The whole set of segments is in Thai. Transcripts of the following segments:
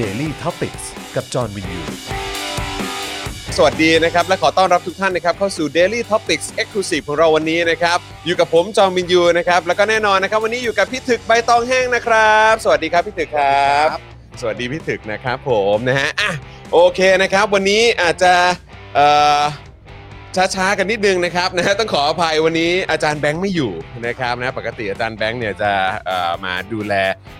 Daily t o p i c กกับจอห์นวินยู สวัสดีนะครับ และขอต้อนรับทุกท่านนะครับเข้าสู่ Daily Topics Exclusive ของเราวันนี้นะครับ อยู่กับผมจอมบินยูนะครับแล้วก็แน่นอนนะครับ วันนี้อยู่กับพี่ถึกใบตองแห้งนะครับ สวัสดีครับพี่ถึกครับ สวัสดีพี่ถึกนะครับผมนะฮะอ่ะโอเคนะครับ วันนี้อาจจะเอ่อช้าๆกันนิดนึงนะครับนะฮะต้องขออภัยวันนี้อาจารย์แบงค์ไม่อยู่นะครับนะปกติอาจารย์แบงค์เนี่ยจะเอ่อมาดูแล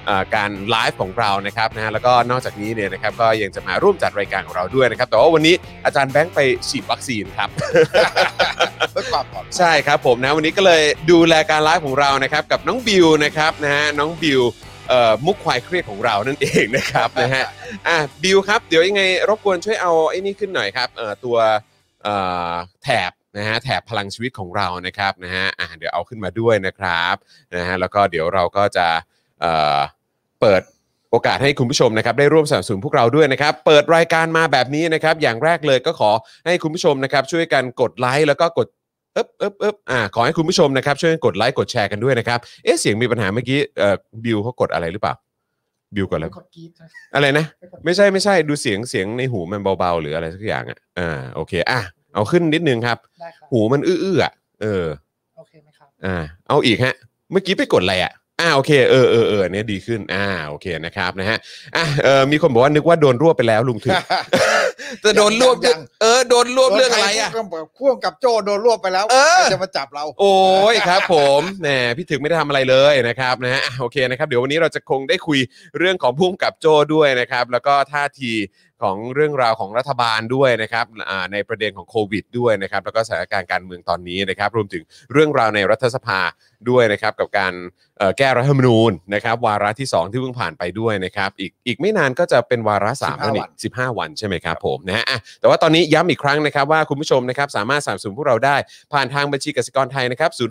เอ่อการไลฟ์ของเรานะครับนะฮะแล้วก็นอกจากนี้เนี่ยนะครับก็ยังจะมาร่วมจัดรายการของเราด้วยนะครับ แต่ว่าวันนี้อาจารย์แบงค์ไปฉีดวัคซีนครับ เพื่อความปลอดภัย ใช่ครับผมนะวันนี้ก็เลยดูแลการไลฟ์ของเรานะครับกับน้องบิวนะครับนะฮะน้องบิวเอ่อมุกควายเครียดของเรานั่นเองนะครับนะฮะอ่ะบิวครับเดี๋ยวยังไงรบกวนช่วยเอาไอ้นี่ขึ้นหน่อยครับเอ่อตัวเอ่อแถบนะฮะแถบพลังชีวิตของเรานะครับนะฮะอ่ะเดี๋ยวเอาขึ้นมาด้วยนะครับนะฮะแล้วก็เดี๋ยวเราก็จะเอ่อเปิดโอกาสให้คุณผู้ชมนะครับได้ร่วมสนับสนุนพวกเราด้วยนะครับ เปิดรายการมาแบบนี้นะครับ อย่างแรกเลยก็ขอให้คุณผู้ชมนะครับช่วยกันกดไลค์แล้วก็กด เอ๊บเอ๊บเอ๊บอ่าขอให้คุณผู้ชมนะครับ ช่วยกดไลค์กดแชร์กันด้วยนะครับ เอ๊ะเสียงมีปัญหาเมื่อกี้เอ่อบิวเขากดอะไรหรือเปล่า บิวกดอะไร กดกรีดนะ อะไรนะ ไม่ใช่ไม่ใช่ดูเสียงเสียงในหูมันเบาๆ หรืออะไรสักอย่างอ่ะอ่าโอเคอ่ะเอาขึ้นนิดนึงครับ ได้ครับ หูมันอื้อๆอ่ะเออ โอเคไหมครับ อ่าเอาอีกฮะ เมื่อกี้ไปกดอะไรอ่ะอ่าโอเคเออเออเออเนี่ยดีขึ้นอ่าโอเคนะครับนะฮะอ่ะเออมีคนบอกว่านึกว่าโดนรวบไปแล้วลุง ถึง จะโดนรวบเรื่อง เออโดนรวบเรื่องอะไรอ่ะ โดนใคก็แบบพ่วงกับโจโดนรวบไปแล้ว เออ ใครจะมาจับเรา โอ้ยครับผม แหมพี่ถึกไม่ได้ทำอะไรเลยนะครับนะฮะอ่ะโอเคนะครับเดี๋ยววันนี้เราจะคงได้คุยเรื่องของพุ่มกับโจด้วยนะครับ แล้วก็ท่าทีของเรื่องราวของรัฐบาลด้วยนะครับอ่าในประเด็นของโควิดด้วยนะครับ แล้วก็สถานการณ์การเมืองตอนนี้นะครับ รวมถึงเรื่องราวในรัฐสภาด้วยนะครับ กับการเอ่อแก้รัฐธรรมนูญนะครับ วาระที่ 2 ที่เพิ่งผ่านไปด้วยนะครับ อีกอีกไม่นานก็จะเป็นวาระสาม 15 แล้วนี่ วัน 15 วันใช่ไหมครับผมนะฮะอ่ะแต่ว่าตอนนี้ย้ำอีกครั้งนะครับว่าคุณผู้ชมนะครับสามารถสนับสนุนพวกเราได้ ผ่านทางบัญชีกสิกรไทยนะครับ0698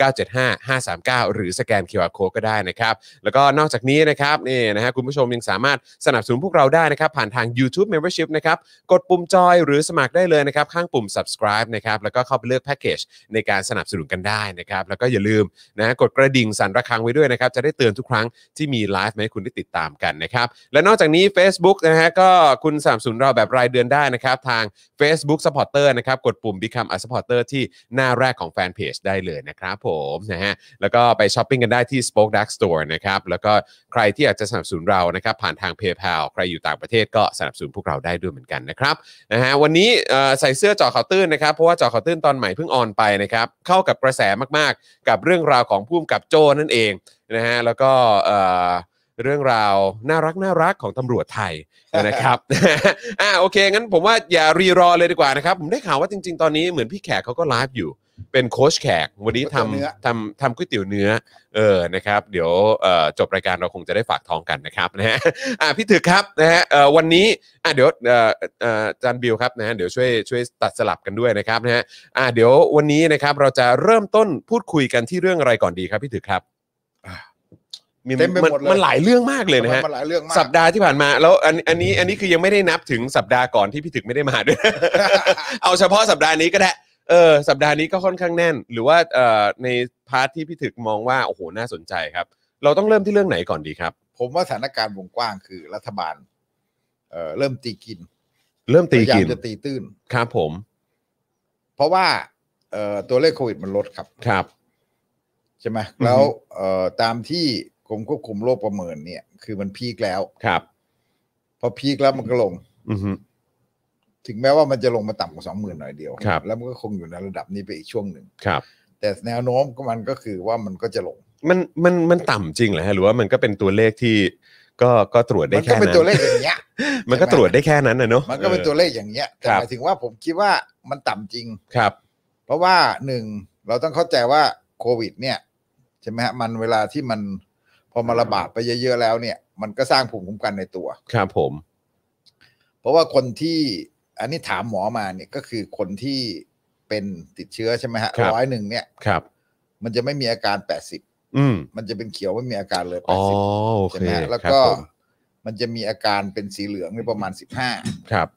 975 539 หรือสแกน QR Code ก็ได้นะครับ แล้วก็นอกจากนี้นะครับนี่นะฮะคุณผู้ชมยังสามารถสนับสนุนพวกเราได้นะครับ ผ่านทาง YouTube Membership นะครับ กดปุ่มจอยหรือสมัครได้เลยนะครับ ข้างปุ่ม subscribe นะครับ แล้วก็เข้าไปเลือกแพ็กเกจในการสนับสนุนกันได้นะครับ แล้วก็อย่าลืมนะกดกระดิ่งสั่นระฆังไว้ด้วยนะครับ จะได้เตือนทุกครั้งที่มีไลฟ์มาให้คุณได้ติดตามกันนะครับ และนอกจากนี้ Facebook นะฮะก็คุณสามสูนเราแบบรายเดือนได้นะครับ ทาง Facebook Supporter นะครับ กดปุ่ม Become a Supporter ที่หน้าแรกของแฟนเพจได้เลยนะครับผมนะฮะแล้วก็ไปช้อปปิ้งกันได้ที่ Spoke Dark Store นะครับ แล้วก็ใครที่อยากจะสนับสนุนเรานะครับ ผ่านทาง PayPal ใครอยู่ต่างประเทศก็สนับสนุนพวกเราได้ด้วยเหมือนกันนะครับ นะฮะวันนี้เอ่อใส่เสื้อเจอข่าวตื้นนะครับ เพราะว่าเจอข่าวตื้นตอนใหม่เพิ่งออนไปนะครับ เข้ากับกระแสมากๆ กับเรื่องราวของผู้กำกับโจนั่นเองนะฮะแล้วก็เอ่อเรื่องราวน่ารักน่ารักของตำรวจไทยนะครับ อ่าโอเค งั้นผมว่าอย่ารีรอเลยดีกว่านะครับ ผมได้ข่าวว่าจริง ๆ ตอนนี้เหมือนพี่แขกเขาก็ไลฟ์อยู่ เป็นโค้ชแขก วันนี้ท ก๋วยเตี๋ยวเนื้อ ำทำทำก๋วยเตี๋ยวเนื้อเออนะครับเดี๋ยวเอ่อจบรายการเราคงจะได้ฝากท้องกันนะครับนะฮะ อ่ะพี่ถือครับนะฮะเอ่อวันนี้อ่ะเดี๋ยวเอ่อเอ่ออาจานบิวครับนะฮะเดี๋ยวช่วยช่วยตัดสลับกันด้วยนะครับนะฮะอ่ะเดี๋ยววันนี้นะครับเราจะเริ่มต้นพูดคุยกันที่เรื่องอะไรก่อนดีครับพี่ถือครับ เต็มไปหมดเลย มันหลายเรื่องมากเลยนะฮะ มันหลายเรื่องมาก สัปดาห์ที่ผ่านมาแล้วอันอันนี้อันนี้คือยังไม่ได้นับถึงสัปดาห์ก่อนที่พี่ถึกไม่ได้มาด้วย เอาเฉพาะสัปดาห์นี้ก็ได้เออสัปดาห์นี้ก็ค่อนข้างแน่น หรือว่าเอ่อในพาร์ทที่พี่ถึกมองว่าโอ้โหน่าสนใจครับ เราต้องเริ่มที่เรื่องไหนก่อนดีครับ ผมว่าสถานการณ์วงกว้างคือรัฐบาลเอ่อเริ่มตีกิน เริ่มตี พยายา กิ ม น จะตีตื้น ครับผม เพราะว่าเอ่อตัวเลขโควิดมันลดครับ ครับ ใช่ไหม อือฮึ แล้วเอ่อตามที่กรมควบคุมโรคประเมินเนี่ย คือมันพีคแล้ว ครับ พอพีคแล้วมันก็ลง อือฮึ ถึงแม้ว่ามันจะลงมาต่ำกว่าสองหมื่นหน่อยเดียว ครับ แล้วมันก็คงอยู่ในระดับนี้ไปอีกช่วงหนึ่ง ครับ แต่แนวโน้มก็มันก็คือว่ามันก็จะลง มันมันมันต่ำจริงเหรอฮะหรือว่ามันก็เป็นตัวเลขที่ก็ก็ตรวจได้ มัน แค่ ก็ นั้น เป็นตัวเลขอย่างเงี้ย มันก็ ใช่ไหม ตรวจได้แค่นั้นนะเนาะ มันก็เป็นตัว ออ เลขอย่างเงี้ยคแต่รับ หมายถึงว่าผมคิดว่ามันต่ำจริง ครับ เพราะว่าหนึ่งเราต้องเข้าใจว่าโควิด เนี่ยใช่ไหมฮะมันเวลาที่มันพอมาระบาดไปเยอะๆแล้วเนี่ย มันก็สร้างภูมิคุ้มกันในตัว ครับผม เพราะว่าคนที่อันนี้ถามหมอมาเนี่ยก็คือคนที่เป็นติดเชื้อใช่ไหมฮะร้อยหนึ่งเนี่ย ครับ มันจะไม่มีอาการแปดสิบ อืม มันจะเป็นเขียวไม่มีอาการเลยแป อ๋อ ดสิบ โอ ใช่ เค ไหมฮะแล้ว ครับ ก็ ผม มันจะมีอาการเป็นสีเหลืองในยประมาณสิบห้า ครับ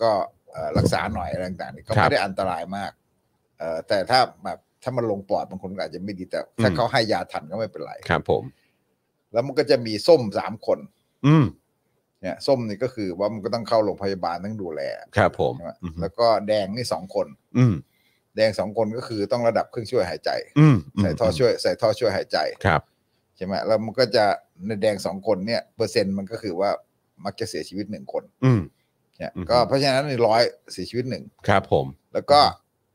ก็เอ่อรักษาหน่อยอะไรต่างๆนี่ก็ ครับ ไม่ได้อันตรายมากเอ่อแต่ถ้าแบบถ้ามันลงปอดบางคนก็อาจจะไม่ดีแต่ ถ้า อืม เขาให้ยาทันก็ไม่เป็นไร ครับผม แล้วมันก็จะมีส้มสามคน อืม เนี่ยส้มนี่ก็คือว่ามันก็ต้องเข้าโรงพยาบาลต้องดูแล ครับผม ใช่ไหม อืม แล้วก็แดงนี่สองคน อืม แดงสองคนก็คือต้องระดับเครื่องช่วยหายใจ อืม ใส่ท่อช่วยใส่ท่อช่วยหายใจ ครับ ใช่ไหมแล้วมันก็จะในแดงสองคนเนี่ยเปอร์เซ็นต์มันก็คือว่ามักจะเสียชีวิตหนึ่งคน อืม เนี่ย อืม ก็เพราะฉะนั้นในร้อยเสียชีวิตหนึ่ง ครับผม แล้วก็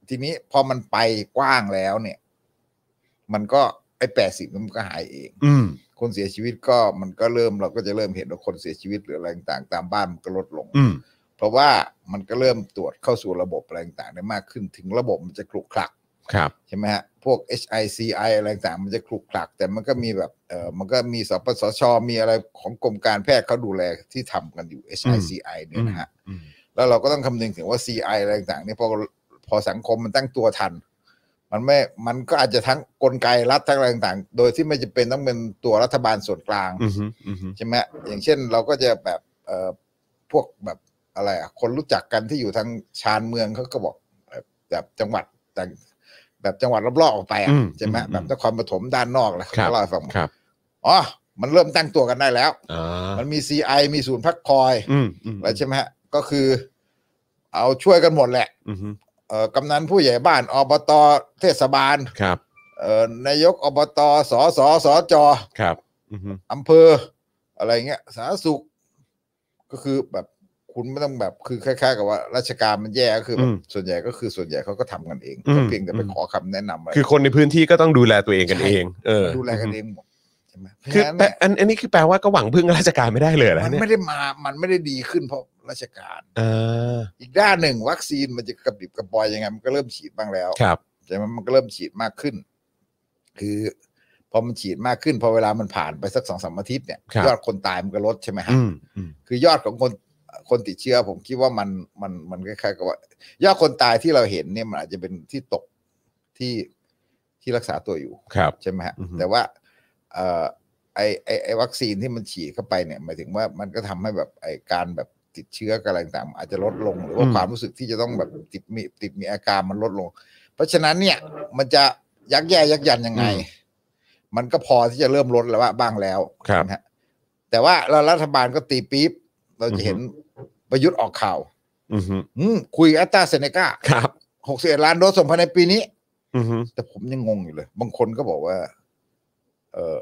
ทีนี้พอมันไปกว้างแล้วเนี่ย มันก็ไอ้แปดสิบมันก็หายเอง อืม คนเสียชีวิตก็มันก็เริ่มเราก็จะเริ่มเห็นว่าคนเสียชีวิตหรืออะไรต่างๆตามบ้านมันก็ลดลง อืม เพราะว่ามันก็เริ่มตรวจเข้าสู่ระบบอะไรต่างๆได้มากขึ้นถึงระบบมันจะคลุกคลัก ครับ ใช่ไหมฮะพวก HICI อะไรต่างๆมันจะคลุกคลัก แต่มันก็มีแบบเออมันก็มีสปสช มีอะไรของกรมการแพทย์เขาดูแลที่ทำกันอยู่ HICI เนี่ยนะฮะ อืม แล้วเราก็ต้องคำนึงถึงว่า CI อะไรต่างๆเนี่ยพอพอสังคมมันตั้งตัวทัน มันไม่มันก็อาจจะทั้งกลไกรัฐทั้งอะไรต่างๆ โดยที่ไม่จำเป็นต้องเป็นตัวรัฐบาลส่วนกลาง อืมอืม ใช่ไหมอย่างเช่นเราก็จะแบบเอ่อพวกแบบอะไรอะคนรู้จักกันที่อยู่ทางชานเมืองเขาก็บอกแบบแบบจังหวัดต่างแบบจังหวัดรอบๆออกไปอะ อืม ใช่ไหมแบบนครปฐมด้านนอกแหละ ครับ เขาเล่าให้ฟัง ครับ อ๋อมันเริ่มตั้งตัวกันได้แล้ว อ่า มันมี CI มีศูนย์พักคอย อืมอืม แล้วใช่ไหมฮะก็คือเอาช่วยกันหมดแหละ อืม เอ่อกำนันผู้ใหญ่บ้านอบตเทศบาล ครับ เอ่อนายกอบตสสสจ ครับอืม อำเภอ อะไรเงี้ยสาธารณสุข ก็คือแบบคุณไม่ต้องแบบคือคล้ายๆ กับว่าราชการมันแย่ก็คือแบบส่วนใหญ่ก็คือส่วนใหญ่เขาก็ทำกันเองก็เพียงแต่ไปขอคำแนะนำอะไร คือคนในพื้นที่ก็ต้องดูแลตัวเองกันเอง เออ ดูแลกันเองหมดใช่ไหมเพราะ คือ ฉะนั้น แปล เนี่ย อันอันนี้คือแปลว่าก็หวังพึ่งราชการไม่ได้เลยนะ มัน เนี่ย ไม่ได้มามันไม่ได้ดีขึ้นเพราะราชการ อ่า อีกด้านหนึ่งวัคซีนมันจะกระปิบกระปอยยังไงมันก็เริ่มฉีดบ้างแล้ว ครับ ใช่ไหมมันก็เริ่มฉีดมากขึ้น คือพอมันฉีดมากขึ้น พอเวลามันผ่านไปสักสองสามอาทิตย์เนี่ย ครับ ยอดคนตายมันก็ลดใช่ไหมฮะ อืมอืม คือยอดของคนคนติดเชื้อ ผมคิดว่ามันมันมันคล้ายๆกับว่า ยอดคนตายที่เราเห็นเนี่ยมันอาจจะเป็นที่ตกที่ที่รักษาตัวอยู่ ครับ ใช่ไหมฮะ อือฮึ แต่ว่าเอ่อไอไอไอวัคซีนที่มันฉีดเข้าไปเนี่ยหมายถึงว่ามันก็ทำให้แบบไอการแบบติดเชื้อกับอะไรต่างๆอาจจะลดลงหรือว่าความรู้สึกที่จะต้องแบบติดมีติดมีอาการมันลดลง เพราะฉะนั้นเนี่ยมันจะยักแย่ยักยันยังไง มันก็พอที่จะเริ่มลดแล้วว่าบ้างแล้ว ครับ นะฮะแต่ว่าเรารัฐบาลก็ตีปี๊บเราจะเห็นประยุทธ์ออกข่าว อืม อืมคุยอัตตาเซเนกา ครับ หกสิบเอ็ดล้านโดสส่งภายในปีนี้ อืม แต่ผมยังงงอยู่เลย บางคนก็บอกว่า เออ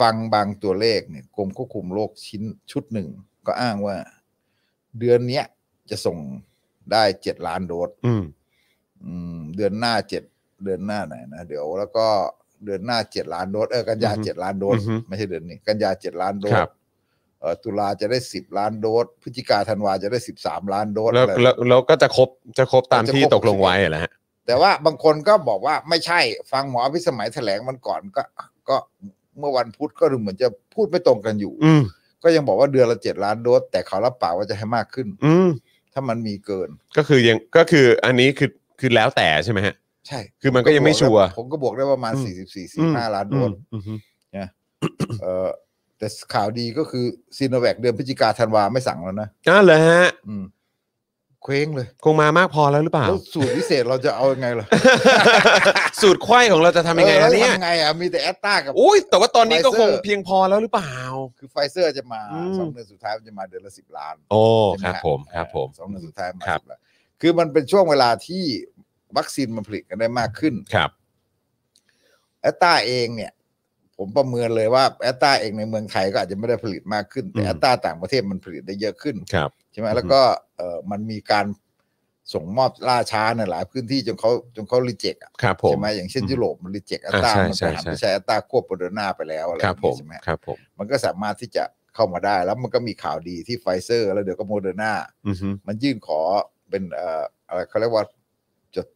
ฟังบางตัวเลขเนี่ยกรมควบคุมโรคชิ้นชุดหนึ่ง ก็อ้างว่า เดือนเนี้ยจะส่งได้เจ็ดล้านโดส อืม อืมเดือนหน้าเจ็ดเดือนหน้าไหนนะเดี๋ยวแล้วก็เดือนหน้าเจ็ดล้านโดสเออกันยาเจ็ดล้านโด อื ส ม ไม่ใช่เดือนนี้ กันยาเจ็ดล้านโด ค ส รับ เออตุลาจะได้สิบล้านโดสพฤศจิกาธันวาจะได้สิบสามล้านโดส แล้ว อะไร แล้วแล้วก็จะครบจะครบตามที่ จะครบ ตกลงไว้แหละฮะ แต่ว่าบางคนก็บอกว่าไม่ใช่ฟังหมออภิสมัยแถลงมันก่อนก็ ก็เมื่อวันพุธก็ดูเหมือนจะพูดไม่ตรงกันอยู่ อืม ก็ยังบอกว่าเดือนละเจ็ดล้านโดส แต่เขารับปากว่าจะให้มากขึ้น อืม ถ้ามันมีเกิน ก็คือยังก็คืออันนี้คือคือแล้วแต่ใช่ไหมฮะ ใช่ คือมันก็ยังไม่ชัวร์ ผมก็บวกได้ประมาณ อืม สี่สิบสี่สี่ห้าล้านโดส อืมอืม เออแต่ข่าวดีก็คือซีโนแวคเดือนพฤศจิกาธันวาไม่สั่งแล้วนะ อ่าเหรอฮะ อืมเคว้งเลย คงมามากพอแล้วหรือเปล่า แล้วสูตรพิเศษเราจะเอายังไงล่ะ สูตรไข้ของเราจะทำยังไง ออ ฮะ แล้ว เนี่ย ทำไงอ่ะมีแต่แอตตากับ อุ้ยแต่ว่าตอนนี้ก็คง Pfizer เพียงพอแล้วหรือเปล่า คือไฟเซอร์จะมา อืม สองเดือนสุดท้ายมันจะมาเดือนละสิบล้าน โอ้ค ใช่ไห รับ ฮะ ผมครับผม สองเดือนสุดท้ายมา ครับ สิบล้านคือมันเป็นช่วงเวลาที่วัคซีนมันผลิตกันได้มากขึ้น ครับ แอตตาเองเนี่ย ผมประเมินเลยว่าแอตตาเองในเมืองไทยก็อาจจะไม่ได้ผลิตมากขึ้น แต่ อืม แอตตาต่างประเทศมันผลิตได้เยอะขึ้น ครับ ใช่ไหม อือฮึ แล้วก็เออมันมีการส่งมอบล่าช้าในหลายพื้นที่จนเขาจนเขารีเจ็คอะ ครับผม ใช่ไหมอย่างเช่น อืม ยุโรปมันรีเจ็คอัตตา อ่าใช่ใช่มันไปหัน ใช่ ไปใช้อัตตาควบโมเดอร์นาไปแล้วอะไร ครับ แบ ผมบนี้ใช่ไหมฮะ ครับผม มันก็สามารถที่จะเข้ามาได้ แล้วมันก็มีข่าวดีที่ไฟเซอร์ แล้วเดี๋ยวก็โมเดอร์นา อือฮึ มันยื่นขอเป็นเอ่ออะไรเขาเรียกว่าจด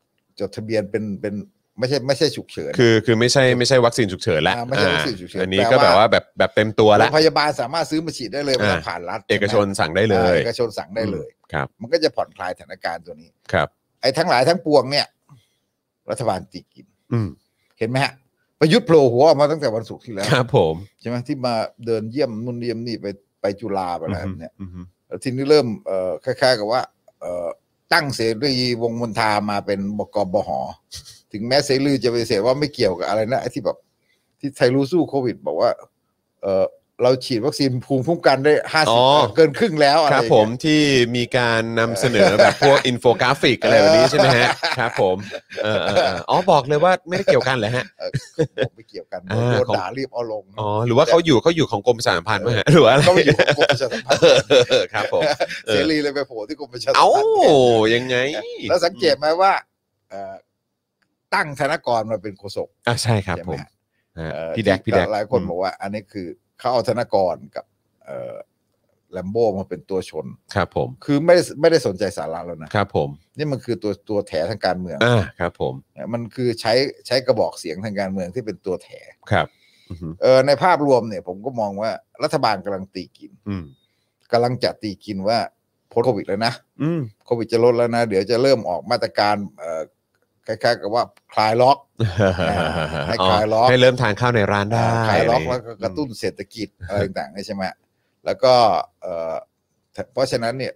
จดทะเบียนเป็นเป็นไม่ใช่ไม่ใช่ฉุกเฉิน คือคือไม่ใช่ไม่ใช่วัคซีนฉุกเฉินละ อ่าไม่ใช่วัคซีนฉุกเฉิน อันนี้ แปก็แบลว่าบว่าแบบแบบเต็มตัว โร ละ งพยาบาลสามารถซื้อมาฉีดได้เลยไม่ต้อง อ่า ผ่านรัฐ เอกชนสั่งได้เล อ่าย เอกชนสั่งได้เลย ครับ มันก็จะผ่อนคลายสถานการณ์ตัวนี้ ครับ ไอ้ทั้งหลายทั้งปวงเนี่ย รัฐบาลตีกิน อืม เห็นไหมฮะ ประยุทธ์โผล่หัวออกมาตั้งแต่วันศุกร์ที่แล้ว ครับผม ใช่ไหมที่มาเดินเยี่ยมนุ่นเยี่ยมนี่ไปไปจุฬาไปแล้วเนี่ย อือฮึ แล้วทีนี้เริ่มเอ่อคล้ายๆกับว่า เอ่อตั้งเสรีวงศ์มนทามาเป็นบกบหถึงแม้เสรีจะไปฏิเสธว่าไม่เกี่ยวกับอะไรนะไอ้ที่แบบที่ไทยรู้สู้โควิด บอกว่า เอ่อ เราฉีดวัคซีนภูมิคุ้มกันได้ห้า อ๋ สิบ อ เกินครึ่งแล้วอะ ค ไร รับ อย่าง ผ เงี้ ม ย ที่มีการนำเสนอแบบ พวกอินโฟกราฟิกอะไรแบบนี้ใช่ไหมฮะครับผมเออเออเอออ๋อบอกเลยว่าไม่ได้เกี่ยวกันเหรอฮะ ผมไม่เกี่ยวกันโดน อ่า โดน ของ ด่ารีบเอาลง อ๋อหรือว่าเขาอยู่เขาอยู่ของกรมประชาสัมพันธ์ไหมฮะหรือว่าอะไร เขาไปอยู่กับกรมประชาสัมพันธ์ เออครับผม เออ เสรีเลยไปโผล่ที่กรมประชาสัม เอ้า พันธ์เนี่ย ยังไง แล้วสังเกตไหมว่าเอ่อตั้งธนกรมาเป็นโฆษก อ่ะใช่ครับ ใช่ไห ผม ม ฮะ ฮะ เอ่อ พี่แดกพี่แดก หลายคนบอกว่า อันนี้คือเขาเอาธนกรกับแลมโบมาเป็นตัวชน ครับผม คือไม่ได้ไม่ได้สนใจสาระแล้วนะครับ ผม นี่มันคือตัวตัวแถทางการเมือง อ่าครับผม มันคือใช้ใช้กระบอกเสียงทางการเมืองที่เป็นตัวแถ ครับอือหือ เออในภาพรวมเนี่ย ผมก็มองว่ารัฐบาลกำลังตีกิน อืม กำลังจะตีกินว่าพ้นโควิดแล้วนะ อืม โควิดจะลดแล้วนะ เดี๋ยวจะเริ่มออกมาตรการเอ่อคล้ายๆกับว่าคลายล็อก ให้ขายล็อก ให้เริ่มทานข้าวในร้านได้ คลายล็อกแล้วก็กระตุ้นเศรษฐกิจอะไรต่างๆนี่ใช่ไหมแล้วก็เอ่อเพราะฉะนั้นเนี่ย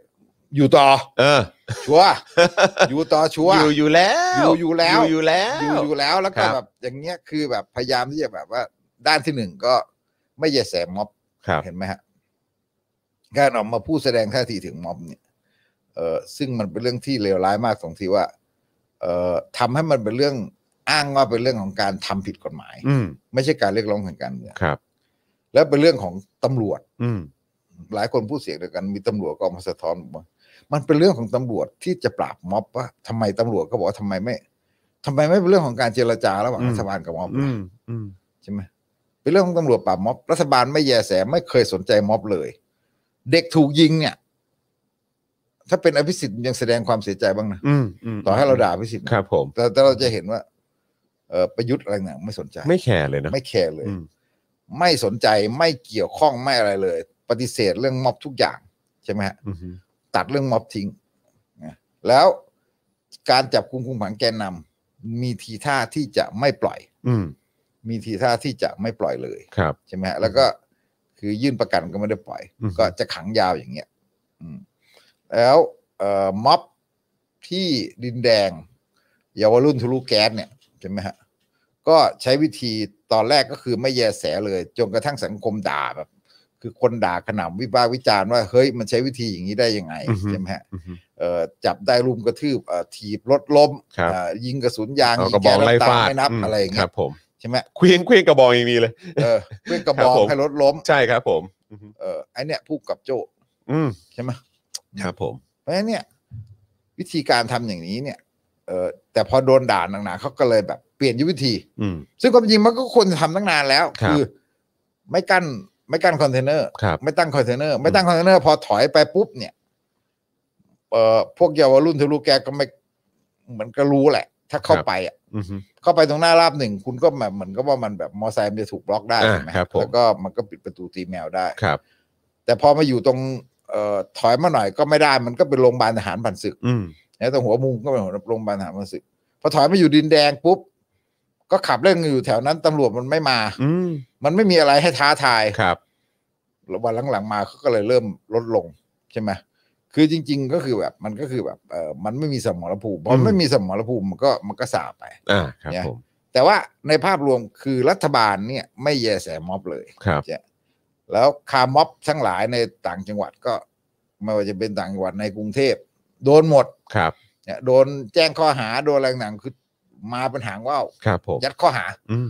อยู่ต่อ เออ ชัวร์ อยู่ต่อชัวร์ อยู่อยู่แล้ว อยู่อยู่แล้ว อยู่อยู่แล้ว อยู่อยู่แล้วแล้วคก็รับ แบบอย่างเงี้ยคือแบบพยายามที่จะแบบว่า ด้านที่หนึ่งก็ไม่แยแสม็อบ ครับ เห็นไหมฮะการออกมาพูดแสดงท่าทีถึงม็อบเนี่ย เออซึ่งมันเป็นเรื่องที่เลวร้ายมากตรงที่ว่า เอ่อทำให้มันเป็นเรื่องอ้างว่าเป็นเรื่องของการทำผิดกฎหมาย อืม ไม่ใช่การเรียกร้องทางการเมือง ครับ และเป็นเรื่องของตำรวจ อืม หลายคนพูดเสียงเดียวกันมีตำรวจก็ออกมาสะท้อนบอกว่ามันเป็นเรื่องของตำรวจที่จะปราบม็อบว่าทำไมตำรวจก็บอกว่าทำไมไม่ทำไมไม่เป็นเรื่องของการเจรจาระหว่างรัฐบาลกับม็อบ อืมอืม ใช่ไหมเป็นเรื่องของตำรวจปราบม็อบรัฐบาลไม่แยแสไม่เคยสนใจม็อบเลย เด็กถูกยิงเนี่ย ถ้าเป็นอภิสิทธิ์ยังแสดงความเสียใจบ้างนะ อืมม ต่อให้เราด่าอภิสิทธิ์นะครับ ผม แต่แต่เราจะเห็นว่า เออประยุทธ์อะไรเนี่ยไม่สนใจ ไม่แคร์เลยนะ ไม่แคร์เลย อืม ไม่สนใจไม่เกี่ยวข้องไม่อะไรเลย ปฏิเสธเรื่องม็อบทุกอย่างใช่ไหมฮะ อือฮึ ตัดเรื่องม็อบทิ้งนะแล้วการจับกุมคุมขังแกนนำมีทีท่าที่จะไม่ปล่อย อืม มีทีท่าที่จะไม่ปล่อยเลย ครับ ใช่ไหมฮะแล้วก็คือยื่นประกันก็ไม่ได้ปล่อย อืม ก็จะขังยาวอย่างเงี้ยอืมแล้วเอ่อม็อบที่ดินแดง เยาวรุ่นทะลุแก๊สเนี่ยใช่ไหมฮะก็ใช้วิธีตอนแรกก็คือไม่แยแสเลยจนกระทั่งสังคมด่าแบบ คือคนด่าขนำวิพากษ์วิจารณ์ว่าเฮ้ยมันใช้วิธีอย่างนี้ได้ยังไงใช่ไหมฮะ อือฮึ เอ่อจับได้รุมกระทืบเอ่อถีบรถล้ม ครับ เอ่อยิงกระสุนยาง เอา ยิง กระบอง แส ไล่ น้ำต ฟาด ไม่นับ ม อะไรอย่าง ค เงี้ รั ย บผม ใช่ไหม เควียงเควียงกระบองอย่างนี้เลย เออเพื่อกระบอง ครับผม ให้รถล้ม ใช่ครับผม เออไอเนี่ยผู้กำกับโจ อืม ใช่ไหม ครับผม เพราะฉะนั้นเนี่ย วิธีการทำอย่างนี้เนี่ยเออแต่พอโดนด่าหนักๆเขาก็เลยแบบเปลี่ยนยุทธวิธี อืม ซึ่งความจริงมันก็ควรจะทำตั้งนานแล้ว ครับ ไม่กั้นไม่กั้นคอนเทนเนอร์ ครับ ไม่ตั้งคอนเทนเนอร์ไม่ตั้งคอนเทนเนอร์พอถอยไปปุ๊บเนี่ยเอ่อพวกเยาวรุ่นทะลุแกสก็ไม่เหมือนก็รู้แหละ ถ้าเข้า ครับ ไปอ่ะ อือฮึ เข้าไปตรงหน้าราบหนึ่งคุณก็แบบเหมือนก็ว่ามันแบบมอไซค์มันจะถูกบล็อกได้ อ่า ใช่ไหม ครับผม แล้วก็มันก็ปิดประตูตีแมวได้ ครับ แต่พอมาอยู่ตรงเอ่อถอยมาหน่อยก็ไม่ได้ มันก็เป็นโรงพยาบาลทหารผ่านศึก อืม นะตรงหัวมุมก็เป็นโรงพยาบาลทหารผ่านศึกพอถอยมาอยู่ดินแดงปุ๊บก็ขับเล่นกันอยู่แถวนั้นตำรวจมันไม่มา อืม มันไม่มีอะไรให้ท้าทาย ครับ วันหลังๆมาเขาก็เลยเริ่มลดลงใช่ไหมคือจริง ๆ ก็คือแบบมันก็คือแบบเออมันไม่มีสมรภูมิพอ อืม ไม่มีสมรภูมิมันก็มันก็สาไป อ่าครับ เนี่ย ผม แต่ว่าในภาพรวมคือรัฐบาลเนี่ยไม่แยแสม็อบเลย ครับ แล้วคาร์ม็อบทั้งหลายในต่างจังหวัดก็ ไม่ว่าจะเป็นต่างจังหวัดในกรุงเทพโดนหมด ครับ เนี่ยโดนแจ้งข้อหาโดนอะไรต่างๆคือมาเป็นหางว่าว ครับผม ยัดข้อหา อืม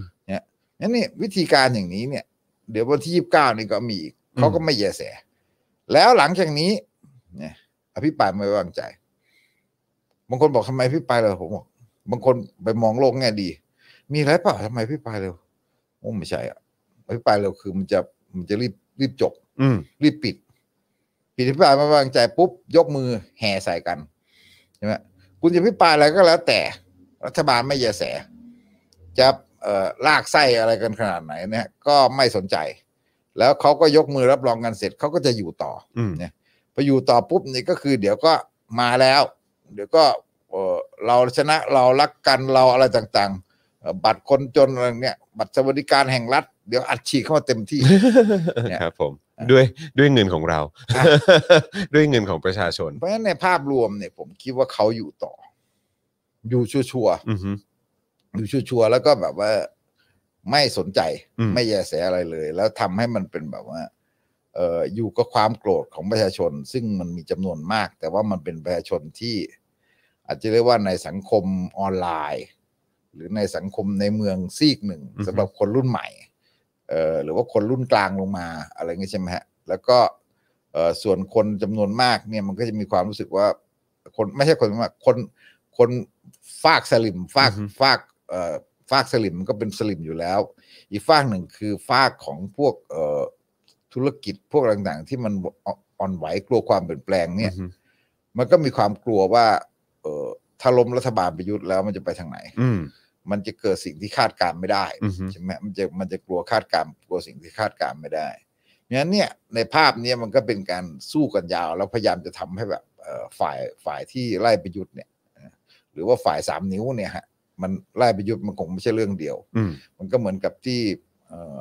นั่นนี่วิธีการอย่างนี้เนี่ย เดี๋ยววันที่ยี่สิบเก้านี่ก็มีอีก อืม เขาก็ไม่แยแส แล้วหลังจากนี้เนี่ยอภิปรายไม่ไว้วางใจ บางคนบอกทำไมอภิปรายเลยผมบอกบางคนไปมองโลกแง่ดี มีอะไรเปล่าทำไมอภิปรายเร็วโอ้ไม่ใช่อ่ะอภิปรายเร็วคือมันจะมันจะรีบรีบจบ อืม รีบปิดปิดอภิปรายไม่ไว้วางใจปุ๊บยกมือแห่ใส่กันใช่ไหมคุณจะอภิปรายอะไรก็แล้วแต่ รัฐบาลไม่แยแส จะเอ่อลากไส้อะไรกันขนาดไหนเนี่ยก็ไม่สนใจ แล้วเขาก็ยกมือรับรองกันเสร็จเขาก็จะอยู่ต่อ อืม พออยู่ต่อปุ๊บนี่ก็คือ เดี๋ยวก็มาแล้ว เดี๋ยวก็เอ่อเราชนะเรารักกันเราอะไรต่างๆเอ่อบัตรคนจนอะไรเนี่ยบัตรสวัสดิการแห่งรัฐ เดี๋ยวอัดฉีดเข้ามาเต็มที่ เนี่ย ครับผม อ่ะ ด้วยด้วยเงินของเรา อ่ะ ด้วยเงินของประชาชน เพราะฉะนั้นในภาพรวมเนี่ยผมคิดว่าเขาอยู่ต่อ อยู่ชัวร์ อือฮึ ๆอยู่ชัวร์ๆแล้วก็แบบว่า ไม่สนใจ อืม ไม่แยแสอะไรเลย แล้วทำให้มันเป็นแบบว่าเอ่ออยู่กับความโกรธของประชาชน ซึ่งมันมีจำนวนมาก แต่ว่ามันเป็นประชาชนที่ อาจจะเรียกว่าในสังคมออนไลน์ หรือในสังคมในเมืองซีกหนึ่ง อือฮึ สำหรับคนรุ่นใหม่เอ่อหรือว่าคนรุ่นกลางลงมาอะไรเงี้ยใช่ไหมฮะแล้วก็เอ่อส่วนคนจำนวนมากเนี่ยมันก็จะมีความรู้สึกว่า คนไม่ใช่คนมากคนคนฟากสลิมฟาก อือฮึ ฟากเอ่อฟากสลิมมันก็เป็นสลิมอยู่แล้ว อีกฟากหนึ่งคือฟากของพวกเอ่อธุรกิจพวกอะไรต่างๆ ที่มันอ่อนอ่อนไหวกลัวความเปลี่ยนแปลงเนี่ย อืม มันก็มีความกลัวว่า เออถ้าล้มรัฐบาลประยุทธ์แล้วมันจะไปทางไหน อืม มันจะเกิดสิ่งที่คาดการณ์ไม่ได้ อือฮึ ใช่ไหมมันจะมันจะกลัวคาดการณ์กลัวสิ่งที่คาดการณ์ไม่ได้งั้นเนี่ยในภาพเนี้ยมันก็เป็นการสู้กันยาวแล้วพยายามจะทำให้แบบเอ่อฝ่ายฝ่ายที่ไล่ประยุทธ์เนี่ยเอ่อหรือว่าฝ่ายสามนิ้วเนี่ยฮะมันไล่ประยุทธ์มันคงไม่ใช่เรื่องเดียว อืม มันก็เหมือนกับที่เอ่อ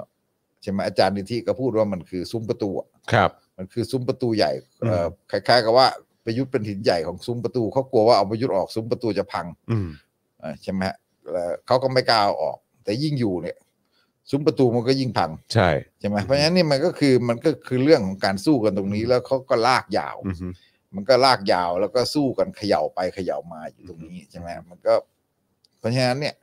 ใช่ไหมอาจารย์นิธิก็พูดว่ามันคือซุ้มประตูอะ ครับ มันคือซุ้มประตูใหญ่เอ่อ อื คล้ายๆกับว่าประยุทธ์เป็นหินใหญ่ของซุ้มประตูเขากลัวว่าเอาประยุทธ์ออกซุ้มประตูจะพัง อืม เอ่อใช่ไหมฮะแล้วเขาก็ไม่กล้าเอาออก แต่ยิ่งอยู่เนี่ยซุ้มประตูมันก็ยิ่งพัง ใช่ ใช่ไหมเพราะฉะนั้นนี่มันก็คือมันก็คือเรื่องของการสู้กันตรงนี้แล้วเขาก็ลากยาว อืม มันก็ลากยาวแล้วก็สู้กันเขย่าไปเขย่ามาอยู่ตรงนี้ใช่ไหมมันก็ เพราะฉะนั้นเนี่ย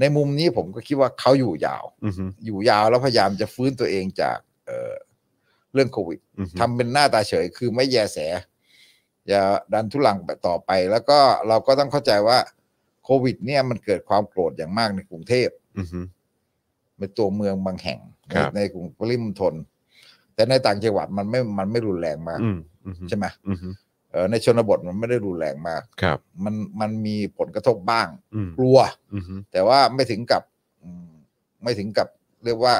ในมุมนี้ผมก็คิดว่าเขาอยู่ยาว อืมอืม อยู่ยาวแล้วพยายามจะฟื้นตัวเองจากเอ่อเรื่องโควิด อืม ทำเป็นหน้าตาเฉยคือไม่แยแส อย่าดันทุลังไปต่อไป แล้วก็เราก็ต้องเข้าใจว่าโควิด เนี่ยมันเกิดความโกรธอย่างมากในกรุงเทพ อืม ในตัวเมืองบางแห่งใน ครับ ในกรุงปริมณฑลแต่ในต่างจังหวัดมันไม่มันไม่รุนแรงมาก อืมอืม ใช่ไหม อืม เออในชนบทมันไม่ได้รุนแรงมาก ครับ มันมันมีผลกระทบบ้าง อืม กลัว อืม แต่ว่าไม่ถึงกับอืมไม่ถึงกับเรียกว่า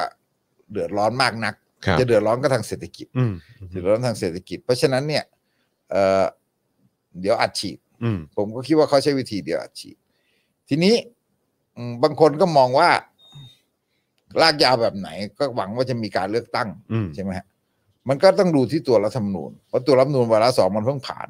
เดือดร้อนมากนัก ครับ จะเดือดร้อนก็ทางเศรษฐกิจ อืม เดือดร้อนทางเศรษฐกิจ เพราะฉะนั้นเนี่ยเอ่อเดี๋ยวอัดฉีด อืม ผมก็คิดว่าเขาใช้วิธีเดียวอัดฉีด ทีนี้อืมบางคนก็มองว่าลากยาวแบบไหน ก็หวังว่าจะมีการเลือกตั้ง อืม ใช่ไหมฮะ มันก็ต้องดูที่ตัวรัฐธรรมนูญเพราะตัวรัฐธรรมนูญวาระสองมันเพิ่งผ่าน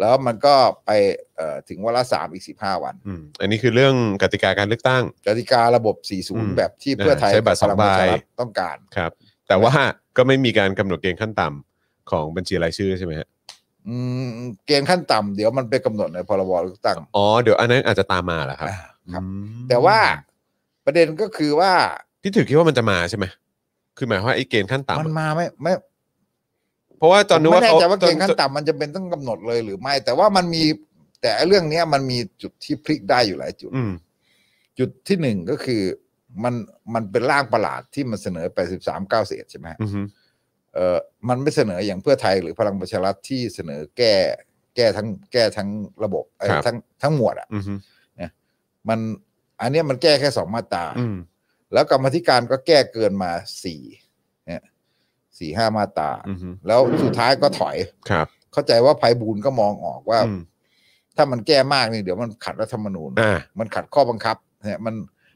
แล้วมันก็ไปเอ่อถึงวาระสามอีกสิบห้าวัน อืมอันนี้คือเรื่องกติกาการเลือกตั้ง กติการะบบ อืม 40 แบบที่เพื่อไทย ใช้บัตรสองใบ กัพลังประชารัฐต้องการ ครับ แต่ว่าก็ไม่มีการกำหนดเกณฑ์ขั้นต่ำของบัญชีรายชื่อใช่ไหมฮะ อืมเกณฑ์ขั้นต่ำเดี๋ยวมันไปกำหนดในพรบเลือกตั้ง อ๋อเดี๋ยวอันนั้นอาจจะตามมาเหรอครับ อ่าครับ อืม แต่ว่าประเด็นก็คือว่า พี่ถือคิดว่ามันจะมาใช่ไหมคือหมายความว่าไอ้เกณฑ์ขั้น มัน ต่ำอะ มาไม่ไม่ เพราะว่าจอนนึก ผม ว่า ไม่เขาแน่ใจว่า จ เกณฑ์ขั้นต่ำมันจะเป็นต้องกำหนดเลยหรือไม่ แต่ว่ามันมีแต่ไอ้เรื่องเนี้ยมันมีจุดที่พลิกได้อยู่หลายจุด อืม จุดที่หนึ่งก็คือมันมันเป็นร่างประหลาดที่มันเสนอไปสิบสามเก้าเศษใช่ไหม อืม เออมันไม่เสนออย่างเพื่อไทยหรือพลังประชารัฐที่เสนอแก้แก้ทั้งแก้ทั้งระบบเอ้ยทั้งทั้งหมวดอ่ะ อืม มันอันเนี้ยมันแก้แค่สองมาตรา อืม แล้วกรรมาธิการก็แก้เกินมาสี่เนี่ยสี่ห้ามาตรา อืม แล้วสุดท้ายก็ถอย ครับ เข้าใจว่าไพบูลย์ก็มองออกว่า อืม ถ้ามันแก้มากนี่เดี๋ยวมันขัดรัฐธรรมนูญ อ่า มันขัดข้อบังคับเนี่ยมัน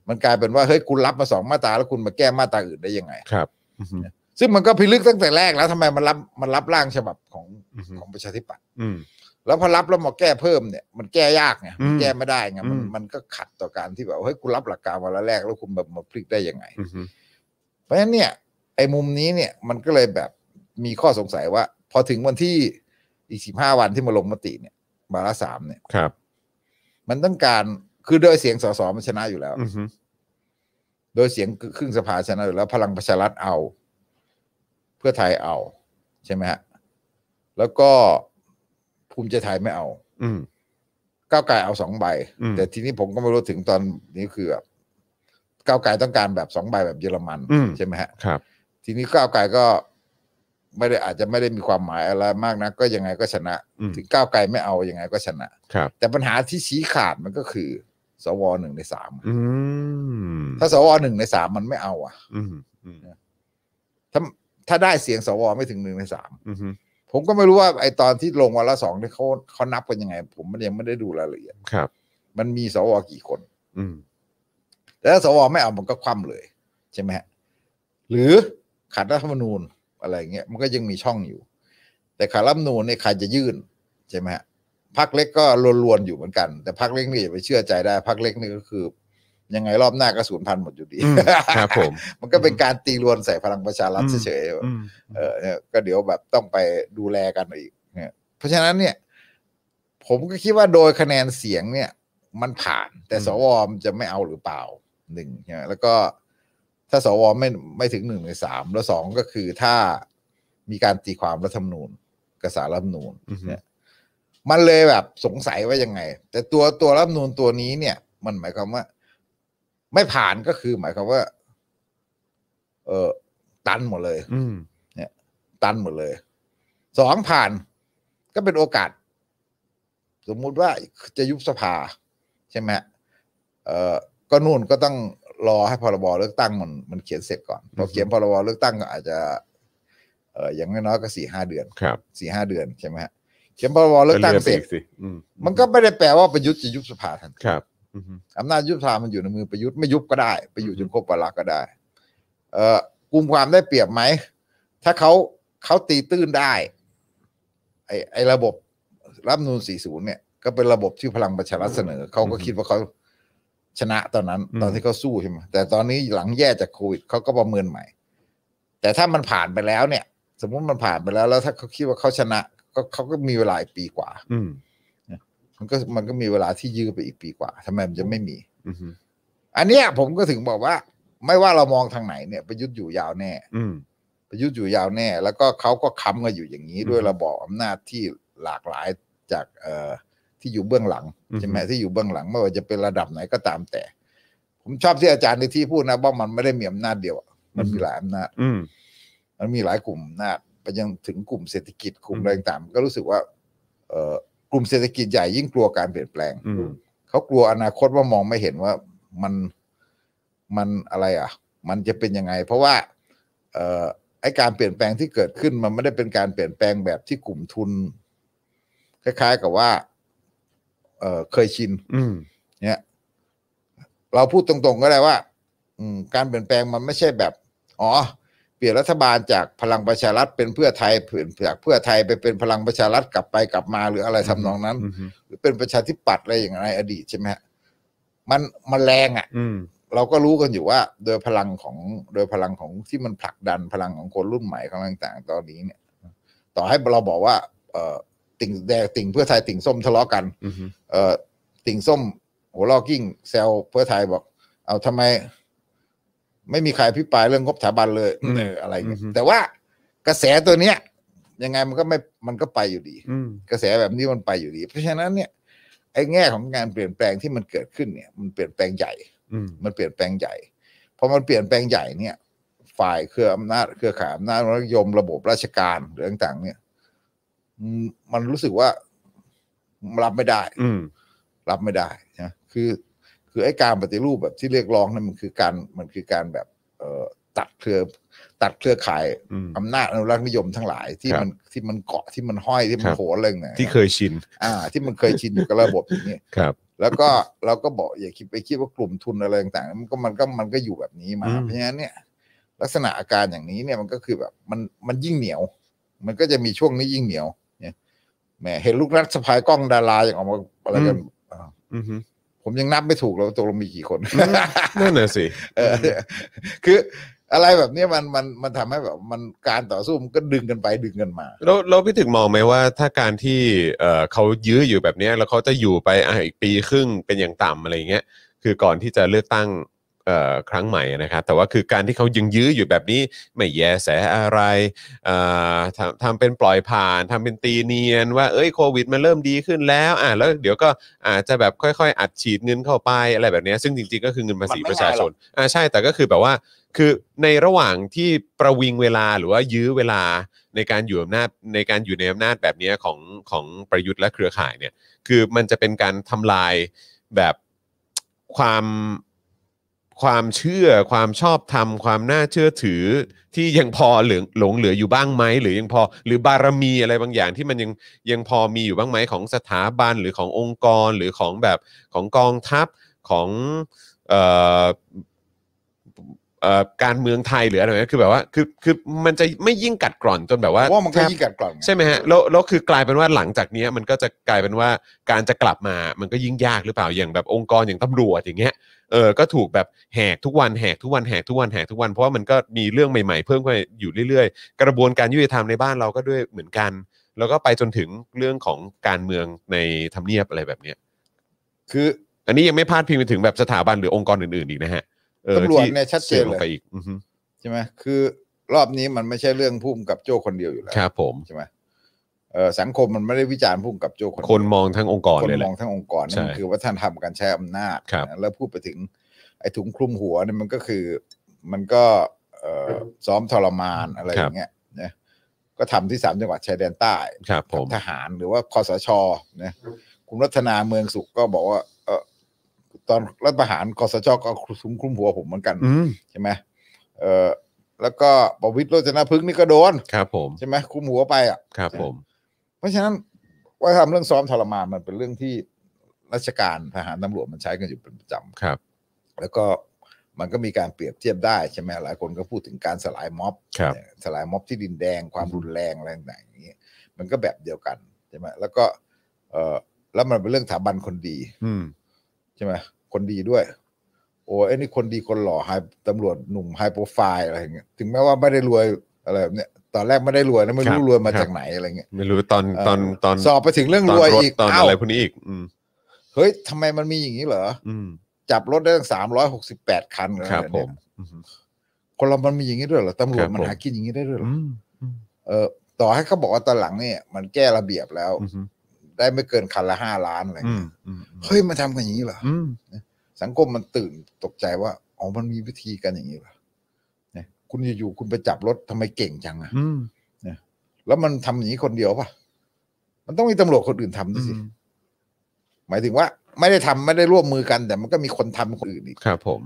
มันกลายเป็นว่าเฮ้ยคุณรับมาสองมาตราแล้วคุณมาแก้มาตราอื่นได้ยังไง ครับอืม ซึ่งมันก็พิลึกตั้งแต่แรกแล้วทำไมมันรับมันรับร่างฉบับของ อืม ของประชาธิปัตย์ อืม แล้วพอรับแล้วมาแก้เพิ่มเนี่ย มันแก้ยากไงมัน อืม แก้ไม่ได้ไงมัน อืม มันก็ขัดต่อการที่แบบเฮ้ยคุณรับหลักการมาแล้วแรกแล้วคุณแบบมาพลิกได้ยังไง อืม เพราะฉะนั้นเนี่ยไอ้มุมนี้เนี่ยมันก็เลยแบบมีข้อสงสัยว่า พอถึงวันที่อีกสิบห้าวันที่มาลงมติเนี่ยวาระสามเนี่ย ครับ มันต้องการคือโดยเสียงสสมันชนะอยู่แล้ว อืม โดยเสียงครึ่งสภาชนะอยู่แล้วพลังประชารัฐเอา เพื่อไทยเอา ใช่ไหมฮะ แล้วก็ภูมิใจไทยไม่เอา อืม ก้าวไกลเอาสองใบ อืม แต่ทีนี้ผมก็ไม่รู้ถึงตอนนี้คือแบบก้าวไกลต้องการแบบสองใบแบบเยอรมัน อืม ใช่ไหมฮะ ครับ ทีนี้ก้าวไกลก็ไม่ได้อาจจะไม่ได้มีความหมายอะไรมากนะก็ยังไงก็ชนะ อืม ถึงก้าวไกลไม่เอายังไงก็ชนะ ครับ แต่ปัญหาที่ชี้ขาดมันก็คือ สวหนึ่งในสาม อืม ถ้าสวหนึ่งในสามมันไม่เอาอ่ะ อืมอืม ถ้าถ้าได้เสียงสวไม่ถึงหนึ่งในสาม อืม ผมก็ไม่รู้ว่าไอตอนที่ลงวันละสองเนี่ยเขาเขานับกันยังไง ผมมันยังไม่ได้ดูรายละเอียด ครับ มันมีสวกี่คน อืม แต่ถ้าสวไม่เอามันก็คว่ำเลย ใช่ไหมฮะหรือขัดรัฐธรรมนูญอะไรเงี้ยมันก็ยังมีช่องอยู่ แต่ขัดรัฐธรรมนูญเนี่ยใครจะยื่นใช่ไหมฮะพักเล็กก็ลวนๆอยู่เหมือนกัน แต่พักเล็กนี่อย่าไปเชื่อใจได้พักเล็กนี่ก็คือ ยังไงรอบหน้ากระสุนพันหมดอยู่ดี อืมครับผม มันก็เป็นการตีรวนใส่พลังประชารัฐ อืม เฉยๆ อืม เออเนี่ยก็เดี๋ยวแบบต้องไปดูแลกันอีกเนี่ยเพราะฉะนั้นเนี่ย ผมก็คิดว่าโดยคะแนนเสียงเนี่ย มันผ่าน แต่ อืม สวมันจะไม่เอาหรือเปล่าหนึ่งใช่ไหมแล้วก็ถ้าสวไม่ไม่ถึงหนึ่งในสามแล้วสองก็คือถ้ามีการตีความรัฐธรรมนูญกบสารรัฐธรรมนูญเนี่ยมันเลยแบบสงสัยว่ายังไง แต่ตัวตัวรัฐธรรมนูญตัวนี้เนี่ย มันหมายความว่า ไม่ผ่านก็คือหมายความว่า เออตันหมดเลย อืม ตันหมดเลย สองผ่านก็เป็นโอกาส สมมุติว่าจะยุบสภา ใช่ไหมฮะเอ่อก็นู่นก็ต้องรอให้พรบเลือกตั้งมันมันเขียนเสร็จก่อนพอเขียนพรบเลือกตั้งก็อาจจะ เอ่ออย่างน้อยๆก็สี่ห้าเดือน ครับ สี่ห้าเดือนใช่ไหมฮะเขียนพรบเลือกตั้งเสร็จ สิอืม มันก็ไม่ได้แปลว่าประยุทธ์จะยุบสภาทันที ครับ อืม อำนาจยุบสภามันอยู่ในมือประยุทธ์ไม่ยุบก็ได้ไปอยู่จนครบวาระก็ได้ เอ่อกุมความได้เปรียบไหม ถ้าเขาเขาตีตื้นได้ ไอไอระบบรัฐธรรมนูน40 เนี่ย ก็เป็นระบบที่พลังประชารัฐเสนอ เขาก็ อืม คิดว่าเขาชนะตอนนั้น อืม ตอนที่เขาสู้ใช่ไหมแต่ตอนนี้หลังแย่จากโควิดเขาก็ประเมินใหม่ แต่ถ้ามันผ่านไปแล้วเนี่ย สมมุติมันผ่านไปแล้ว แล้วถ้าเขาคิดว่าเขาชนะ ก็เขาก็มีเวลาอีกปีกว่า อืม มันก็มันก็มีเวลาที่ยื้อไปอีกปีกว่าทำไมมันจะไม่มี อืม อันเนี้ยผมก็ถึงบอกว่า ไม่ว่าเรามองทางไหนเนี่ยประยุทธ์อยู่ยาวแน่ อืม ประยุทธ์อยู่ยาวแน่ แล้วก็เขาก็ค้ำกันอยู่อย่างนี้ อืม ด้วยระบอบอำนาจที่หลากหลายจากเอ่อที่อยู่เบื้องหลัง อืม ใช่ไหมที่อยู่เบื้องหลังไม่ว่าจะเป็นระดับไหนก็ตามแต่ ผมชอบที่อาจารย์ในที่พูดนะว่ามันไม่ได้มีอำนาจเดียวอะมันมีหลายอำนาจ อืม มันมีหลายกลุ่มอำนาจไปยังถึงกลุ่มเศรษฐกิจกลุ่ม อืม อะไรต่างๆก็รู้สึกว่าเอ่อกลุ่มเศรษฐกิจใหญ่ยิ่งกลัวการเปลี่ยนแปลง อืม เขากลัวอนาคตว่ามองไม่เห็นว่ามันมันอะไรอ่ะ มันจะเป็นยังไง เพราะว่า เอ่อไอการเปลี่ยนแปลงที่เกิดขึ้นมันไม่ได้เป็นการเปลี่ยนแปลงแบบที่กลุ่มทุน คล้าย ๆ กับว่า เอ่อเคยชิน อืม เนี่ย เราพูดตรงๆก็ได้ว่า อืม การเปลี่ยนแปลงมันไม่ใช่แบบ อ๋อ เปลี่ยนรัฐบาลจากพลังประชารัฐเป็นเพื่อไทยเปลี่ยนจากเพื่อไทยไปเป็นพลังประชารัฐกลับไปกลับมาหรืออะไรทำนองนั้น อืม หรือเป็นประชาธิปัตย์อะไรอย่างไรอดีตใช่ไหมฮะมันมันแรงอะ่ะ อืม เราก็รู้กันอยู่ว่า โดยพลังของโดยพลังของที่มันผลักดันพลังของคนรุ่นใหม่ของต่างๆ ตอนนี้เนี่ย ต่อให้เราบอกว่า เอ่อติ่งแดงติ่งเพื่อไทยติ่งส้มทะเลาะกัน อืม เอ่อติ่งส้มหัวลอกิ้งแซวเพื่อไทยบอก เอาทำไม ไม่มีใครพิปรายเรื่องงบสถาบันเลย อืม เอออะไรเงี้ย อืม แต่ว่ากระแสตัวเนี้ย ยังไงมันก็ไม่มันก็ไปอยู่ดี อืม กระแสแบบนี้มันไปอยู่ดี เพราะฉะนั้นเนี่ยไอ้แง่ของการเปลี่ยนแปลงที่มันเกิดขึ้นเนี่ย มันเปลี่ยนแปลงใหญ่ อืม มันเปลี่ยนแปลงใหญ่พอมันเปลี่ยนแปลงใหญ่เนี่ย ฝ่ายเครืออำนาจเครือข่ายอำนาจนิยมระบบราชการหรือต่างๆ เนี่ยอืมมันรู้สึกว่ารับไม่ได้ อืม รับไม่ได้นะคือ คือไอ้การปฏิรูปแบบที่เรียกร้องนั่นมันคือการมันคือการแบบ เอ่อตัดเครือตัดเครือข่าย อืม อำนาจอนุรักษ์นิยมทั้งหลายที่ ครับ มันที่มันเกาะที่มันห้อยที่คนมัรับ โผล่อะไรอย่างเงี้ย ที่เคยชิน อ่าที่มันเคยชินอยู่กับระบบอย่างนี้ ครับ แล้วก็ เราก็บอกอย่าคิดไปคิดว่ากลุ่มทุนอะไรต่างๆ มันก็มันก็มันก็อยู่แบบนี้มา อืม เพราะฉะนั้นเนี่ย ลักษณะอาการอย่างนี้เนี่ยมันก็คือแบบมันมันยิ่งเหนียว มันก็จะมีช่วงนี้ยิ่งเหนียว เนี่ยแหมเห็นลูกรัดสะพายกล้องดาราอย่างออกมาอะไรกันอ่า อืม ผมยังนับไม่ถูกเลยว่าตกลงมีกี่คน นั่นน่ะสิ เออคืออะไรแบบเนี้ยมันมันมันทำให้แบบมันการต่อสู้มันก็ดึงกันไปดึงกันมา แล้วแล้วพี่ถึงมองไหมว่าถ้าการที่เอ่อเขายื้ออยู่แบบเนี้ยแล้วเขาจะอยู่ไปอ่ะอีกปีครึ่งเป็นอย่างต่ำอะไรอย่างเงี้ยคือก่อนที่จะเลือกตั้งเอ่อครั้งใหม่นะครับ แต่ว่าคือการที่เขายังยื้ออยู่แบบนี้ไม่แยแสอะไรเอ่อทำทำเป็นปล่อยผ่านทำเป็นตีเนียน ว่าเอ้ยโควิดมันเริ่มดีขึ้นแล้วอ่ะแล้วเดี๋ยวก็อาจจะแบบค่อยๆ อัดฉีดเงินเข้าไปอะไรแบบเนี้ยซึ่งจริงๆก็คือเงินภาษีประชาชนอ่าใช่แต่ก็คือแบบว่า คือในระหว่างที่ประวิงเวลาหรือว่ายื้อเวลาในการอยู่อำนาจในการอยู่ในอำนาจแบบเนี้ยของของประยุทธ์และเครือข่ายเนี่ย คือมันจะเป็นการทำลายแบบความความเชื่อความชอบธรรมความน่าเชื่อถือที่ยังพอเหลือหลงเหลืออยู่บ้างไหมหรือยังพอหรือบารมีอะไรบางอย่างที่มันยังยังพอมีอยู่บ้างไหมของสถาบันหรือขององค์กรหรือของแบบของกองทัพของ เอ่อ เอ่อการเมืองไทยหรืออะไรแบบนี้คือแบบว่าคือคือมันจะไม่ยิ่งกัดกร่อนจนแบบว่า เพราะว่ามันก็ แทบ ยิ่งกัดกร่อนไง ใช่ไหมฮะแล้วแล้วคือกลายเป็นว่าหลังจากเนี้ยมันก็จะกลายเป็นว่าการจะกลับมามันก็ยิ่งยากหรือเปล่าอย่างแบบองค์กรอย่างตำรวจอย่างเงี้ยเออก็ถูกแบบแหกทุกวันแหกทุกวันแหกทุกวันแหกทุกวัน เพราะว่ามันก็มีเรื่องใหม่ๆเพิ่มขึ้นไปอยู่เรื่อยๆ กระบวนการยุติธรรมในบ้านเราก็ด้วยเหมือนกัน แล้วก็ไปจนถึงเรื่องของการเมืองในทำเนียบอะไรแบบเนี้ย คือ อันนี้ยังไม่พาดพิงไปถึงแบบสถาบันหรือองค์กรอื่นๆอีกนะฮะออ ตำรวจ ที่ เนี่ยชัดเจนเลย สื่อมไปอีกอือฮึ ใช่ไหมคือรอบนี้มันไม่ใช่เรื่องพุ่มกับโจ้คนเดียวอยู่แล้ว ครับผม ใช่ไหมเออสังคมมันไม่ได้วิจารณ์พุ่มกับโจ้คนเดียว คนมองทั้งองค์กร คน เลยแห ม ละ องทั้งองค์กร ใช่ นี่มันคือวัฒนธรรมการใช้อำนาจ ครับ นะแล้วพูดไปถึง ไอ้ถุงคลุมหัวเนี่ยมันก็คือ มันก็เอ่อซ้อมทรมานอะไรอย่างเงี้ยนะก็ทำที่สามจังหวัดชายแดนใต้ ครับผม ทหารหรือว่าคอสชนะคุณรัตนาเมืองสุขก็บอกว่า เออตอนรัฐประหารคอสชก็เอาถุงคลุมหัวผมเหมือนกัน อืม ใช่ไหมเออแล้วก็ประวิตรโรจนพฤกษ์นี่ก็โดน ครับผม ใช่ไหมคลุมหัวไปอ่ะ ครับผม เพราะฉะนั้นว่าทำเรื่องซ้อมทรมานมันเป็นเรื่องที่ราชการทหารตำรวจมันใช้กันอยู่เป็นประจ ครับ ำแล้วก็มันก็มีการเปรียบเทียบได้ใช่ไหมหลายคนก็พูดถึงการสลายม็อบ ครับ เนี่ยสลายม็อบที่ดินแดงความรุนแรงอะไรต่างๆอย่างนี้มันก็แบบเดียวกันใช่ไหมแล้วก็เออแล้วมันเป็นเรื่องสถาบันคนดี อืม ใช่ไหมคนดีด้วย โอ้ไอ้นี่คนดีคนหล่อไฮตำรวจหนุ่มไฮโปรไฟล์อะไรอย่างเงี้ยถึงแม้ว่าไม่ได้รวยอะไรแบบเนี้ยตอนแรกไม่ได้รวยนะไม่ ครั รู้ บ รวยมา ครั จาก บ ไหนอะไรเงี้ย ไม่รู้ตอน เอ่อ ตอนตอน สอบไปถึงเรื่อง ตอน รวย รถ อีก ตอน เอ้า อะไรพวกนี้อีก อืม เฮ้ยทำไมมันมีอย่างนี้เหรอ อืม จับรถได้ตั้งสามร้อยหกสิบแปดคันเหอ ครับ เนี่ผยม คนเรามันมีอย่างนี้ด้วยเหรอตำรว ครั จ บ มัน ผม หากินอย่างนี้ได้ด้วยเหรอ อืม เออต่อให้เขาบอกว่าตอนหลังเนี่ย มันแก้ระเบียบแล้ว อืม ได้ไม่เกินคันละห้าล้านอะไร อืม เงี้ย อืม เฮ้ยมันทำกันอย่างนี้เหรอ อืม สังคมมันตื่นตกใจว่าอ๋อมันมีวิธีกันอย่างนี้เหรอเนี่ยคุณอยู่ๆคุณไปจับรถทำไมเก่งจังอะ อืม แล้วมันทำอย่างนี้คนเดียวป่ะมันต้องมีตำรวจคนอื่นทำด้วยสิหมายถึงว่า ไม่ได้ทำไม่ได้ร่วมมือกัน แต่มันก็มีคนทำคนอื่นอีก ครับผม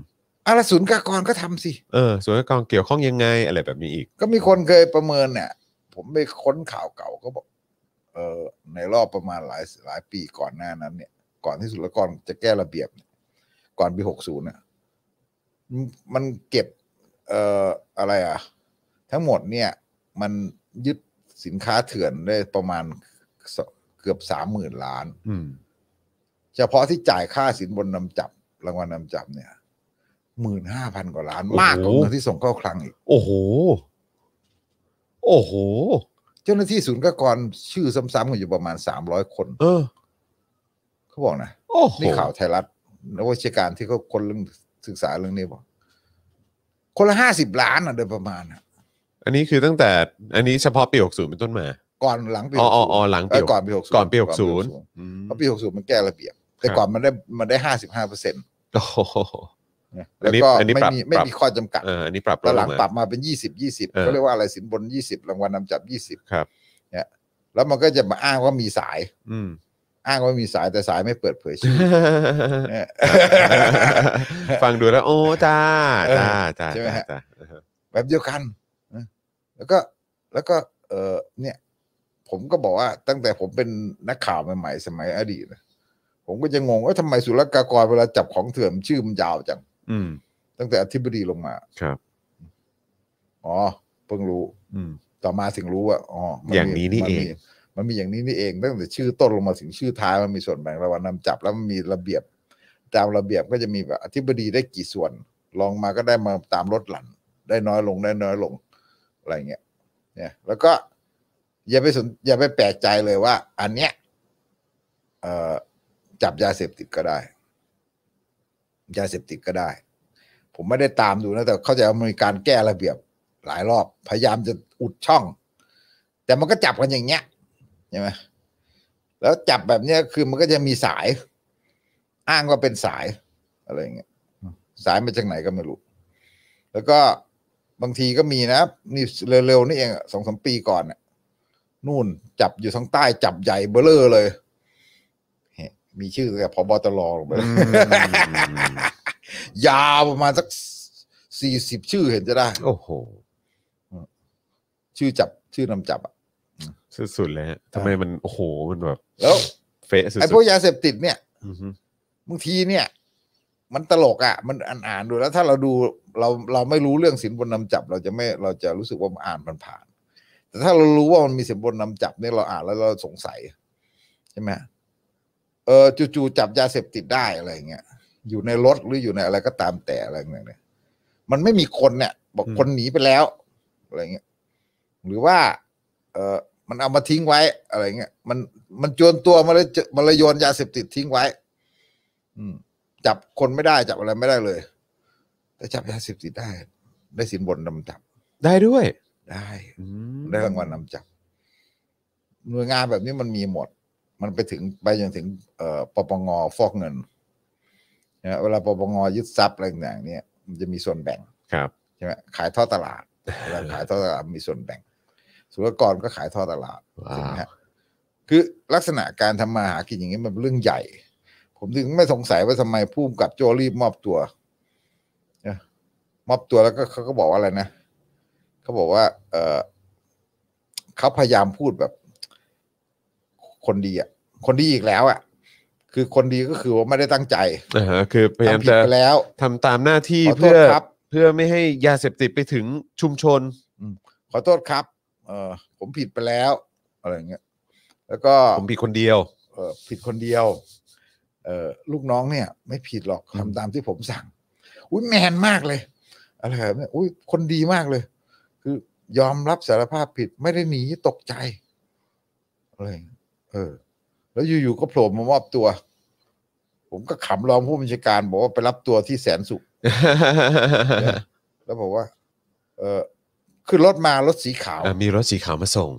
อ่ะแล้วศูนย์กากรก็ทำสิ เออส่วนกองเกี่ยวข้องยังไงอะไรแบบนี้อีก ก็มีคนเคยประเมินเนี่ย ผมไปค้นข่าวเก่าก็บอก เออในรอบประมาณหลายหลายปีก่อนหน้านั้นเนี่ย ก่อนที่สุลกรจะแก้ระเบียบเนี่ยก่อนปีหกศูนย์น่ะมันมันเก็บ เอ่ออะไรอ่ะ ทั้งหมดเนี่ย มันยึดสินค้าเถื่อนได้ประมาณสเกือบสามหมื่นล้าน อืม เฉพาะที่จ่ายค่าสินบนนำจับ รางวัลนำจับเนี่ยหมื่นห้าพันกว่าล้าน มากกว่าเงินที่ส่งเข้าคลังอีก โอ้โห โอ้โห เจ้าหน้าที่ศูนย์กากรชื่อซ้ำๆกันอยู่ประมาณสามร้อยคน เออ เขาบอกนะ โอ้โห นี่ข่าวไทยรัฐนักวิชาการที่เขาคนเรื่องศึกษาเรื่องนี้บอก คนละห้าสิบล้านอ่ะโดยประมาณอะ อันนี้คือตั้งแต่ อันนี้เฉพาะปีหกศูนย์เป็นต้นมา ก่อนหลังปี อ๋ออ๋ออ๋อ 60 หลัง เอ ปี อก่อนปีหก ก่อนปีหกศูนย์อืม เพราะปีหกศูนย์มันแก้ระเบียบ แต่ ครับ ก่อนมันได้มันได้ห้าสิบห้าเปอร์เซ็นต์ โอ้โห อั แล้ น ว นี้ ก็ อันนี้ ไม่ ปรับ มีไม่ ปรับ มีข้อจำกัด เอออันนี้ปรับล แต่ ด ห ล ลั ง ง มา ปรับมาเป็นยี่สิบยี่สิบ เออ เขาเรียกว่าอะไรสินบนยี่สิบรางวัลนำจับยี่สิบ ครับ เนี่ยแล้วมันก็จะมาอ้างว่ามีสาย อืม อ้างว่ามีสายแต่สายไม่เปิดเผยชื่ อ เนี่ย ฟังดูแล้ว โอ้จ้าจ้าจ้า ใช่ไหมฮะ จ้า แบบเดียวกันนะแล้วก็แล้วก็เออเนี่ย ผมก็บอกว่าตั้งแต่ผมเป็นนักข่าวใหม่ๆสมัยอดีตนะผมก็จะงงว่าทำไมศุลกากรเวลาจับของเถื่อนชื่อมันยาวจัง อืม ตั้งแต่อธิบดีลงมา ครับ อ๋อเพิ่งรู้ อืม ต่อมาถึงรู้ว่าอ๋อมัมี อย่างนี้นี่ มัมี เอง มันมีอย่างนี้นี่เอง ตั้งแต่ชื่อต้นลงมาถึงชื่อท้ายมันมีส่วนแบ่งระหว่างนำจับแล้วมันมีระเบียบ ตามระเบียบก็จะมีแบบอธิบดีได้กี่ส่วนลองมาก็ได้มาตามลดหลั่นได้น้อยลงได้น้อยลงอะไรเงี้ยเนี่ย แล้วก็ อย่าไปสนอย่าไปแปลกใจเลยว่า อันเนี้ยเอ่อจับยาเสพติดก็ได้ ยาเสพติดก็ได้ ผมไม่ได้ตามดูนะ แต่เข้าใจว่ามันมีการแก้ระเบียบหลายรอบ พยายามจะอุดช่อง แต่มันก็จับกันอย่างเงี้ยใช่ไหมแล้วจับแบบเนี้ยคือมันก็จะมีสาย อ้างว่าเป็นสายอะไรอย่างเงี้ยสายมาจากไหนก็ไม่รู้ แล้วก็บางทีก็มีนะนี่เร็วๆนี่เองสองสามปีก่อนน่ะนู่นจับอยู่ทางใต้จับใหญ่เบ้อเลอเลยเฮ้ยมีชื่อแต่พบตรลงไปเลย ยาวประมาณสักสี่สิบชื่อเห็นจะได้ โอ้โห ชื่อจับชื่อนำจับอะ สุดๆเลยฮะทำไมมัน โอ้โห มันแบบ แล้ว เฟะสุด ไอ้พวกยาเสพติดเนี่ย ๆอือฮึ บางทีเนี่ย มันตลกอ่ะ มันอ่านอ่านดูแล้วถ้าเราดูเราเราไม่รู้เรื่องสินบนนำจับ เราจะไม่เราจะรู้สึกว่าอ่านมันผ่านๆแต่ถ้าเรารู้ว่ามันมีสินบนนำจับเนี่ยเราอ่านแล้วเราสงสัย ใช่ไหมเออจู่ๆจับยาเสพติดได้อะไรอย่างเงี้ยอยู่ในรถหรืออยู่ในอะไรก็ตามแต่อะไรอย่างเงี้ยมันไม่มีคนเนี่ย บอก อืม คนหนีไปแล้วอะไรเงี้ยหรือว่า เออมันเอามาทิ้งไว้อะไรเงี้ยมันมันจวนตัวมาเลยเจอมาเลยโยนยาเสพติดทิ้งไว้ อืม จับคนไม่ได้จับอะไรไม่ได้เลย แต่จับยาเสพติดได้ ได้สินบนนำจับ ได้ด้วย ได้ อืม ได้รางวัลนำจับ หน่วยงานแบบนี้มันมีหมด มันไปถึงไปจนถึงเอ่อปปงฟอกเงินนะเวลาปปงยึดทรัพย์อะไรต่างๆเนี่ย มันจะมีส่วนแบ่ง ครับ ใช่ไหมขายท่อตลาดเวลาขายท่อตลาดมีส่วนแบ่งศุลกรก็ขายท่อตลาด ว้าว ถูกไหมฮะคือลักษณะการทำมาหากินอย่างนี้มันเป็นเรื่องใหญ่ ผมถึงไม่สงสัยว่าทำไมผู้กำกับโจรีบมอบตัวนะมอบตัวแล้วก็เขาก็บอกว่าอะไรนะเขาบอกว่า เออเขาพยายามพูดแบบ คนดีอ่ะ คนดีอีกแล้วอ่ะ คือคนดีก็คือว่าไม่ได้ตั้งใจ อ่าฮะคือพยายาม ทำผิด จะ ไปแล้ว ทำตามหน้าที่ ขอโท เพื่ ษ อ ครับ เพื่อไม่ให้ยาเสพติดไปถึงชุมชน ขอโทษครับ เออผมผิดไปแล้ว อะไรอย่างเงี้ย แล้วก็ ผมผิดคนเดียว เอ่อผิดคนเดียว เออลูกน้องเนี่ย ไม่ผิดหรอก อืม ทำตามที่ผมสั่ง อุ้ยแมนมากเลย อะไรแบบเนี้ยอุ้ยคนดีมากเลย คือยอมรับสารภาพผิดไม่ได้หนีตกใจอะไรอย่างเงี้ยเออ แล้วอยู่ๆก็โผล่มามอบตัว ผมก็ขำรองผู้บัญชาการ บอกว่าไปรับตัวที่แสนสุข แล้วบอกว่า เออขึ้นรถมารถสีขาว อ่ะมีรถสีขาวมาส่ง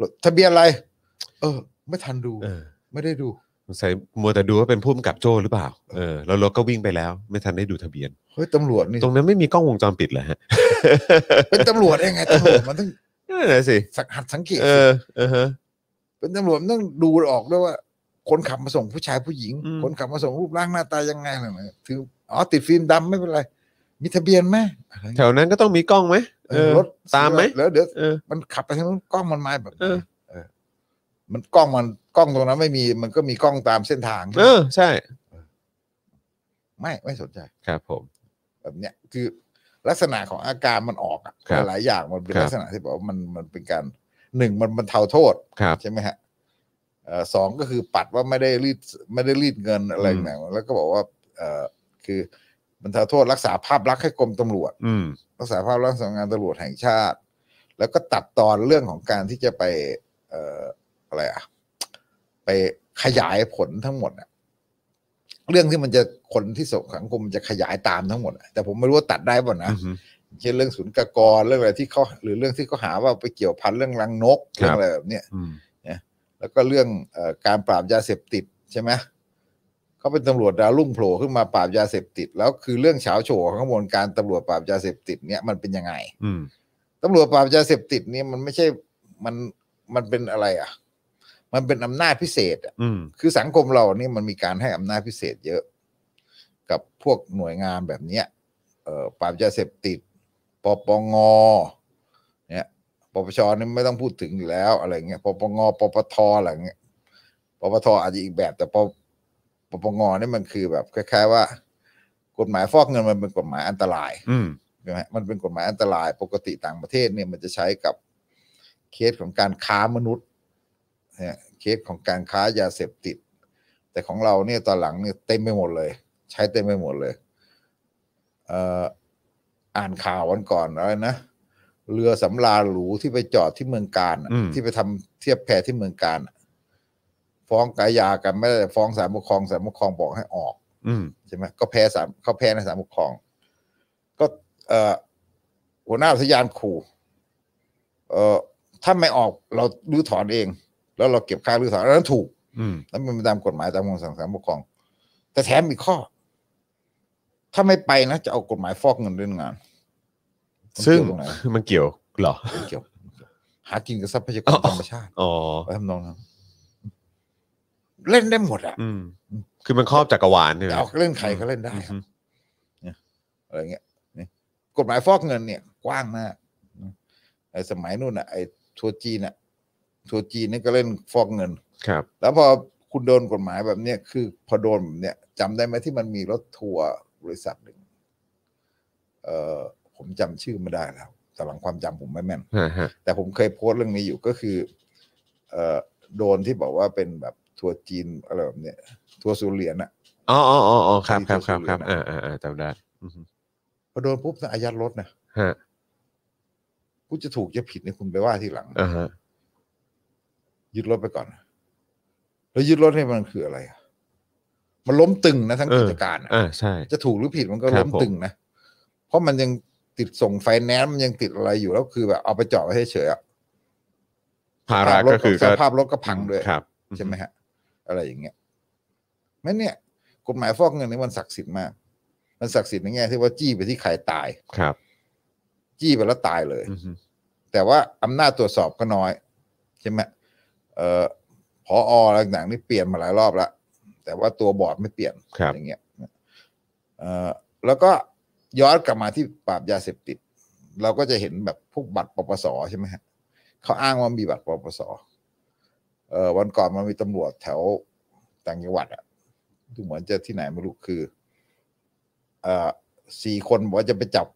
รถทะเบียนอะไร เออ ไม่ทันดู เออ ไม่ได้ดู สงสัยมัวแต่ดูว่าเป็นพุ่มกับโจ้หรือเปล่าเออแล้วรถก็วิ่งไปแล้ว ไม่ทันได้ดูทะเบียน เฮ้ยตำรวจนี่ ตรงนั้นไม่มีกล้องวงจรปิดเหรอฮะ เป็นตำรวจยังไงตำรวจมันต้อง นั่นแหละสิ สักหัดสังเกต เออเออฮะ เป็นตำรวจมันต้องดูออกด้วยว่า คนขับมาส่งผู้ชายผู้หญิง อืม คนขับมาส่งรูปร่างหน้าตายังไงอะไรอย่างเงี้ยถึงอ๋อติดฟิล์มดำไม่เป็นไร มีทะเบียนไหมอะไรอย่าง แถ เงี้ยว นั้นก็ต้องมีกล้องไหม เอ เอ อ อ รถ ตามไหม แล้วเดี๋ยว เออ มันขับไปทางนู้นกล้องมันมาแบบไหน เออ เออ มันกล้องมันกล้องตรงนั้นไม่มี มันก็มีกล้องตามเส้นทางใช่ เออ ใช่ไหมไม่ไม่สนใจ ครับผม แบบเนี้ยคือลักษณะของอาการมันออกอะ ครับ หลายๆอย่างมันเป็น ครับ ลักษณะที่บอกว่ามันมันเป็นการหนึ่งมันบรรเทาโทษ ครับ ใช่ไหมฮะเอ่อสองก็คือปัดว่าไม่ได้รีดไม่ได้รีดเงินอะไร อืม ต่างๆแล้วก็บอกว่าเอ่อคือบรรเทาโทษรักษาภาพลักษณ์ให้กรมตำรวจ อืม รักษาภาพลักษณ์สำนักงานตำรวจแห่งชาติ แล้วก็ตัดตอนเรื่องของการที่จะไป เอ่ออะไรอะไปขยายผลทั้งหมดอะเรื่องที่มันจะคนที่ส่งสังคมมันจะขยายตามทั้งหมดอะแต่ผมไม่รู้ว่าตัดได้ป่ะนะ อือฮึ เช่นเรื่องศูนย์กากรเรื่องอะไรที่เขาหรือเรื่องที่เขาหาว่าไปเกี่ยวพันเรื่องรังนก ครับ เรื่องอะไรแบบเนี้ย อืม แล้วก็เรื่องเออการปราบยาเสพติดใช่ไหมเขาเป็นตำรวจดาวรุ่งโผล่ขึ้นมาปราบยาเสพติด แล้วคือเรื่องเฉาโฉของขบวนการตำรวจปราบยาเสพติดเนี่ยมันเป็นยังไง อืม ตำรวจปราบยาเสพติดนี่มันไม่ใช่มันมันเป็นอะไรอ่ะ มันเป็นอำนาจพิเศษอ่ะ อืม คือสังคมเรานี่มันมีการให้อำนาจพิเศษเยอะ กับพวกหน่วยงานแบบเนี้ยเอ่อปราบยาเสพติดปปงเนี่ยปปชนี่ไม่ต้องพูดถึงอยู่แล้วอะไรเงี้ยปปงปปทอะไรเงี้ยปปทอาจจะอีกแบบแต่ปปปงนี่มันคือแบบคล้ายๆว่า กฎหมายฟอกเงินมันเป็นกฎหมายอันตราย อืม ใช่ไหมมันเป็นกฎหมายอันตรายปกติต่างประเทศเนี่ยมันจะใช้กับเคสของการค้ามนุษย์นะฮะเคสของการค้ายาเสพติด แต่ของเราเนี่ยตอนหลังเนี่ยเต็มไปหมดเลย ใช้เต็มไปหมดเลยเอ่ออ่านข่าววันก่อนอะไรนะเรือสำราญหรูที่ไปจอดที่เมืองการน่ะที่ไปทำเทียบแพที่เมืองการน่ะฟ้องกายากันไม่ได้ฟ้องศาลปกครองศาลปกครองบอกให้ออก อืม ใช่ไหมก็แพ้สามเขาแพ้ในสามปกครอง ก็เอ่อหัวหน้าอุทยานขู่เอ่อถ้าไม่ออกเรารื้อถอนเอง แล้วเราเก็บค่ารื้อถอนอันนั้นถูก อืม นั้นเป็นไปตามกฎหมายตามคำสั่งสามปกครอง แต่แถมอีกข้อ ถ้าไม่ไปนะจะเอากฎหมายฟอกเงินเรื่องงานมัน ซึ่ง เกี่ยวตรไหนวะ มันเกี่ยวเหรอ ไม่เกี่ยวหากินกับทรัพยาก อ๋ ร อ ธรรมชาติ อ๋อ ไว้ทำนองนั้นเล่นได้หมดอ่ะ อืมคือมันครอบจักรวาลเนี่ย จะ นะ เอาเล่นใครก็เล่นได้ อือ อะ ฮึ อะไรเงี้ยนี่กฎหมายฟอกเงินเนี่ยกว้างมากนะไอ้สมัยนู่นน่ะไอ้ทัวร์จีนน่ะทัวร์จีนนี่ก็เล่นฟอกเงิน ครับ แล้วพอ คุณโดนกฎหมายแบบเนี้ยคือพอโดนแบบเนี้ยจำได้ไหมที่มันมีรถทัวร์บริษัทหนึ่งเอ่อผมจำชื่อไม่ได้แล้วแต่หลังความจำผมไม่แม่น ฮะฮะ แต่ผมเคยโพสต์เรื่องนี้อยู่ก็คือเอ่อโดนที่บอกว่าเป็นแบบทัวร์จีนอะไรแบบเนี้ยทัวร์สูเหรียญอะ อ๋ออ๋ออ๋ออ๋อครับครับครับครับ ที่ อ่าอ่าเขาซื้อนะอ่าจำได้อือฮึ พอโดนปุ๊บนะอายัดรถนะ ฮะ คุณจะถูกจะผิดเนี่ยคุณไปว่าทีหลัง อ่าฮะ ยึดรถไปก่อนนะแล้วยึดรถให้มันคืออะไรอะมันล้มตึงนะทั้งกิจการอะ อ่าใช่ จะถูกหรือผิดมันก็ ครับ ล้มตึงนะ เพราะมันยังติดส่งไฟแนนซ์มันยังติดอะไรอยู่แล้วคือแบบเอาไปจอดไว้เฉยๆอะ ภาระก็คือก็ สภาพรถก็พังด้วย ครับ ใช่ไหมฮะ อะไรอย่างเงี้ยนั่นเนี่ยกฎหมายฟอกเงินนี่มันศักดิ์สิทธิ์มาก มันศักดิ์สิทธิ์ในแง่ที่ว่าจี้ไปที่ใครตาย ครับ จี้ไปแล้วตายเลย อือฮึ แต่ว่าอำนาจตรวจสอบก็น้อย ใช่ไหมเอ่อพออะไรต่างๆนี่เปลี่ยนมาหลายรอบแล้ว แต่ว่าตัวบอร์ดไม่เปลี่ยน ครับ อย่างเงี้ยเอ่อแล้วก็ย้อนกลับมาที่ปราบยาเสพติด เราก็จะเห็นแบบพวกบัตรปปสใช่ไหมฮะเขาอ้างว่ามีบัตรปปสเอ่อวันก่อนมันมีตำรวจแถวต่างจังหวัดอะดูเหมือนจะที่ไหนไม่รู้คือเอ่อสี่คนบอกว่าจะไปจับ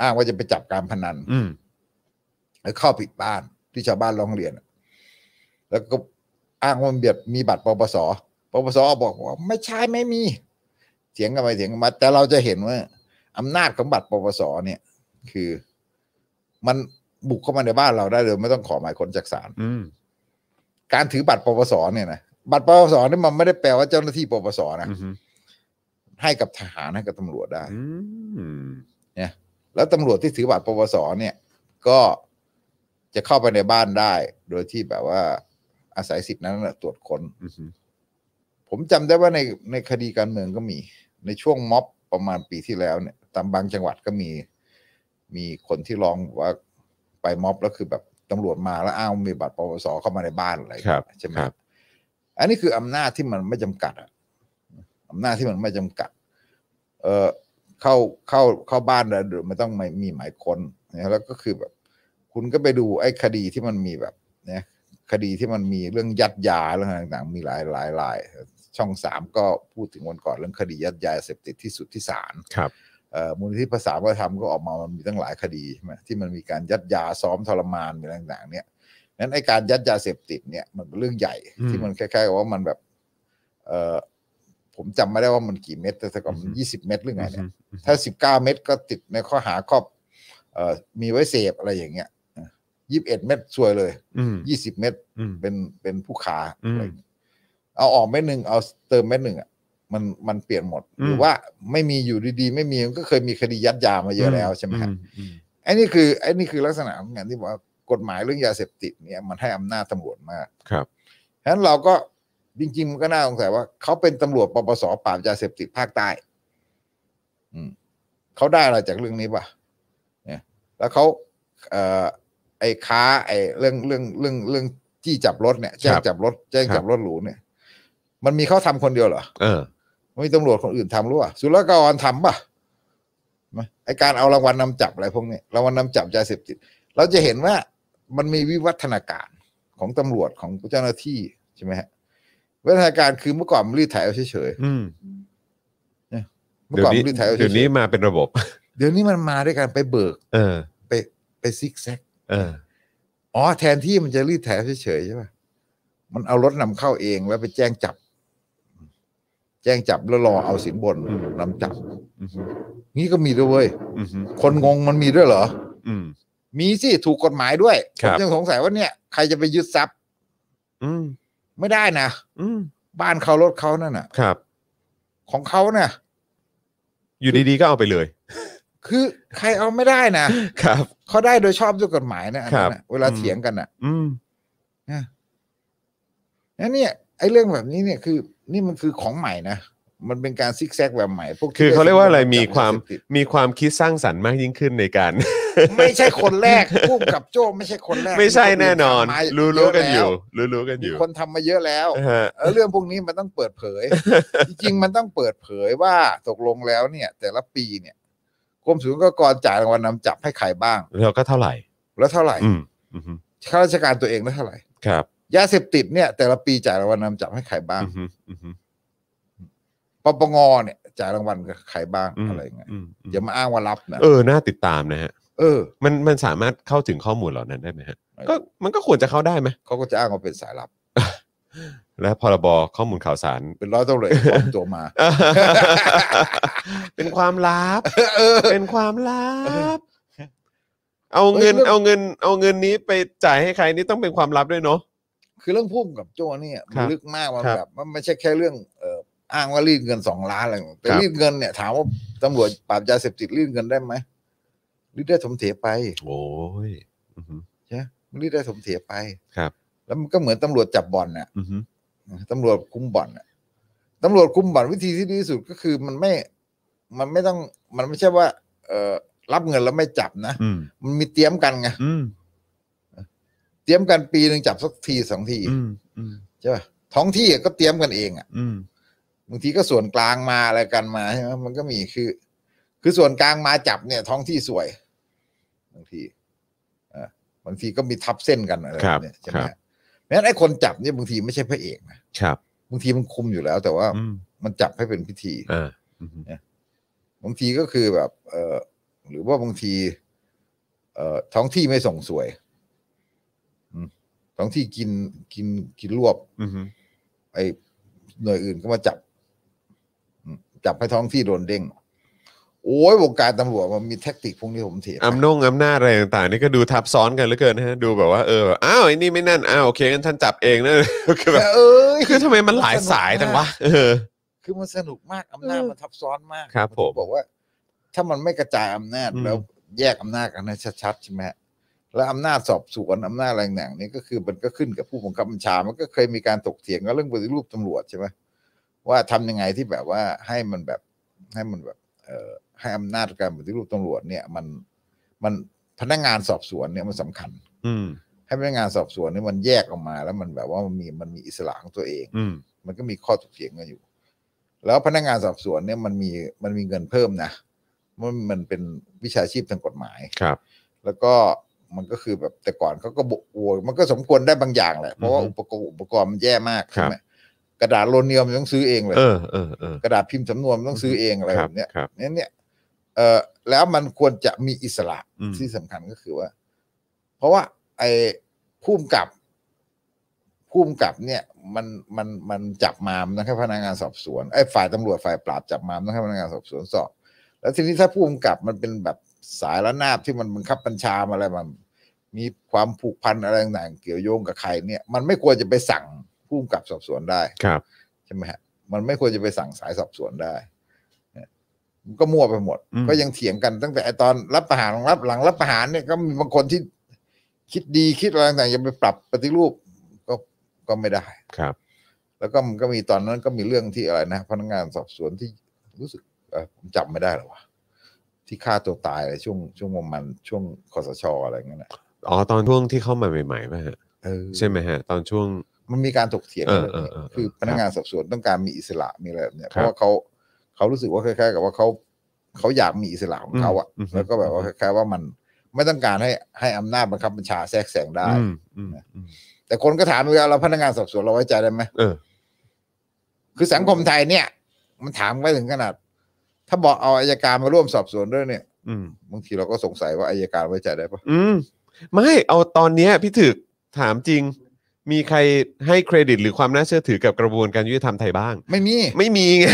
อ้างว่าจะไปจับการพนัน อืม แล้วเข้าผิดบ้านที่ชาวบ้านร้องเรียนอะแล้วก็อ้างว่ามีบัตรมีบัตรปปสปปสบอกว่าไม่ใช่ไม่มี เถียงกันไปเถียงกันมา แต่เราจะเห็นว่าอำนาจของบัตรปปสเนี่ย คือ มันบุกเข้ามาในบ้านเราได้โดยไม่ต้องขอหมายค้นจากศาล อืม การถือบัตรปปสเนี่ยนะบัตรปปสเนี่ยมันไม่ได้แปลว่าเจ้าหน้าที่ปปสนะ อือฮึ ให้กับทหารให้กับตำรวจได้ อืม แล้วตำรวจที่ถือบัตรปวสเนี่ย ก็จะเข้าไปในบ้านได้ โดยที่แบบว่าอาศัยสิทธินั้นน่ะตรวจค้น อือฮึ ผมจำได้ว่าในในคดีการเมืองก็มี ในช่วงม็อบประมาณปีที่แล้วเนี่ย ตามบางจังหวัดก็มี มีคนที่ร้องว่าไปม็อบแล้วคือแบบตำรวจมาแล้วอ้าวมีบัตรปวสเข้ามาในบ้านอะไรอย่าง ค เงี้ย รับ ใช่ไหม ครับ อันนี้คืออำนาจที่มันไม่จำกัดอะอำนาจที่มันไม่จำกัด เออเข้าเข้าเข้าบ้านแล้วหรือไม่ต้องไม่มีหมายค้นนะแล้วก็คือแบบ คุณก็ไปดูไอ้คดีที่มันมีแบบเนี่ยคดีที่มันมีเรื่องยัดยาเรื่องอะไรต่างๆ มีหลายหลายหลายช่องสามก็พูดถึงวันก่อนเรื่องคดียัดยาเสพติดที่สุดที่ศาล ครับ เอ่อมูลนิธิภาษาวัฒนธรรมก็ออกมามันมีตั้งหลายคดีใช่ไหมที่มันมีการยัดยาซ้อมทรมานมีอะไรต่างๆ เนี่ยนั้นไอการยัดยาเสพติดเนี่ยมันเป็นเรื่องใหญ่ อืม ที่มันคล้ายๆกับว่ามันแบบ เออผมจำไม่ได้ว่ามันกี่เม็ดแต่แต่ก่อน อือฮึ ยี่สิบเม็ดหรือไงเนี่ย อือฮึ ถ้าสิบเก้าเม็ดก็ติดในข้อหาครอบเอ่อมีไว้เสพอะไรอย่างเงี้ยยี่สิบเอ็ดเม็ดซวยเลย อืม ยี่สิบเม็ด อืม เป็นเป็นผู้ค้า อืม อะไรอย่างเงี้ยเอาออกเม็ดหนึ่งเอาเติมเม็ดหนึ่งอ่ะมันมันเปลี่ยนหมด อืม หรือว่าไม่มีอยู่ดีๆ ไม่มีมันก็เคยมีคดียัดยามาเยอะแล้วใช่ไหมฮะ อือืม ไอ้นี่คือไอ้นี่คือลักษณะของงานที่บอกว่ากฎหมายเรื่องยาเสพติดเนี่ยมันให้อำนาจตำรวจมาก ครับ ฉะนั้นเราก็จริงๆมันก็น่าสงสัยว่าเขาเป็นตำรวจปปสปราบยาเสพติดภาคใต้ อืมเขาได้อะไรจากเรื่องนี้ป่ะเนี่ยแล้วเขาเอ่อไอ้ค้า ไอ้เรื่องเรื่องเรื่องเรื่องจี้จับรถเนี่ยแจ้งจับรถแจ้ง ครับ จับรถหรูเนี่ย มันมีเขาทำคนเดียวเหรอ เออ มีตำรวจคนอื่นทำหรู้ป่ะ ศุลกากรทำป่ะนะไอการเอารางวัลนำจับอะไรพวกนี้รางวัลนำจับยาเสพติด เราจะเห็นว่ามันมีวิวัฒนาการของตำรวจของเจ้าหน้าที่ใช่ไหมฮะวิวัฒนาการคือเมื่อก่อนมันรีดไถเอาเฉย อืม ๆเมื่อก่อนมันรีดไถเอาเฉ เดี๋ยวย นี้มาเป็นระบบ ๆเดี๋ยวนี้มันมาด้วยการไปเบิก เออ ไปไปซิกแซก เออ อ๋อแทนที่มันจะรีดแถเฉยๆใช่ป่ะ มันเอารถนำเข้าเองแล้วไปแจ้งจับ แจ้งจับแล้วรอเอาสินบน อืม นำจับ อืม นี่ก็มีด้วยเว้ย อืม คนงงมันมีด้วยเหรอ อืม มีสิถูกกฎหมายด้วย ค ผ รับ มยังสงสัยว่าเนี่ย ใครจะไปยึดทรัพย์ อืม ไม่ได้นะ อืม บ้านเขารถเขานั่นน่ะ ครับ ของเขาน่ะ อยู่ดีๆก็เอาไปเลย คือใครเอาไม่ได้ นะครับ เขาได้โดยชอบด้วยกฎหมายนะอันนั้นน่ะเวลา อืม เถียงกันน่ะ อืม นั่นเนี่ยไอ้เรื่องแบบนี้เนี่ยคือ นี่มันคือของใหม่นะ มันเป็นการซิกแซกแบบใหม่พวกที่ คือเขาเรียกว่าอะไรมีความ จับยเสพติด มีความคิดสร้างสรรค์มากยิ่งขึ้นในการ ไม่ใช่คนแรกพุ่มกับโจ้ไม่ใช่คนแรก ไม่ใช่แน่นอน มีค รู้ ทำมา รู้ๆกันอยู่ เะ รู้รู้ๆกัน แล้อวมี ยู่ คนทำมาเยอะแล้ว ฮะ เออเรื่องพวกนี้มันต้องเปิดเผ ย จริงๆมันต้องเปิดเผยว่าตกลงแล้วเนี่ย แต่ละปีเนี่ยกรมศุลกากรจ่ายรางวัลนำจับให้ใครบ้าง แล้วก็เท่าไหร่ แล้วเท่าไหร่ อืมอืม ข้าราชการตัวเองแล้วเท่าไหร่ ครับ ยาเสพติดเนี่ย แต่ละปีจ่ายรางวัลนำจับให้ใครบ้าง อืมฮึอืมฮึ ปปงเนี่ยจ่ายรางวัลกับใครบ้าง ม อะไรอย่างเงี้ย ม อย่ามาอ้างว่ารับนะ เออน่าติดตามนะฮะ เออ มันมันสามารถเข้าถึงข้อมูลเหล่านั้นได้ไหมฮะก็มันก็ควรจะเข้าได้ไหม เขาก็จะอ้างว่าเป็นสายลับ และพรบข้อมูลข่าวสาร เป็นร้อยตำรวจเอกปลอมตัวมา เป็นความลั บ เออ เป็นความลับ เอาเงิน เรื่อง เอาเงิน เอาเงินนี้ไปจ่ายให้ใครนี่ต้องเป็นความลับด้วยเนาะ คือเรื่องพุ่มกับโจ้เนี่ย ครั มัน บ ลึกมากมัน ครับ แบบมันไม่ใช่แค่เรื่องเอ่ออ้างว่ารีดเงินสองล้านอะไรแต่ ครับ รีดเงินเนี่ยถามว่าตำรวจปราบยาเสพติดรีดเงินได้ไหมรีดได้สมเถไป โอ้ย อือหือ มันรีดได้สมเถไป ครับ แล้วมันก็เหมือนตำรวจจับบ่อนน่ะ อือหือ ตำรวจคุมบ่อนน่ะตำรวจคุมบ่อนวิธีที่ดีที่สุดก็คือมันไม่ มันไม่ต้อง มันไม่ใช่ว่า เอ่อรับเงินแล้วไม่จับนะ อืม มันมีเตรียมกันไง อืม เตรียมกันปีหนึ่งจับสักทีสองที อืมอืม ใช่ป่ะท้องที่ก็เตรียมกันเองอะ อืม บางทีก็ส่วนกลางมาอะไรกันมาใช่ไหมมันก็มีคือ คือส่วนกลางมาจับเนี่ย ท้องที่สวย บางทีเออบางทีก็มีทับเส้นกันอะไรแบบเนี่ยใช่ไหมฮะเพราะฉะนั้นไอ้คนจับเนี่ยบางทีไม่ใช่พระเอกนะครับ บางทีมันคุมอยู่แล้ว แต่ว่า อืม มันจับให้เป็นพิธี อ่าอือหือบ างทีก็คือแบบ เออหรือว่าบางที เอ่อท้องที่ไม่ส่งสวยอืมท้องที่กินกินกินรวบ อือหือ ไอ้หน่วยอื่นก็มาจับอืมจับให้ท้องที่โดนเด้ง โอ้ยวงการตำรวจมันมีแท็กติกพวกนี้ผมเถียง อำนงอำนาจอะไรต่างๆ นี่ก็ดูทับซ้อนกันเหลือเกินนะฮะ ดูแบบว่าเออ อ้าวไอ้นี่ไม่นั่น อ้าวโอเคงั้นท่านจับเองนะ คือแบบ เอ้ย คือทำไมมันหลายสายจังวะ เออ คือมันสนุกมากอำนาจมันทับซ้อนมาก ครับผม นบอกว่า ถ้ามันไม่กระจายอำนาจ อืม แล้วแยกอำนาจกันให้ชัดๆใช่ไหมฮะแล้วอำนาจสอบสวนอำนาจอะไรต่างๆนี่ก็คือมันก็ขึ้นกับผู้บังคับบัญชา มันก็เคยมีการตกเถียงกันเรื่องปฏิรูปตำรวจใช่ไหมว่าทำยังไงที่แบบว่าให้มันแบบให้มันแบบ เอ่อให้อำนาจการปฏิรูปตำรวจเนี่ยมันมันพนักงานสอบสวนเนี่ยมันสำคัญ อืม ให้พนักงานสอบสวนเนี่ยมันแยกออกมา แล้วมันแบบว่ามันมีมันมีอิสระของตัวเอง อืม มันก็มีข้อถกเถียงกันอยู่ แล้วพนักงานสอบสวนเนี่ยมันมีมันมีเงินเพิ่มนะมันมันเป็นวิชาชีพทางกฎหมาย ครับ แล้วก็มันก็คือแบบแต่ก่อนเขาก็บกโวยมันก็สมควรได้บางอย่างแหละเพราะว่า อือฮึ อุปกรณ์อุปกรณ์มันแย่มาก ครับ ใช่ไหมกระดาษโลเนียมนต้องซื้อเองเลย เออเออเออก ระดาษพิมพ์สำนวนมันต้องซื้อเองอะไร ค แบ รับบ เนี้ย ครับ เนี่ยเนี่ยเอ่อแล้วมันควรจะมีอิสระ อืม ที่สำคัญก็คือว่า เพราะว่า ไอ้พุ่มกับพุ่มกับเนี่ย มันมันมันจับมามนต้องให้พนักงานสอบสวนไอ้ยฝ่ายตำรวจฝ่ายปราบจับมามนต้องให้พนักงานสอบสวนสอบ แล้วทีนี้ถ้าพุ่มกับมันเป็นแบบสายระนาบที่มันบังคับบัญชามาอะไรมันมีความผูกพันอะไรต่างๆเกี่ยวโยงกับใครเนี่ย มันไม่ควรจะไปสั่งพุ่มกับสอบสวนได้ ครับ ใช่ไหมฮะมันไม่ควรจะไปสั่งสายสอบสวนได้นะมันก็มั่วไปหมด อืม ก็ยังเถียงกันตั้งแต่ไอ้ตอนรับประหารหลังรับหลังรับประหารเนี่ยก็มีบางคนที่คิดดีคิดอะไรต่างๆยังไปปรับปฏิรูปก็ก็ไม่ได้ ครับ แล้วก็มันก็มีตอนนั้นก็มีเรื่องที่อะไรนะ พนักงานสอบสวนที่รู้สึกเอ่อผมจำไม่ได้หรอวะที่ฆ่าตัวตายอะไรช่วงช่วงประมาณช่วงคอสชอะไรเงี้ยนะ อ๋อตอนช่วงที่เข้ามาใหม่ๆป่ะฮะ เออ ใช่ไหมฮะ ตอนช่วง มันมีการถกเถียงกัน เออเออเออ เรื่องนี้คือพนักงานสอบสวนต้องการมีอิสระมีอะไรแบบเนี้ย ครับ เพราะว่าเขาเขารู้สึกว่าคล้ายๆ กับว่าเขาเขาอยากมีอิสระของเขาอะ อืมอืม แล้วก็แบบว่าคล้ายๆว่ามันไม่ต้องการให้ให้อำนาจบังคับบัญชาแทรกแซงได้ อืมอืมอืม แต่คนก็ถามอีกแล้วเราพนักงานสอบสวนเราไว้ใจได้ไหม เออ คือสังคมไทยเนี่ย มันถามไปถึงขนาด ถ้าบอกเอาอายการมาร่วมสอบสวนด้วยเนี่ย อืม บางทีเราก็สงสัยว่าอายการไว้ใจได้ปะ อืมไม่เอาตอนเนี้ยพี่ถึกถามจริง มีใครให้เครดิตหรือความน่าเชื่อถือกับกระบวนการยุติธรรมไทยบ้าง ไม่มี ไม่มี ไง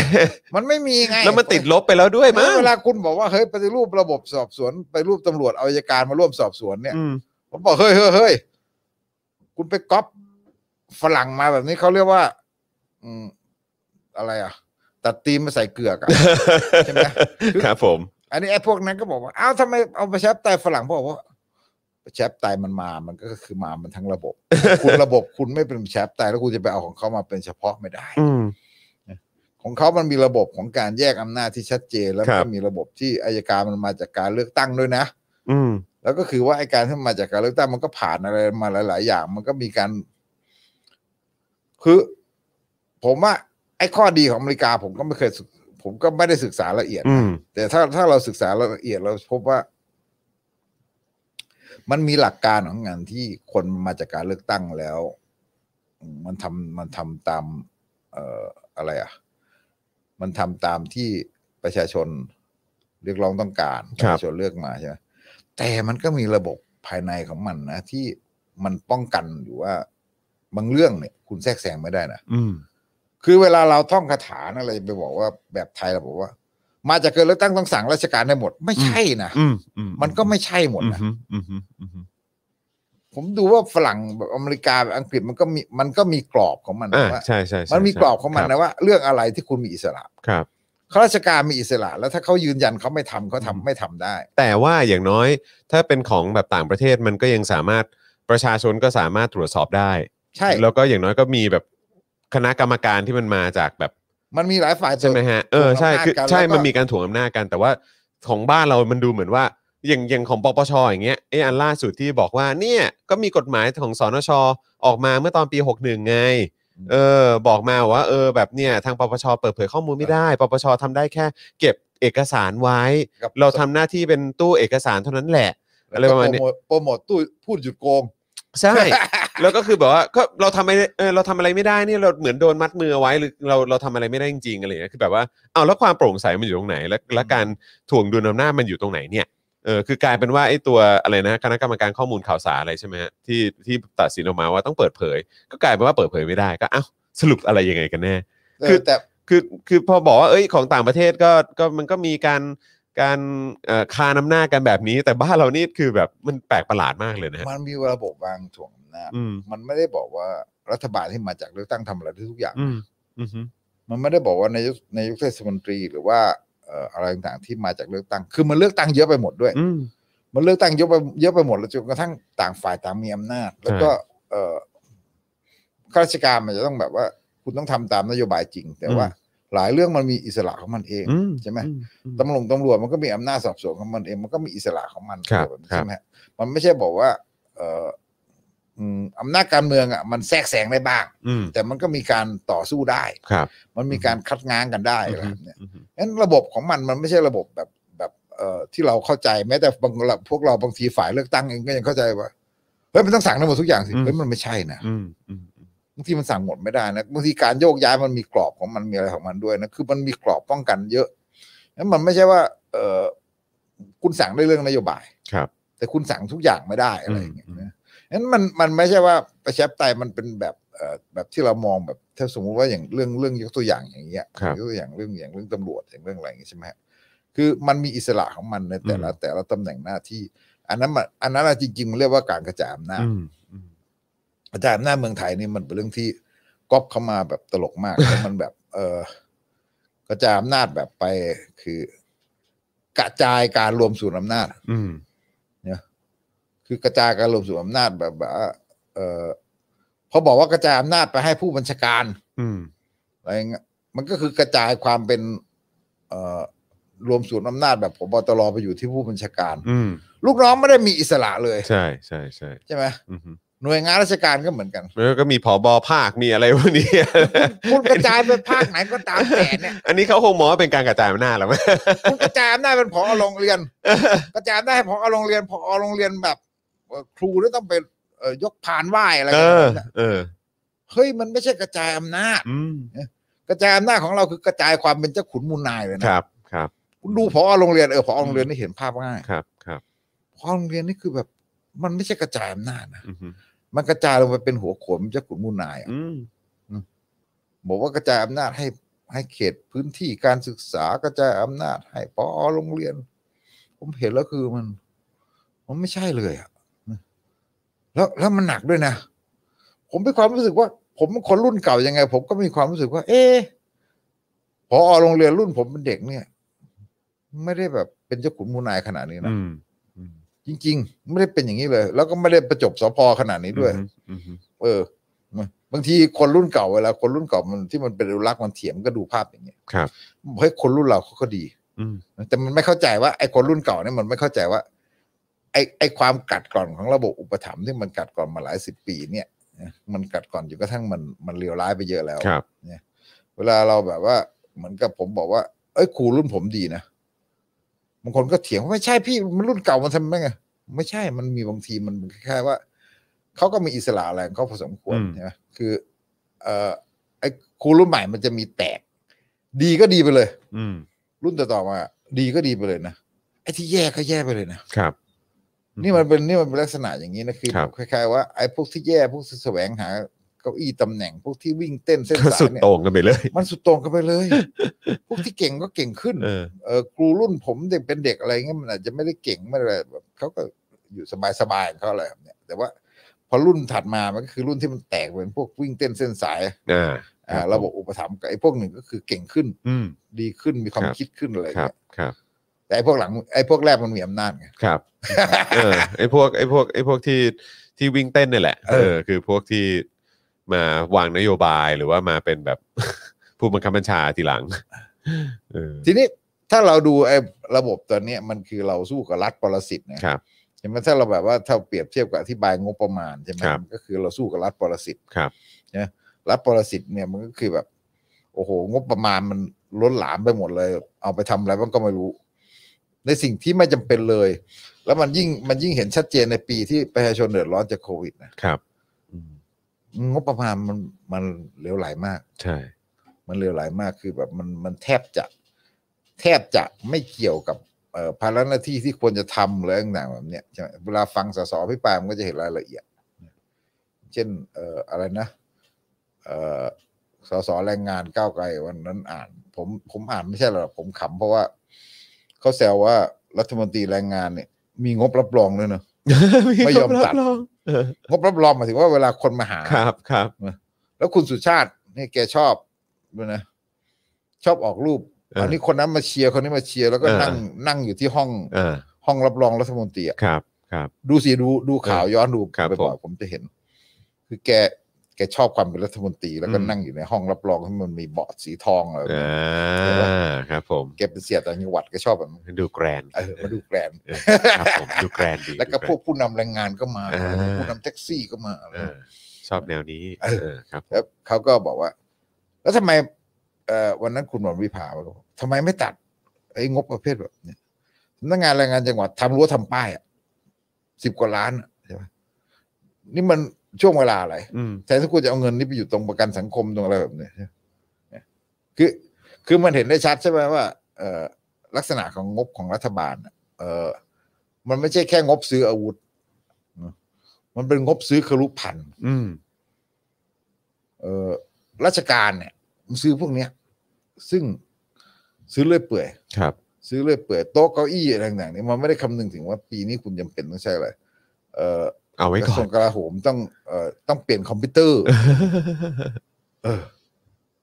มันไม่มีไง แล้วมันติดลบไปแล้วด้วยมั้ง เวลาคุณบอกว่าเฮ้ยปฏิรูประบบสอบสวนไปฏิรูปตำรวจเอาอายการมาร่วมสอบสวนเนี่ย อืม ผมบอกเฮ้ยเฮ้ยเฮ้ยคุณไปก๊อปฝรั่งมาแบบนี้เขาเรียกว่า อืมอะไรอ่ะ ตัดตีนมาใส่เกลือกอะ ใช่ไหม ครับผม อันนี้ไอ้พวกนั้นก็บอกว่าอ้าวทำไมเอาประชาธิปไตยฝรั่งพวกบอกว่าประชาธิปไตยมันมา มันก็คือมามันทั้งระบบ คุณระบบคุณไม่เป็นประชาธิปไตยแล้วคุณจะไปเอาของเขามาเป็นเฉพาะไม่ได้ อืม ของเขามันมีระบบของการแยกอำนาจที่ชัดเจน แล้ว ครั ก็ บ มีระบบที่อายการมันมาจากการเลือกตั้งด้วยนะ อืม แล้วก็คือว่าไอการที่มันมาจากการเลือกตั้งมันก็ผ่านอะไรมาหลาย ๆ อย่าง มันก็มีการ คือ ผมว่า ไอข้อดีของอเมริกา ผมก็ไม่เคยศึกผมก็ไม่ได้ศึกษาละเอียดนะ อืม แต่ถ้าถ้าเราศึกษารายละเอียดเราพบว่า มันมีหลักการของงานที่คนมาจากการเลือกตั้งแล้ว อืมมันทำมันทำตาม เอ่ออะไรอ่ะ มันทำตามที่ประชาชนเรียกร้องต้องการคปรับระชาชนเลือกมาใช่ไหมแต่มันก็มีระบบภายในของมันนะที่มันป้องกันอยู่ว่า บางเรื่องเนี่ย คุณแทรกแซงไม่ได้นะ อืม คือเวลาเราท่องคาถานะเราจะไปบอกว่าแบบไทยเราบอกว่า มาจากเกิดเลือกตั้งต้องสั่งราชการได้หมด ไม่ใช่นะ อืมอื มันก็ไม่ใช่หมด อืม นะ ฮึอืมฮึอืมฮึ ผมดูว่าฝรั่งแบบอเมริกาแบบอังกฤษมันก็มีมันก็มีกรอบของมัน อ่า นะว่า ใช่ใช่ใช่ มันมีกรอบของมัน ค นะว่า เรื่องอะไรที่คุณมีอิสระ ครับ ข้าราชการมีอิสระ แล้วถ้าเขายืนยันเขาไม่ทำเขาทำไม่ทำได้ แต่ว่าอย่างน้อยถ้าเป็นของแบบต่างประเทศมันก็ยังสามารถประชาชนก็สามารถตรวจสอบได้ ใช่ แล้วก็อย่างน้อยก็มีแบบคณะกรรมการที่มันมาจากแบบ มันมีหลายฝ่าย ใช่ไหมฮะเออใช่คือ ถ่วงอำนาจกัน ใช่ แล้วก็ มันมีการถ่วงอำนาจกัน แต่ว่าของบ้านเรามันดูเหมือนว่า อย่างอย่างของปปชอย่างเงี้ยเอออันล่าสุดที่บอกว่าเนี่ยก็มีกฎหมายของสนชออกมาเมื่อตอนปี 61 ไง เออบอกมาว่าเออแบบเนี่ยทางปปชเปิดเผยข้อมูลไม่ได้ปปชทำได้แค่ เก็บเอกสารไว้ กับ เราทำหน้าที่เป็นตู้เอกสารเท่านั้นแหละ อะไรประมาณนี้ โโทโปรโมทตู้พูดหยุดโกง ใช่ แล้วก็คือแบบว่าก็เราทำไม่ได้เออเราทำอะไรไม่ได้นี่เราเหมือนโดนมัดมือเอาไว้หรือเราเราทำอะไรไม่ได้จริงๆอะไรอย่างเงี้ยคือแบบว่าเอาแล้วความโปร่งใสมันอยู่ตรงไหน และและการถ่วงดุลอำนาจมันอยู่ตรงไหนเนี่ยเออคือกลายเป็นว่าไอ้ตัวอะไรนะคณะกรรมการข้อมูลข่าวสารอะไรใช่ไหมฮะที่ที่ตัดสินออกมาว่าต้องเปิดเผย ก็กลายเป็นว่าเปิดเผยไม่ได้ก็เอ้าสรุปอะไรยังไงกันแน่ คื คือ อแต่ คือคือพอบอกว่าเอ้ยของต่างประเทศก็ก็มันก็มีการการเอ่อคานอำนาจกันแบบนี้ แต่บ้านเรานี่คือแบบมันแปลกประหลาดมากเลยนะฮะ มันมีระบบวางถ่วงอำนาจ อืม มันไม่ได้บอกว่ารัฐบาลที่มาจากเลือกตั้งทำอะไรทุกอย่าง อืมอืมฮึ มันไม่ได้บอกว่านายกนายกเทศมนตรีหรือว่าเอ่ออะไรต่างๆที่มาจากเลือกตั้ง คือมันเลือกตั้งเยอะไปหมดด้วย อืม มันเลือกตั้งเยอะไปเยอะไปหมดแล้วจนกระทั่งต่างฝ่ายต่างมีอำนาจ แล้วก็เอ่อข้าราชการมันจะต้องแบบว่า คุณต้องทำตามนโยบายจริง แต่ว่า อื หลายเรื่องมันมีอิสระของมันเอง อืม ใช่ไหม อือื ตำรวจตำรวจมันก็มีอำนาจสอบสวนของมันเองมันก็มีอิสระของมัน ครับ ใช่ไหมฮะมันไม่ใช่บอกว่า เอ่ออืมอำนาจการเมืองอ่ะมันแทรกแซงได้บ้าง อืม แต่มันก็มีการต่อสู้ได้ ครับ มันมีการคัดง้างกันได้ อืม อะไรแบบเนี้ยงั้นระบบของมันมันไม่ใช่ระบบแบบแบบเอ่อที่เราเข้าใจแม้แต่บางระพวกเราบางทีฝ่ายเลือกตั้งเองก็ยังเข้าใจว่าเฮ้ยมันต้องสั่งทั้งหมดทุกอย่างสิ อืม เฮ้ยมันไม่ใช่นะ อืมอืมอืม บางทีมันสั่งหมดไม่ได้นะบางทีการโยกย้ายมันมีกรอบของมันมีอะไรของมันด้วยนะคือมันมีกรอบป้องกันเยอะงั้นมันไม่ใช่ว่า เออคุณสั่งได้เรื่องนโยบาย ครับ แต่คุณสั่งทุกอย่างไม่ได้อะไรอย่างเงี้ย อืม นะงั้นมันมันไม่ใช่ว่าประชาธิปไตยมันเป็นแบบเอ่อแบบที่เรามองแบบถ้าสมมุติว่าอย่างเรื่องเรื่องยกตัวอย่างอย่างเงี้ย ครับ ยกตัวอย่างเรื่องอย่างเรื่องตำรวจอย่างเรื่องอะไรอย่างเงี้ยใช่ไหมฮะคือมันมีอิสระของมันในแต่ละแต่ละตำแหน่งหน้าที่ อันนั้นมันอันนั้นอะจริงๆมันเรียกว่าการกระจายอำนาจ อืมอืม กระจายอำนาจเมืองไทยนี่มันเป็นเรื่องที่ก๊อปเข้ามาแบบตลกมาก แล้วมันแบบเออกระจายอำนาจแบบไปคือ กระจายการรวมศูนย์อำนาจ อืม คือกระจายการรวมศูนย์อำนาจแบบแบบว่าเออเขาบอกว่ากระจายอำนาจไปให้ผู้บัญชาการ อืม อะไรเงี้ยมันก็คือกระจายความเป็น เออรวมศูนย์อำนาจแบบผบตรไปอยู่ที่ผู้บัญชาการ อืม ลูกน้องไม่ได้มีอิสระเลย ใช่ใช่ใช่ ใช่ไหม อืมฮึ หน่วยงานราชการก็เหมือนกัน แล้วก็มีผอบอภาคมีอะไรพวกนี้ คุณกระจายไปภาคไหนก็ตามแต่เนี่ย อันนี้เขาคงมองว่าเป็นการกระจายอำนาจหรอมั้ง คุณกระจายอำนาจเป็นผอโรงเรียน กระจายอำนาจให้ผอโรงเรียนผอโรงเรียนแบบเอ่อครูนี่ต้องไปเอ่อยกพานไหว้อะไร เอ กัน อ แบบนั้นน่ะ เออ เฮ้ยมันไม่ใช่กระจายอำนาจ อืม กระจายอำนาจของเราคือกระจายความเป็นเจ้าขุนมูลนายเลย ค นะ รับครับ คุณดูพอโรงเรียนเออพอโรงเรียนนี่เห็นภาพง่าย ครับครับ พอโรงเรียนนี่คือแบบ มันไม่ใช่กระจายอำนาจนะ อืมฮึ มันกระจายลงไปเป็นหัวโขนเจ้าขุนมูลนายอะ อืม บอกว่ากระจายอำนาจให้ให้เขตพื้นที่การศึกษากระจายอำนาจให้พอโรงเรียน ผมเห็นแล้วคือมัน มันไม่ใช่เลยอะแล้วแล้วมันหนักด้วยนะ ผมมีความรู้สึกว่า ผมเป็นคนรุ่นเก่ายังไง ผมก็มีความรู้สึกว่า เอ๊ะพอโรงเรียนรุ่นผมเป็นเด็กเนี่ย ไม่ได้แบบเป็นเจ้าขุนมูลนายขนาดนี้นะ อืมอืม จริง ๆ ไม่ได้เป็นอย่างนี้เลย แล้วก็ไม่ได้ประจบสพขนาดนี้ด้วย อืมฮึ เออ บางทีคนรุ่นเก่าเวลาคนรุ่นเก่ามันที่มันเป็นอนุรักษ์มันเถียงก็ดูภาพอย่างเงี้ย ครับ เฮ้ยคนรุ่นเราเขาก็ดี อืม แต่มันไม่เข้าใจว่าไอ้คนรุ่นเก่าเนี่ยมันไม่เข้าใจว่า ไอ้ไอ้ความกัดกร่อนของระบบอุปถัมภ์ที่มันกัดกร่อนมาหลายสิบปีเนี่ยนะมันกัดกร่อนจนกระทั่งมันมันเลวร้ายไปเยอะแล้ว ครับ เวลาเราแบบว่า เหมือนกับผมบอกว่า เอ้ยครูรุ่นผมดีนะบางคนก็เถียงว่าไม่ใช่พี่มันรุ่นเก่ามันทำได้ไงไม่ใช่มันมีบางทีมันแค่ว่า เขาก็มีอิสระอะไรของเขาพอสมควร อืม ใช่ไหมคือ เอ่อไอ้ครูรุ่นใหม่มันจะมีแตก ดีก็ดีไปเลย อืม รุ่นต่อๆมา ดีก็ดีไปเลยนะไอ้ที่แย่ก็แย่ไปเลยนะ ครับ อืม นี่มันเป็นนี่มันเป็นลักษณะอย่างนี้นะคือ ครับ คล้ายๆว่าไอ้พวกที่แย่พวกที่แสวงหาเก้าอี้ตำแหน่ง พวกที่วิ่งเต้นเส้น ก็ สา สุ ย ด เนี่ย โต่งกันไปเลย มันสุดโต่งกันไปเลย พวกที่เก่งก็เก่งขึ้น เออ เออครูรุ่นผมเด็กเป็นเด็กอะไรเงี้ยมันอาจจะไม่ได้เก่งไม่อะไรแบบเขาก็อยู่สบายๆของเขาอะไรแบบเนี่ยแต่ว่าพอรุ่นถัดมามันก็คือรุ่นที่มันแตกเป็นพวกวิ่งเต้นเส้นสาย อ่า อ่า ครับ ระบบอุปถัมภ์กับไอ้พวกหนึ่งก็คือเก่งขึ้น อืม ดีขึ้นมีความ ครับ คิดขึ้นอะไร ครับ เงี้ย ครับ แต่ไอ้พวกหลังไอ้พวกแรกมันมีอำนาจไง ครับ เออ ไอพวก ไอพวก ไอพวกที่ ที่วิ่งเต้นเนี่ยแหละ เอ เอ อ อ คือพวกที่มาวางนโยบายหรือว่ามาเป็นแบบ ผู้บังคับบัญชาทีหลัง เออ ทีนี้ถ้าเราดูไอ้ระบบตอนเนี้ยมันคือเราสู้กับรัฐปรสิตนะครับ เห็นไหมถ้าเราแบบว่าถ้าเปรียบเทียบกับอธิบายงบประมาณใช่ไหม ครับ มันก็คือเราสู้กับรัฐปรสิต ครับ ใช่ไหมรัฐปรสิตเนี่ยมันก็คือแบบ โอ้โห งบประมาณมันล้นหลามไปหมดเลย เอาไปทำอะไรมันก็ไม่รู้ ในสิ่งที่ไม่จำเป็นเลย แล้วมันยิ่งมันยิ่งเห็นชัดเจนในปีที่ประชาชนเดือดร้อนจากโควิดนะครับ งบประมาณมันมันเหลวไหลมาก ใช่ มันเลวร้ายมากคือแบบมันมันแทบจะแทบจะไม่เกี่ยวกับเอ่อภาระหน้าที่ที่ควรจะทำหรืออะไรต่างๆแบบเนี้ยใช่ไหมเวลาฟังสสพิปรายมันก็จะเห็นรายละเอียด เช่นเอ่ออะไรนะเอ่อสสแรงงานก้าวไกลวันนั้นอ่าน ผมผมอ่านไม่ใช่หรอกผมขำเพราะว่าเขาแซวว่ารัฐมนตรีแรงงานเนี่ย มีงบรับรองด้วยเนอะ ไม่ยอมรัตัดบรองเออง บรับรองหมายถึงว่าเวลาคนมาหา ครับ ครับ แล้วคุณสุชาติเนี่ยแกชอบด้วยนะชอบออกรูป เอออั อันนี้คนนั้นมาเชียร์คนนี้มาเชียร์แล้วก็ เออ นั่งนั่งอยู่ที่ห้อง อ่า ห้องรับรองรัฐมนตรีอะ ครับ ครับ ดูสิดูดูข่าวย้อนดู ครับ ไปบ่อย ผม ๆผมจะเห็น คือแกแกชอบความเป็นรัฐมนตรี แล้วก็ อืม นั่งอยู่ในห้องรับรองที่มันมีเบาะสีทองอะไรแบบ อ่ นี้ า ครับผม แกเป็นเสียต่างจังหวัดแกชอบแบบนั้น ดูแกรนด์ เออมาดูแกลนด์ เออครับผม ดูแกรนด์ดี แล้วก็ ดูรนด์ พวกผู้นำแรงงานก็มา อ่า ผู้นำแท็กซี่ก็มาอะไร เออชอบแนวนี้ เออ เออ ครับ แล้วเขาก็บอกว่า แล้วทำไมเอ่อวันนั้นคุณหมอวิภาบอกว่าทำไมไม่ตัดไอ้งบประเภทแบบเนี้ยสำนักงานแรงงานจังหวัดทำรั้วทำป้ายอ่ะสิบกว่าล้านอะใช่ไหมนี่มันช่วงเวลาอะไร อืม แทนที่คุณจะเอาเงินนี่ไปอยู่ตรงประกันสังคมตรงอะไรแบบเนี้ยใช่ไหมคือคือมันเห็นได้ชัดใช่ไหมว่าเอ่อลักษณะของงบของรัฐบาลอะเอ่อมันไม่ใช่แค่งบซื้ออาวุธนะมันเป็นงบซื้อครุพันธ อืม เอ่อราชการเนี่ยมันซื้อพวกเนี้ย ซึ่งซื้อเรื่อยเปื่อย ครับ ซื้อเรื่อยเปื่อยโต๊ะเก้าอี้อะไรต่างๆเนี่ยมันไม่ได้คำนึงถึงว่าปีนี้คุณจำเป็นต้องใช้อะไรเอ่อ เอาไว้ กระ ก่อ ทรวน งกลาโหมต้องเอ่อต้องเปลี่ยนคอมพิวเตอร์ เออ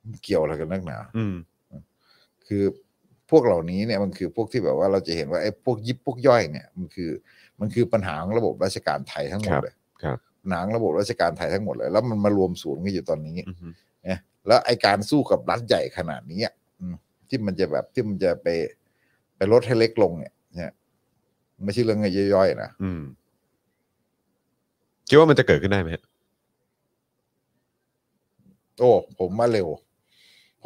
มันเกี่ยวอะไรกันนักหนา อืม คือพวกเหล่านี้เนี่ยมันคือพวกที่แบบว่าเราจะเห็นว่าไอ้พวกยิบพวกย่อยเนี่ยมันคือ มันคือปัญหาของระบบราชการไทยทั้งหมดเลย ครับ ปัญหาของระบบราชการไทยทั้งหมดเลยแล้วมันมารวมศูนย์กันอยู่ตอนนี้ อือฮึ นะแล้วไอการสู้กับรัฐใหญ่ขนาดนี้อ่ะอืมที่มันจะแบบที่มันจะไปไปลดให้เล็กลงเนี่ยเนี่ยไม่ใช่เรื่องย่อยๆนะ อืมคิดว่ามันจะเกิดขึ้นได้ไหมฮะ โอ้ผมว่าเร็ว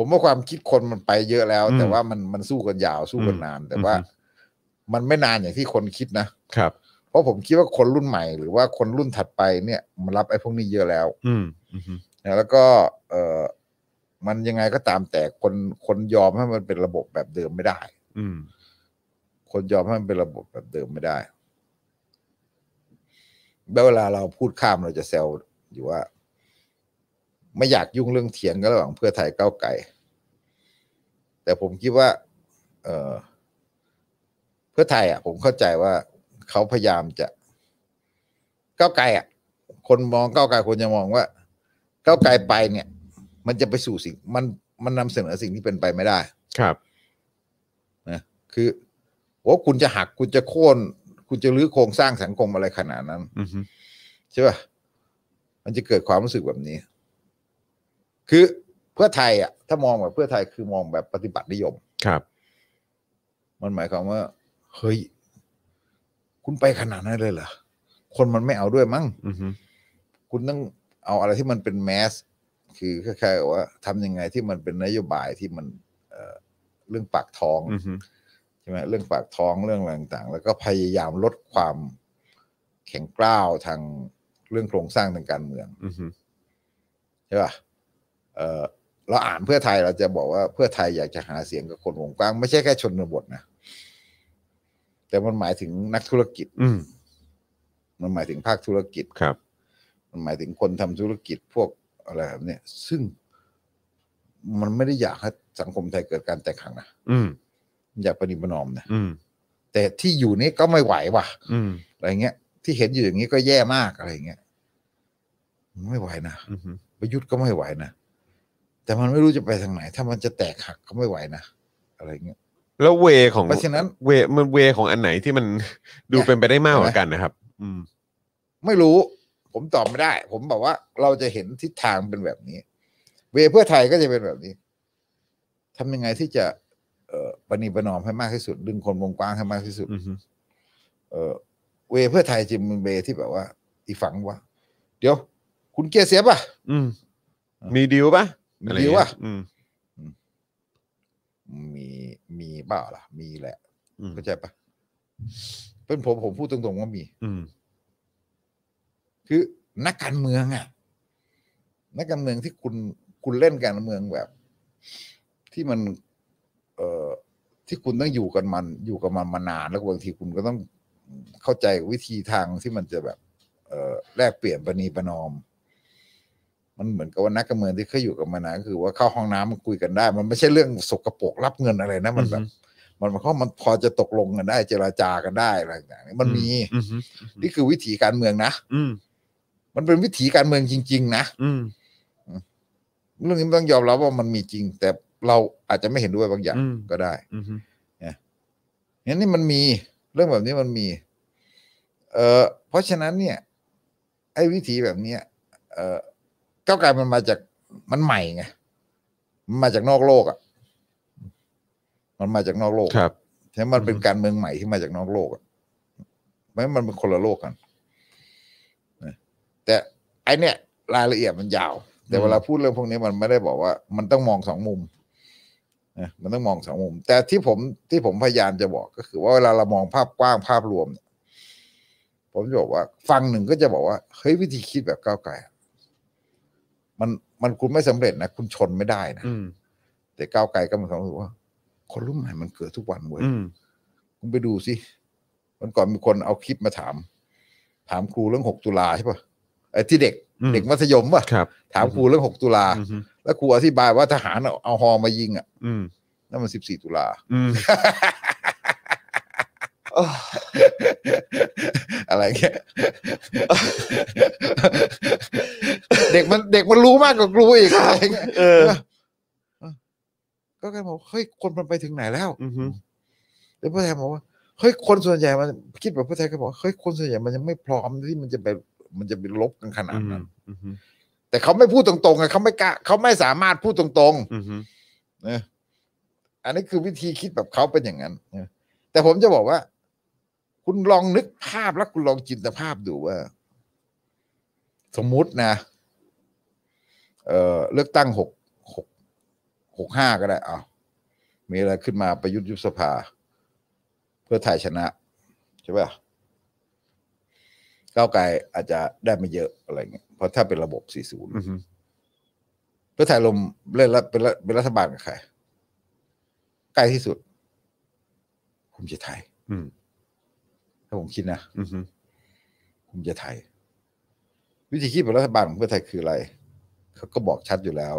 ผมว่าความคิดคนมันไปเยอะแล้ว อืม แต่ว่ามันมันสู้กันยาวสู้กันนาน แต่ว่า อืม มันไม่นานอย่างที่คนคิดนะครับ เพราะผมคิดว่าคนรุ่นใหม่ หรือว่าคนรุ่นถัดไปเนี่ยมันรับไอ้พวกนี้เยอะแล้ว อืม อืม นะแล้วก็ เออมันยังไงก็ตามแต่คนคนยอมให้มันเป็นระบบแบบเดิมไม่ได้ อืม คนยอมให้มันเป็นระบบแบบเดิมไม่ได้ แล้วเวลาเราพูดข้ามเราจะแซวอยู่ว่า ไม่อยากยุ่งเรื่องเถียงกันระหว่างเพื่อไทยก้าวไกล แต่ผมคิดว่า เออเพื่อไทยอ่ะ ผมเข้าใจว่าเขาพยายามจะก้าวไกลอ่ะ คนมองก้าวไกลคนจะมองว่าก้าวไกลไปเนี่ย มันจะไปสู่สิ่ง มันมันนำเสนอสิ่งที่เป็นไปไม่ได้ ครับ คือว่าคุณจะหักคุณจะโค่นคุณจะรื้อโครงสร้างสังคมอะไรขนาดนั้น อือฮึ ใช่ป่ะมันจะเกิดความรู้สึกแบบนี้ คือเพื่อไทยอ่ะ ถ้ามองแบบเพื่อไทยคือมองแบบปฏิบัตินิยม ครับ มันหมายความว่าเฮ้ยคุณไปขนาดนั้นเลยเหรอคนมันไม่เอาด้วยมั้ง อือฮึ คุณต้องเอาอะไรที่มันเป็นแมสคือคล้ายๆกับว่าทำยังไงที่มันเป็นนโยบายที่มัน เอ่อเรื่องปากท้อง อือฮึ ใช่ไหมเรื่องปากท้องเรื่องอะไรต่างๆ แล้วก็พยายามลดความแข็งกร้าวทาง เรื่องโครงสร้างทางการเมือง อือฮึ ใช่ป่ะเออเราอ่านเพื่อไทยเราจะบอกว่าเพื่อไทยอยากจะหาเสียงกับคนวงกว้าง ไม่ใช่แค่ชนบทนะ แต่มันหมายถึงนักธุรกิจ อืม มันหมายถึงภาคธุรกิจ ครับ มันหมายถึงคนทำธุรกิจพวกอะไรแบบเนี่ย ซึ่งมันไม่ได้อยากให้สังคมไทยเกิดการแตกหักนะ อืม มันอยากประนีประนอมนะ อืม แต่ที่อยู่นี่ก็ไม่ไหวว่ะ อืม อะไรเงี้ย ที่เห็นอยู่อย่างนี้ก็แย่มากอะไรเงี้ยมันไม่ไหวนะ อือฮึ ประยุทธ์ก็ไม่ไหวนะแต่มันไม่รู้จะไปทางไหน ถ้ามันจะแตกหักก็ไม่ไหวนะอะไรเงี้ย แล้วเวของ เพราะฉะนั้น เวมันเวของอันไหนที่มัน ดูเป็นไปได้มากกว่ากันนะครับ อืม ไม่รู้ ผมตอบไม่ได้ ผมบอกว่าเราจะเห็นทิศทางเป็นแบบนี้ เวเพื่อไทยก็จะเป็นแบบนี้ทำยังไงที่จะ เอ่อปณีประนอมให้มากที่สุด ดึงคนวงกว้างให้มากที่สุด อือฮึ เออเวเพื่อไทยจึงเป็นเวที่แบบว่า อีกฝังว่า เดี๋ยว คุณเกียร์เสียป่ะ อืมมีดีลปะ มี อไร ดีลปะ เงี้ยอืม มีมีเปล่าล่ะ มีแหละ อืม เข้าใจปะเป็นผมผมพูดตรงๆว่ามี อืม คือนักการเมืองอะนักการเมืองที่คุณคุณเล่นการเมืองแบบ ที่มัน เอ่อที่คุณต้องอยู่กันมัน อยู่กับมันมานานแล้วบางทีคุณก็ต้องเข้าใจวิธีทางที่มันจะแบบ เอ่อแลกเปลี่ยนประนีประนอม มันเหมือนกับว่านักการเมืองที่เคยอยู่กันมานานก็คือว่าเข้าห้องน้ำมันคุยกันได้ มันไม่ใช่เรื่องสกรปรกรับเงินอะไรนะมันแบบ มันมันก็มันพอจะตกลงกันได้ เจราจากันได้อะไรต่างๆมันมี อือฮึ นี่คือวิถีการเมืองนะ อืม มันเป็นวิถีการเมืองจริง ๆ นะ อืม เรื่องนี้มันต้องยอมรับว่ามันมีจริง แต่เราอาจจะไม่เห็นด้วยบางอย่าง อืม ก็ได้ อือฮึ งั้นนี่มันมีเรื่องแบบนี้มันมี เออเพราะฉะนั้นเนี่ย ไอ้วิถีแบบเนี้ยเออก้าวไกลมันมาจากมันใหม่ไงมันมาจากนอกโลกอ่ะมันมาจากนอกโลก ครับ ใช่ไหมมันเป็นการเมืองใหม่ที่มาจากนอกโลกอ่ะไม่มันเป็นคนละโลกกันนะแต่ไอเนี่ย รายละเอียดมันยาว แต่ อืม เวลาพูดเรื่องพวกนี้มันไม่ได้บอกว่า มันต้องมองสองมุมนะมันต้องมองสองมุม แต่ที่ผมที่ผมพยายามจะบอกก็คือว่าเวลาเรามองภาพกว้างภาพรวมเนี่ยผมจะบอกว่าฝั่งหนึ่งก็จะบอกว่าเฮ้ยวิธีคิดแบบก้าวไกลอะมันมันคุณไม่สำเร็จนะคุณชนไม่ได้นะ อืม แต่ก้าวไกลก็มีความรู้สึกว่า คนรุ่นใหม่มันเกิดทุกวันเว้ย อืม คุณไปดูสิวันก่อนมีคนเอาคลิปมาถาม ถามครูเรื่องหกตุลาใช่ปะไอ้ที่เด็ก อืม เด็กมัธยมปะ ครับ ถามครูเรื่องหกตุลา อือฮึ แล้วครูอธิบายว่าทหารเอาเอาฮอมายิงอ่ะ อืม นั่นมันสิบสี่ตุลา อืม อะไรเงี้ย เด็กมันเด็กมันรู้มากกว่าครูอีก อะไรเงี้ย เออ ก็แค่บอกเฮ้ยคนมันไปถึงไหนแล้ว อือฮึ แล้วเพื่อไทยบอกว่าเฮ้ยคนส่วนใหญ่มันคิดแบบเพื่อไทยก็บอกเฮ้ยคนส่วนใหญ่มันยังไม่พร้อมที่มันจะไปมันจะไปลบกันขนา อื ด อฮึ นั้น อือฮึ แต่เขาไม่พูดตรงๆไงเขาไม่กล้าเขาไม่สามารถพูดตรง อือฮึ ๆนะอันนี้คือวิธีคิดแบบเขาเป็นอย่างนั้นนะแต่ผมจะบอกว่า คุณลองนึกภาพแล้วคุณลองจินตภาพดูว่า สมมุตินะเออเลือกตั้งหกหกหกห้าก็ได้เอามีอะไรขึ้นมาประยุทธ์ยุบสภา เพื่อไทยชนะ ใช่ป่ะก้าวไกลอาจจะได้ไม่เยอะอะไรเงี้ยเพราะถ้าเป็นระบบ 40 อือฮึ เพื่อไทยลมเล่นรัฐเป็นรัฐเป็นรัฐบาลกับใครใกล้ที่สุดภูมิใจไทย อืม ถ้าผมคิดนะ อือฮึ ภูมิใจไทย วิธีคิดเป็นรัฐบาลของเพื่อไทยคืออะไร เขาก็บอกชัดอยู่แล้ว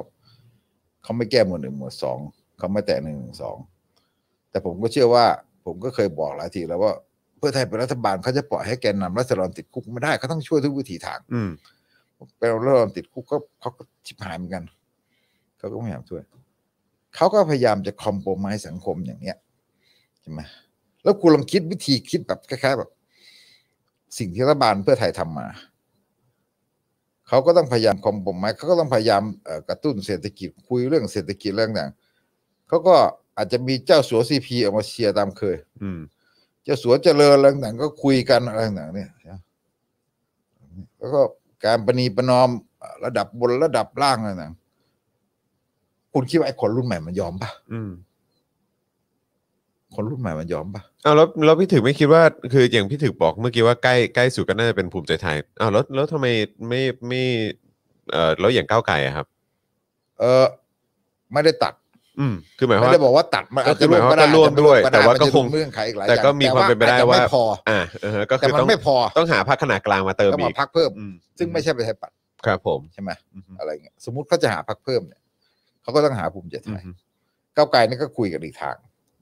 เขาไม่แก้หมวดหนึ่งหมวดสองเขาไม่แตะหนึ่งหนึ่งสองแต่ผมก็เชื่อว่า ผมก็เคยบอกหลายทีแล้วว่า เพื่อไทยเป็นรัฐบาลเขาจะปล่อยให้แกนนำรัศดรติดคุกไม่ได้เขาต้องช่วยทุกวิถีทาง อืม ไปเราเริ่มติดคุกก็เขาก็ชิบหายเหมือนกัน เขาก็พยายามช่วย เขาก็พยายามจะคอมโพมายสังคมอย่างเนี้ยใช่ไหมแล้วคุณลองคิดวิธีคิดแบบคล้ายๆแบบ สิ่งที่รัฐบาลเพื่อไทยทำมา เขาก็ต้องพยายามคอมโพมายเขาก็ต้องพยายามเอ่อกระตุ้นเศรษฐกิจคุยเรื่องเศรษฐกิจเรื่องต่างเขาก็อาจจะมีเจ้าสัวซีพีออกมาเชียร์ตามเคย อืม เจ้าสัวเจริญอะไรต่างๆก็คุยกันอะไรต่างๆเนี่ยนะแล้วก็การประนีประนอมเอ่อระดับบนระดับล่างอะไรต่างๆคุณคิดว่าไอ้คนรุ่นใหม่มันยอมปะ อืม คนรุ่นใหม่มันยอมปะ อ้าวแล้วแล้วพี่ถึกไม่คิดว่าคืออย่างพี่ถึกบอกเมื่อกี้ว่าใกล้ใกล้สุดก็น่าจะเป็นภูมิใจไทยอ้าวแล้วแล้วทำไมไม่ไม่เออแล้วอย่างก้าวไกลอะครับ เออ ไม่ได้ตัด อืมคือหมายความว่าไม่ได้บอกว่าตัดมัน ก็ อาจ คือ จะร่วมก็ได้ หมายความว่าก็ร่วมด้วย แต่ แต่ว่าก็คง เงื่อนไขอีกหลาย แต่ อย่ง ก็มีความเป็นไปได้ว่า อจจะม่พอ อ่าเออก็ แต่ คือ มัน ต้อง ไม่พอ ต้องหาพรรคขนาดกลางมาเติม ต้อง อี มาก พักเพิ่ม อืม ซึ่งไม่ใช่ประชาธิปัตย์ ครับผม ใช่ไหม อืมฮึ อะไรเงี้ยสมมติเขาจะหาพักเพิ่มเนี่ยเขาก็ต้องหาภูมิใจไท อืม ย ฮึ ก้าวไกลนี่ก็คุยกันอีกทาง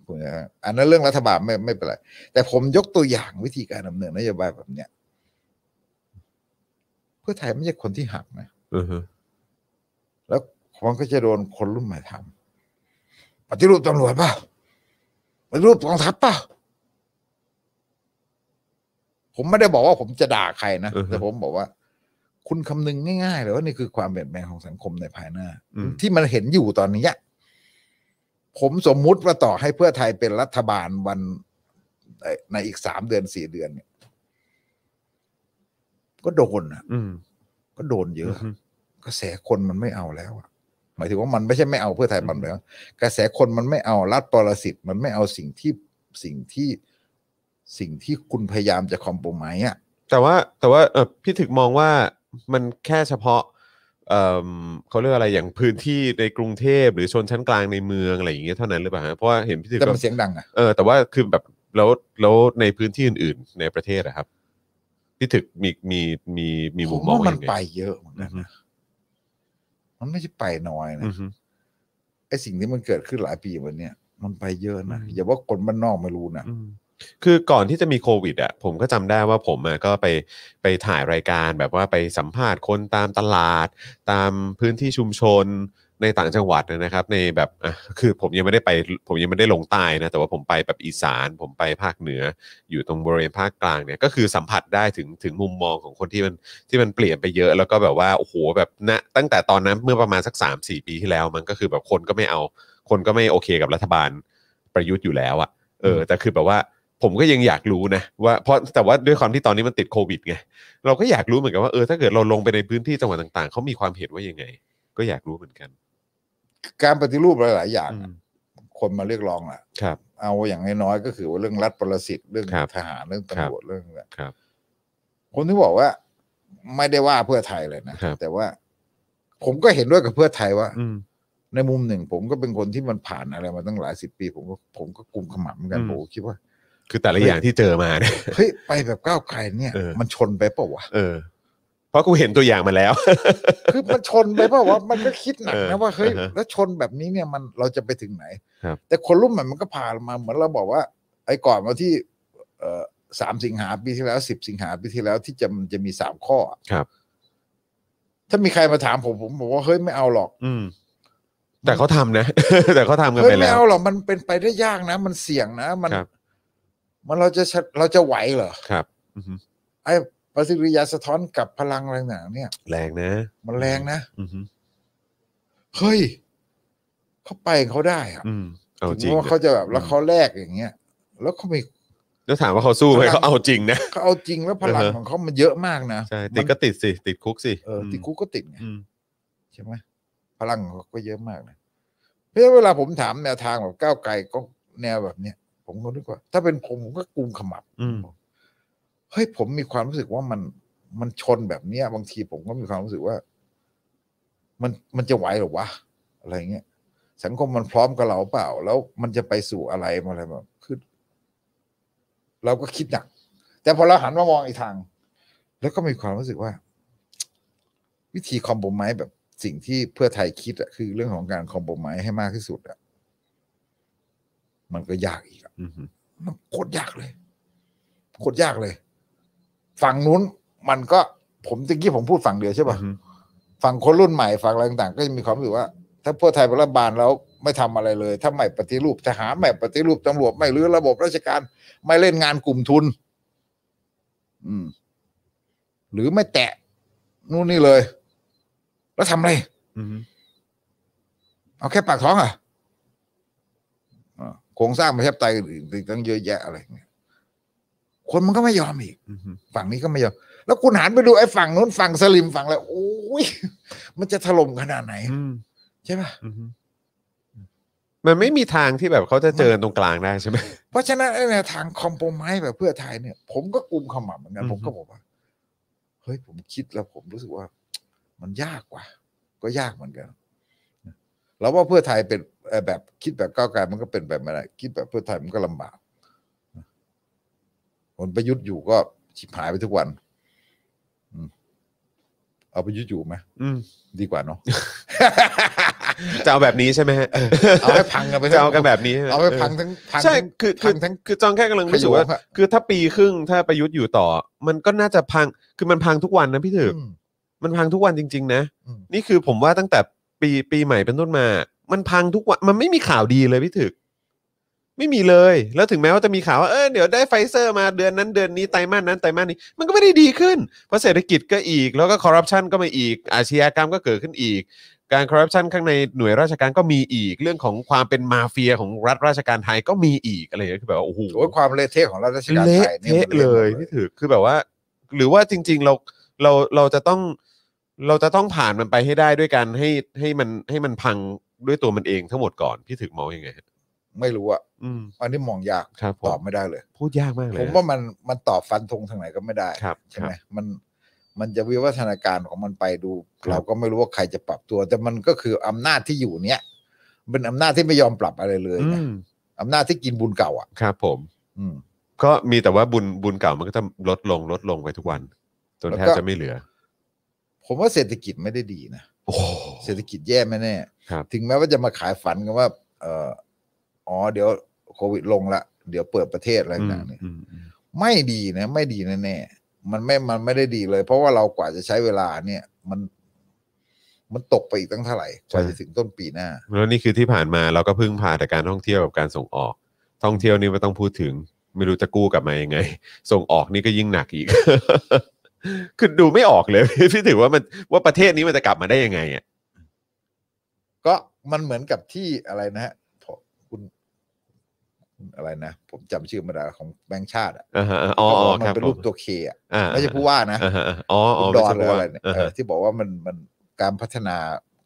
ภูมิใจไทยอันนั้นเรื่องรัฐบาลไม่ไม่เป็นไร แต่ผมยกตัวอย่างวิธีการดำเนินนโยบายแบบเนี้ยเพื่อไทยไม่ใช่คนที่หักนะ อืมฮึ แล้วมันก็จะโดนคนรุ่นใหม่ทำปฏิรูปตำรวจเปล่าปฏิรูปกองทัพเปล่าผมไม่ได้บอกว่าผมจะด่าใครนะแต่ผมบอกว่า คุณคำนึงง่ายๆเลยว่านี่คือความเปลี่ยนแปลงของสังคมในภายหน้า อืม ที่มันเห็นอยู่ตอนนี้อะผมสมมุติว่าต่อให้เพื่อไทยเป็นรัฐบาลวันเอ่อในอีกสามเดือนสี่เดือนเนี่ย ก็โดนอะ อืม ก็โดนเย อืมอะฮึ กระแสคนมันไม่เอาแล้วอะหมายถึงว่ามันไม่ใช่ไม่เอาเพื่อไทยมันแล้ว กระแสคนมันไม่เอารัฐปรสิตมันไม่เอาสิ่งที่สิ่งที่สิ่งที่คุณพยายามจะคอมโพมายอะ แต่ว่าแต่ว่าเออพี่ถึกมองว่ามันแค่เฉพาะเออเขาเรียกอะไรอย่างพื้นที่ในกรุงเทพหรือชนชั้นกลางในเมืองอะไรอย่างเงี้ยเท่านั้นหรือเปล่าฮะเพราะว่าเห็นพี่ถึก แต่ ก็ มันเสียงดังอะ เออแต่ว่าคือแบบแล้วแล้วในพื้นที่อื่น ๆ ในประเทศอะครับพี่ถึกมีมีมีมี ผ มุม ม มอง ว่ามัน ยัง ไป ไง เยอะเหมือนกัน อือฮึ นะมันไม่ใช่ไปน้อยนะ อือฮึ ไอ้สิ่งที่มันเกิดขึ้นหลายปีวันเนี้ยมันไปเยอะนะ อืม อย่าว่าคนบ้านนอกไม่รู้นะ อืมคือก่อนที่จะมีโควิดอ่ะผมก็จำได้ว่าผมอะก็ไปไปถ่ายรายการแบบว่าไปสัมภาษณ์คนตามตลาด ตามพื้นที่ชุมชนในต่างจังหวัดนะครับ ในแบบอ่ะคือผมยังไม่ได้ไปผมยังไม่ได้ลงใต้นะแต่ว่าผมไปแบบอีสาน ผมไปภาคเหนือ อยู่ตรงบริเวณภาคกลางเนี่ยก็คือสัมผัสได้ถึงถึงมุมมองของคนที่มันที่มันเปลี่ยนไปเยอะแล้วก็แบบว่าโอ้โหแบบณตั้งแต่ตอนนั้นเมื่อประมาณสัก 3 4 ปีที่แล้ว มันก็คือแบบคนก็ไม่เอา คนก็ไม่โอเคกับรัฐบาลประยุทธ์อยู่แล้วอะ เออแต่คือแบบว่าผมก็ยังอยากรู้นะว่าเพราะแต่ว่าด้วยความที่ตอนนี้มันติดโควิดไงเราก็อยากรู้เหมือนกันว่าเออถ้าเกิดเราลงไปในพื้นที่จังหวัดต่างๆเขามีความเห็นว่ายังไง ก็อยากรู้เหมือนกัน การปฏิรูปหลายๆอย่าง อื อะ ม คนมาเรียกร้องอะ ครับ เอาอย่างน้อยๆก็คือว่าเรื่องรัฐปรสิตเรื่อง ครับ ทหารเรื่อง ครับ ตำรวจเรื่องอะไร ครับ ผมถึงบอกว่าไม่ได้ว่าเพื่อไทยเลยนะครับ แต่ว่า ผมก็เห็นด้วยกับเพื่อไทยว่า อืม ในมุมหนึ่ง ผมก็เป็นคนที่มันผ่านอะไรมาตั้งหลายสิบปี ผมก็ผมก็กลุมขมับเหมือนกัน อืม ผมคิดว่า คือแต่ละอย่างที่เจอมาเนี่ย เฮ้ยไปแบบก้าวไกลเนี่ย เออ มันชนไปเปล่าวะ เออ เพราะกูเห็นตัวอย่างมาแล้ว คือมันชนไปเปล่าวะมันก็คิดหนัก เออ นะว่าเฮ้ย อ่าฮะ แล้วชนแบบนี้เนี่ยมันเราจะไปถึงไหน ครับ แต่คนรุ่นใหม่มันก็ผ่านมาเหมือนเราบอกว่า ไอ้ก่อนวันที่ เอ่อสามสิงหาปีที่แล้วสิบสิงหาปีที่แล้วที่จะมันจะมีสามข้ออะ ครับ ถ้ามีใครมาถามผมผมบอกว่าเฮ้ยไม่เอาหรอก อืม แต่เขาทำนะ แต่เขาทำกัน เฮ้ย ไป ไม่ แล้ว เอาหรอกมันเป็นไปได้ยากนะ มันเสี่ยงนะ มัน ครับ มันเราจะชะเราจะไหวเหรอ ครับอือฮึ ไอ้ปฏิกิริยาสะท้อนกับพลังอะไรต่างๆเนี่ย แรงนะ มันแรงนะ อือฮึ เฮ้ยเขาไปเขาได้อะ อืมเอาจ ถึ ริ ง ง แม้ว่าเขา นะ จะแบบแล้วเขาแลกอย่างเงี้ย แล้วเขามี แล้วถามว่าเขาสู้ไหมเขาเอาจริงนะ เขาเอาจริงแล้วพลัง เออ ของเขามันเยอะมากนะ ใช่ติ มั ด น ก็ติดสิติดคุกสิ เออติดคุกก็ติดไง อืม ใช่ไหมพลังของเขาก็เยอะมากนะเพราะฉะนั้นเวลาผมถามแนวทางแบบก้าวไกลก็แนวแบบเนี้ยผมก็นึกว่า ถ้าเป็นผมผมก็กุมขมับ อืม เฮ้ยผมมีความรู้สึกว่ามันมันชนแบบเนี้ย บางทีผมก็มีความรู้สึกว่า มันมันจะไหวเหรอวะอะไรเงี้ยสังคมมันพร้อมกับเราเปล่า แล้วมันจะไปสู่อะไรมาอะไรแบบคือเราก็คิดหนัก แต่พอเราหันมามองอีกทาง แล้วก็มีความรู้สึกว่า วิธีคอมโบไม้แบบสิ่งที่เพื่อไทยคิดอะคือเรื่องของการคอมโบไม้ให้มากที่สุดอะมันก็ยากอีกอะ อืมฮึ มันโคตรยากเลย โคตรยากเลย ฝั่งนู้นมันก็ผมตะกี้ผมพูดฝั่งเดียวใช่ป่ะ อือฮึ ฝั่งคนรุ่นใหม่ฝั่งอะไรต่างๆ ก็จะมีความรู้สึกว่า ถ้าเพื่อไทยเป็นรัฐบาลแล้วไม่ทำอะไรเลย ถ้าไม่ปฏิรูปทหารไม่ปฏิรูปตำรวจไม่รื้อระบบราชการ ไม่เล่นงานกลุ่มทุน อืม หรือไม่แตะนู่นนี่เลย แล้วทำอะไร อืมฮึ เอาแค่ปากท้องเหรอ่ะโครงสร้างประชาธิปไตยอื่นๆอีกตั้งเยอะแยะอะไรเงี้ยคนมันก็ไม่ยอมอีก อืมฮึ ฝั่งนี้ก็ไม่ยอม แล้วคุณหันไปดูไอ้ฝั่งนู้นฝั่งสลิมฝั่งแล้วโอ้ย มันจะถล่มขนาดไหน อืม ใช่ป่ะ อืมฮึ มันไม่มีทางที่แบบเขาจะเจอตรงกลางได้ใช่ไหม เพราะฉะนั้นไอ้แนวทางคอมโพมายแบบเพื่อไทยเนี่ย ผมก็กลุมขมับเหมือนกั อื น อฮึ ผมก็บอกว่าเฮ้ยผมคิดแล้วผมรู้สึกว่า มันยากกว่า ก็ยากเหมือนกันเราว่าเพื่อไทยเป็นเอ่อแบบคิดแบบก้าวไกลมันก็เป็นแบบไม่ได้คิดแบบเพื่อไทยมันก็ลำบากผลประยุทธ์อยู่ก็ฉิบหายไปทุกวันอืมเอาประยุทธ์อยู่ไหม อืม ดีกว่าเนาะ จะเอาแบบนี้ใช่ไหมฮะ เอาให้พังกันไป จะเอากันแบบนี้ใช่หม เอาให้พังทั้งพัง ใช่ ทั้ง คือคื พั อง ทั้ง คือจองแค่กำลังรู้สึกว่า ขยงอะ คือถ้าปีครึ่งถ้าประยุทธ์อยู่ต่อ มันก็น่าจะพังคือมันพังทุกวันนะพี่ถึก อืม มันพังทุกวันจริง ๆ นะ อืม นี่คือผมว่าตั้งแต่ปีปีใหม่เป็นต้นมา มันพังทุกวัน มันไม่มีข่าวดีเลยพี่ถึก ไม่มีเลย แล้วถึงแม้ว่าจะมีข่าวว่า เออเดี๋ยวได้ไฟเซอร์มาเดือนนั้นเดือนนี้ไตรมาสนั้นไตรมาสนี้ มันก็ไม่ได้ดีขึ้น เพราะเศรษฐกิจก็อีก แล้วก็คอร์รัปชันก็มาอีก อาชญากรรมก็เกิดขึ้นอีก การคอร์รัปชันข้างในหน่วยราชการก็มีอีก เรื่องของความเป็นมาเฟียของรัฐราชการไทยก็มีอีกอะไรอย่างเงี้ยคือแบบว่าโอ้โห โอ้ยความเละเทะของรัฐราชการ เละ ไทยเนี่ย เทะ มัน เลย หมด พี่ถือคือแบบว่า หรือว่าจริง ๆ เราเราเราจะต้องเราจะต้องผ่านมันไปให้ได้ด้วยกันให้ให้มันให้มันพังด้วยตัวมันเองทั้งหมดก่อนพี่ถึงมองยังไงฮะ ไม่รู้อะ อืม อันนี้มองยาก ครับผ ตอมบไม่ได้เลย พูดยากมากเลย ผมว่ามันมันตอบฟันธงทางไหนก็ไม่ได้ ครับค ใช่ รับ ไหมมันมันจะวิวัฒนาการของมันไปดู ครับ เราก็ไม่รู้ว่าใครจะปรับตัว แต่มันก็คืออำนาจที่อยู่เนี้ยเป็นอำนาจที่ไม่ยอมปรับอะไรเลย อื นะ ม อำนาจที่กินบุญเก่าอ่ะ ครับผม อืม ก็มีแต่ว่าบุญบุญเก่ามันก็จะลดลงลดลงไปทุกวันจนแทบ แล้วก็ จะไม่เหลือ ผมว่าเศรษฐกิจไม่ได้ดีนะ โอ้โห เศรษฐกิจแย่ไม่แน่ ครับ ถึงแม้ว่าจะมาขายฝันกันว่า เอออ๋อเดี๋ยวโควิดลงละเดี๋ยวเปิดประเทศอะไร อืม ต่างๆเนี่ย อืมอืม ไม่ดีนะ ไม่ดีแน่แน่ๆมันไม่มันไม่ได้ดีเลย เพราะว่าเรากว่าจะใช้เวลาเนี่ย มัน มันตกไปอีกตั้งเท่าไหร่กว่าจะถึงต้นปีหน้า แล้วนี่คือที่ผ่านมาเราก็พึ่งพาแต่การท่องเที่ยวกับการส่งออก ท่องเที่ยวนี่ไม่ต้องพูดถึง ไม่รู้จะกู้กลับมายังไง ส่งออกนี่ก็ยิ่งหนักอี ก คือดูไม่ออกเลย พี่ถือว่ามันว่าประเทศนี้มันจะกลับมาได้ยังไงอ่ะ ก็มันเหมือนกับที่อะไรนะฮะผมคุณคุณอะไรนะ ผมจำชื่อไม่ได้ของแบงค์ชาติอ่ะ อ่าฮะอ๋ออ๋อเขาบกว่ามั ครับ เป็น ผ รู ม ปตัวเคอ่ะ อ่า ไม่ใช่ผู้ว่านะ อ่าฮะอ๋ออ๋ คุ อ ณ ไม่ ดอ ใช่ นหรื ผู้ อ ว่า อะไรเนี่ย อ่า เอ ฮะ อที่บอกว่ามันมันการพัฒนา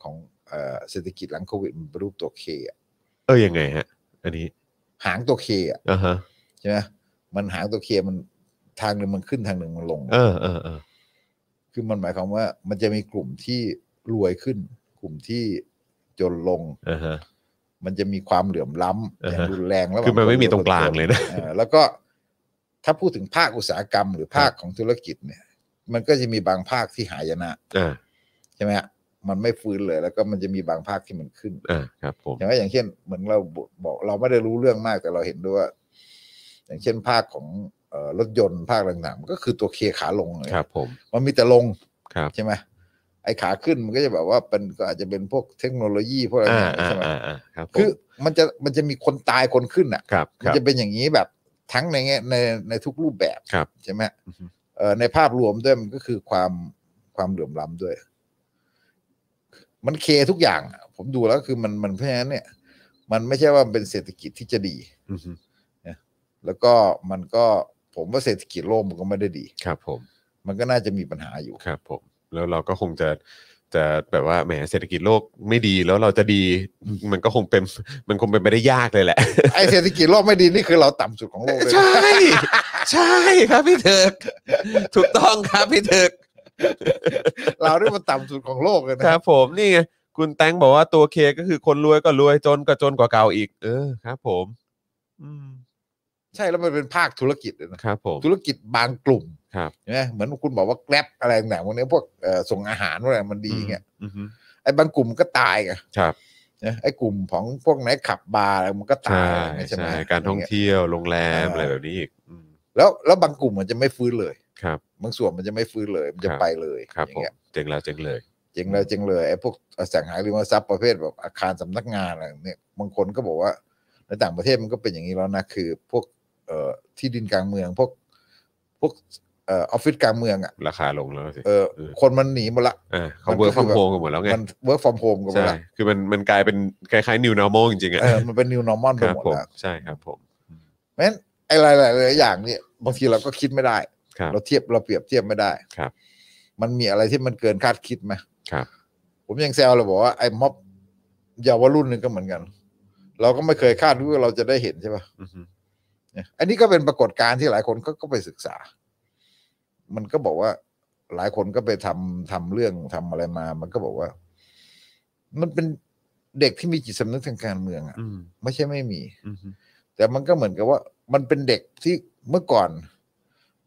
ของเอ่อเศรษฐกิจหลังโควิดมันเป็นรูปตัวเคอ่ะ เออยังไงฮะ อันนี้ หางตัวเคอ่ะ อ่าฮะ ใช่ไหมมันหางตัวเคมันทางหนึ่งมันขึ้นทางหนึ่งมันลง เออเออเออ คือมันหมายความว่ามันจะมีกลุ่มที่รวยขึ้น กลุ่มที่จนลง อ่าฮะ มันจะมีความเหลื่อมล้ำอย่าง อ่าฮะ รุนแรงแล้ว คือมันไม่มีตรงกลางเลยนะ แล้วก็ถ้าพูดถึงภาคอุตสาหกรรมหรือภาคของธุรกิจเนี่ย มันก็จะมีบางภาคที่หายนะ อ่า ใช่ไหมฮะมันไม่ฟื้นเลย แล้วก็มันจะมีบางภาคที่มันขึ้น อ่าครับผม อย่างว่าอย่างเช่น เหมือนเราบอกเราไม่ได้รู้เรื่องมากแต่เราเห็นด้วยว่า อย่างเช่นภาคของเอ่อรถยนต์ภาคต่างๆมันก็คือตัวเคขาลงเลย ครับผม มันมีแต่ลง ครับ ใช่ไหมไอ้ขาขึ้นมันก็จะแบบว่าเป็นก็อาจจะเป็นพวกเทคโนโลยีพวกอะไร อ่า เนี่ย อ่า ใช่ไหม อ่าอ่าครับผม คือมันจะมันจะมีคนตายคนขึ้นอ่ะ ครับค มัน รับ จะเป็นอย่างนี้แบบทั้งในแง่ในในทุกรูปแบบ ครับ ใช่ไหม อือฮึ เอ่อในภาพรวมด้วยมันก็คือความความเหลื่อมล้ำด้วย มันเคทุกอย่างอะผมดูแล้วคือมันมันเพราะฉะนั้นเนี่ย มันไม่ใช่ว่ามันเป็นเศรษฐกิจที่จะดี อือฮึ แล้วก็มันก็ผมว่าเศรษฐกิจโลกมันก็ไม่ได้ดี ครับผม มันก็น่าจะมีปัญหาอยู่ ครับผมแล้วเราก็คงจะจะแบบว่าแหมเศรษฐกิจโลกไม่ดีแล้วเราจะดีมันก็คงเป็นมันคงเป็นไปได้ยากเลยแหละ ไอเศรษฐกิจโลกไม่ดีนี่คือเราต่ำสุดของโลกเลยนะ ใช่ ใช่ครับพี่เถิกถูกต้องครับพี่เถิก เราได้มันต่ำสุดของโลกเลยนะครับ ผมนี่ไงคุณแตงบอกว่าตัวเคก็คือคนรวยก็รวยจนก็จนกว่าเก่าอีก เออครับ ผมอืม ใช่แล้วมันเป็นภาคธุรกิจเลยนะครับ ผม ธุรกิจบางกลุ่ม ครับ เห็นไหมเหมือนคุณบอกว่าแกลบอะไรต่างๆพวกนี้พวกเอ่อส่งอาหารพวกอะไรมันดีเงี้ย อืมอืม ไอ้บางกลุ่มก็ตายไง ครับ นะไอ้กลุ่มของพวกไหนขับบาร์อะไรมันก็ตา ใช่ ยอะไรเงี้ยใช่ไหม ใช่การท่อง ย เที่ยวโรงแรมอะเอออไรแบบนี้อีกอืม แล้วแล้วบางกลุ่มมันจะไม่ฟื้นเลย ครับ บางส่วนมันจะไม่ฟื้นเลยมันจะ ครับ ไปเลย ครับ อย่า ผ ง ม เงี้ย เจ๋งแล้วเจ๋งเลย เจ๋งเลยเจ๋งเลยไอ้พวกอสังหาริมทรัพย์ประเภทแบบอาคารสำนักงานอะไรเนี่ยบางคนก็บอกว่าในต่างประเทศมันก็เป็นอย่างนี้แล้วนะคือ พวกเอ่อที่ดินกลางเมืองพวกพวกเอ่อออฟฟิศกลางเมืองอ่ะ ราคาลงแล้วสิ เออ เออ คนมันหนีหมดละ อ่าเขา มัน เวิ ก็ ร์ก คื ฟอมอแบบ โฮมกันหมดแล้วไง มัน work from home กันหมด ใช่ ละ คือมันมันกลายเป็นคล้ายๆ new normal จริงๆอะ เออมันเป็น new normal ค ไป รับ หมด ผม ละ ใช่ครับผม เพราะฉะนั้นไอ้หลายหลายหลายอย่างเนี่ยบางทีเราก็คิดไม่ได้ ครับ เราเทียบเราเปรียบเทียบไม่ได้ ครับ มันมีอะไรที่มันเกินคาดคิดไหม ครับ ผมยังแซวเลยบอกว่าไอ้ม็อบเยาวรุ่นนึงก็เหมือนกัน เราก็ไม่เคยคาดว่าเราจะได้เห็นใช่ปะ อือฮึ เนี่ยอันนี้ก็เป็นปรากฏการณ์ที่หลายคนก็ก็ไปศึกษา มันก็บอกว่าหลายคนก็ไปทำทำเรื่องทำอะไรมา มันก็บอกว่า มันเป็นเด็กที่มีจิตสำนึกทางการเมืองอะ อืม ไม่ใช่ไม่มี อืม แต่มันก็เหมือนกับว่า มันเป็นเด็กที่เมื่อก่อน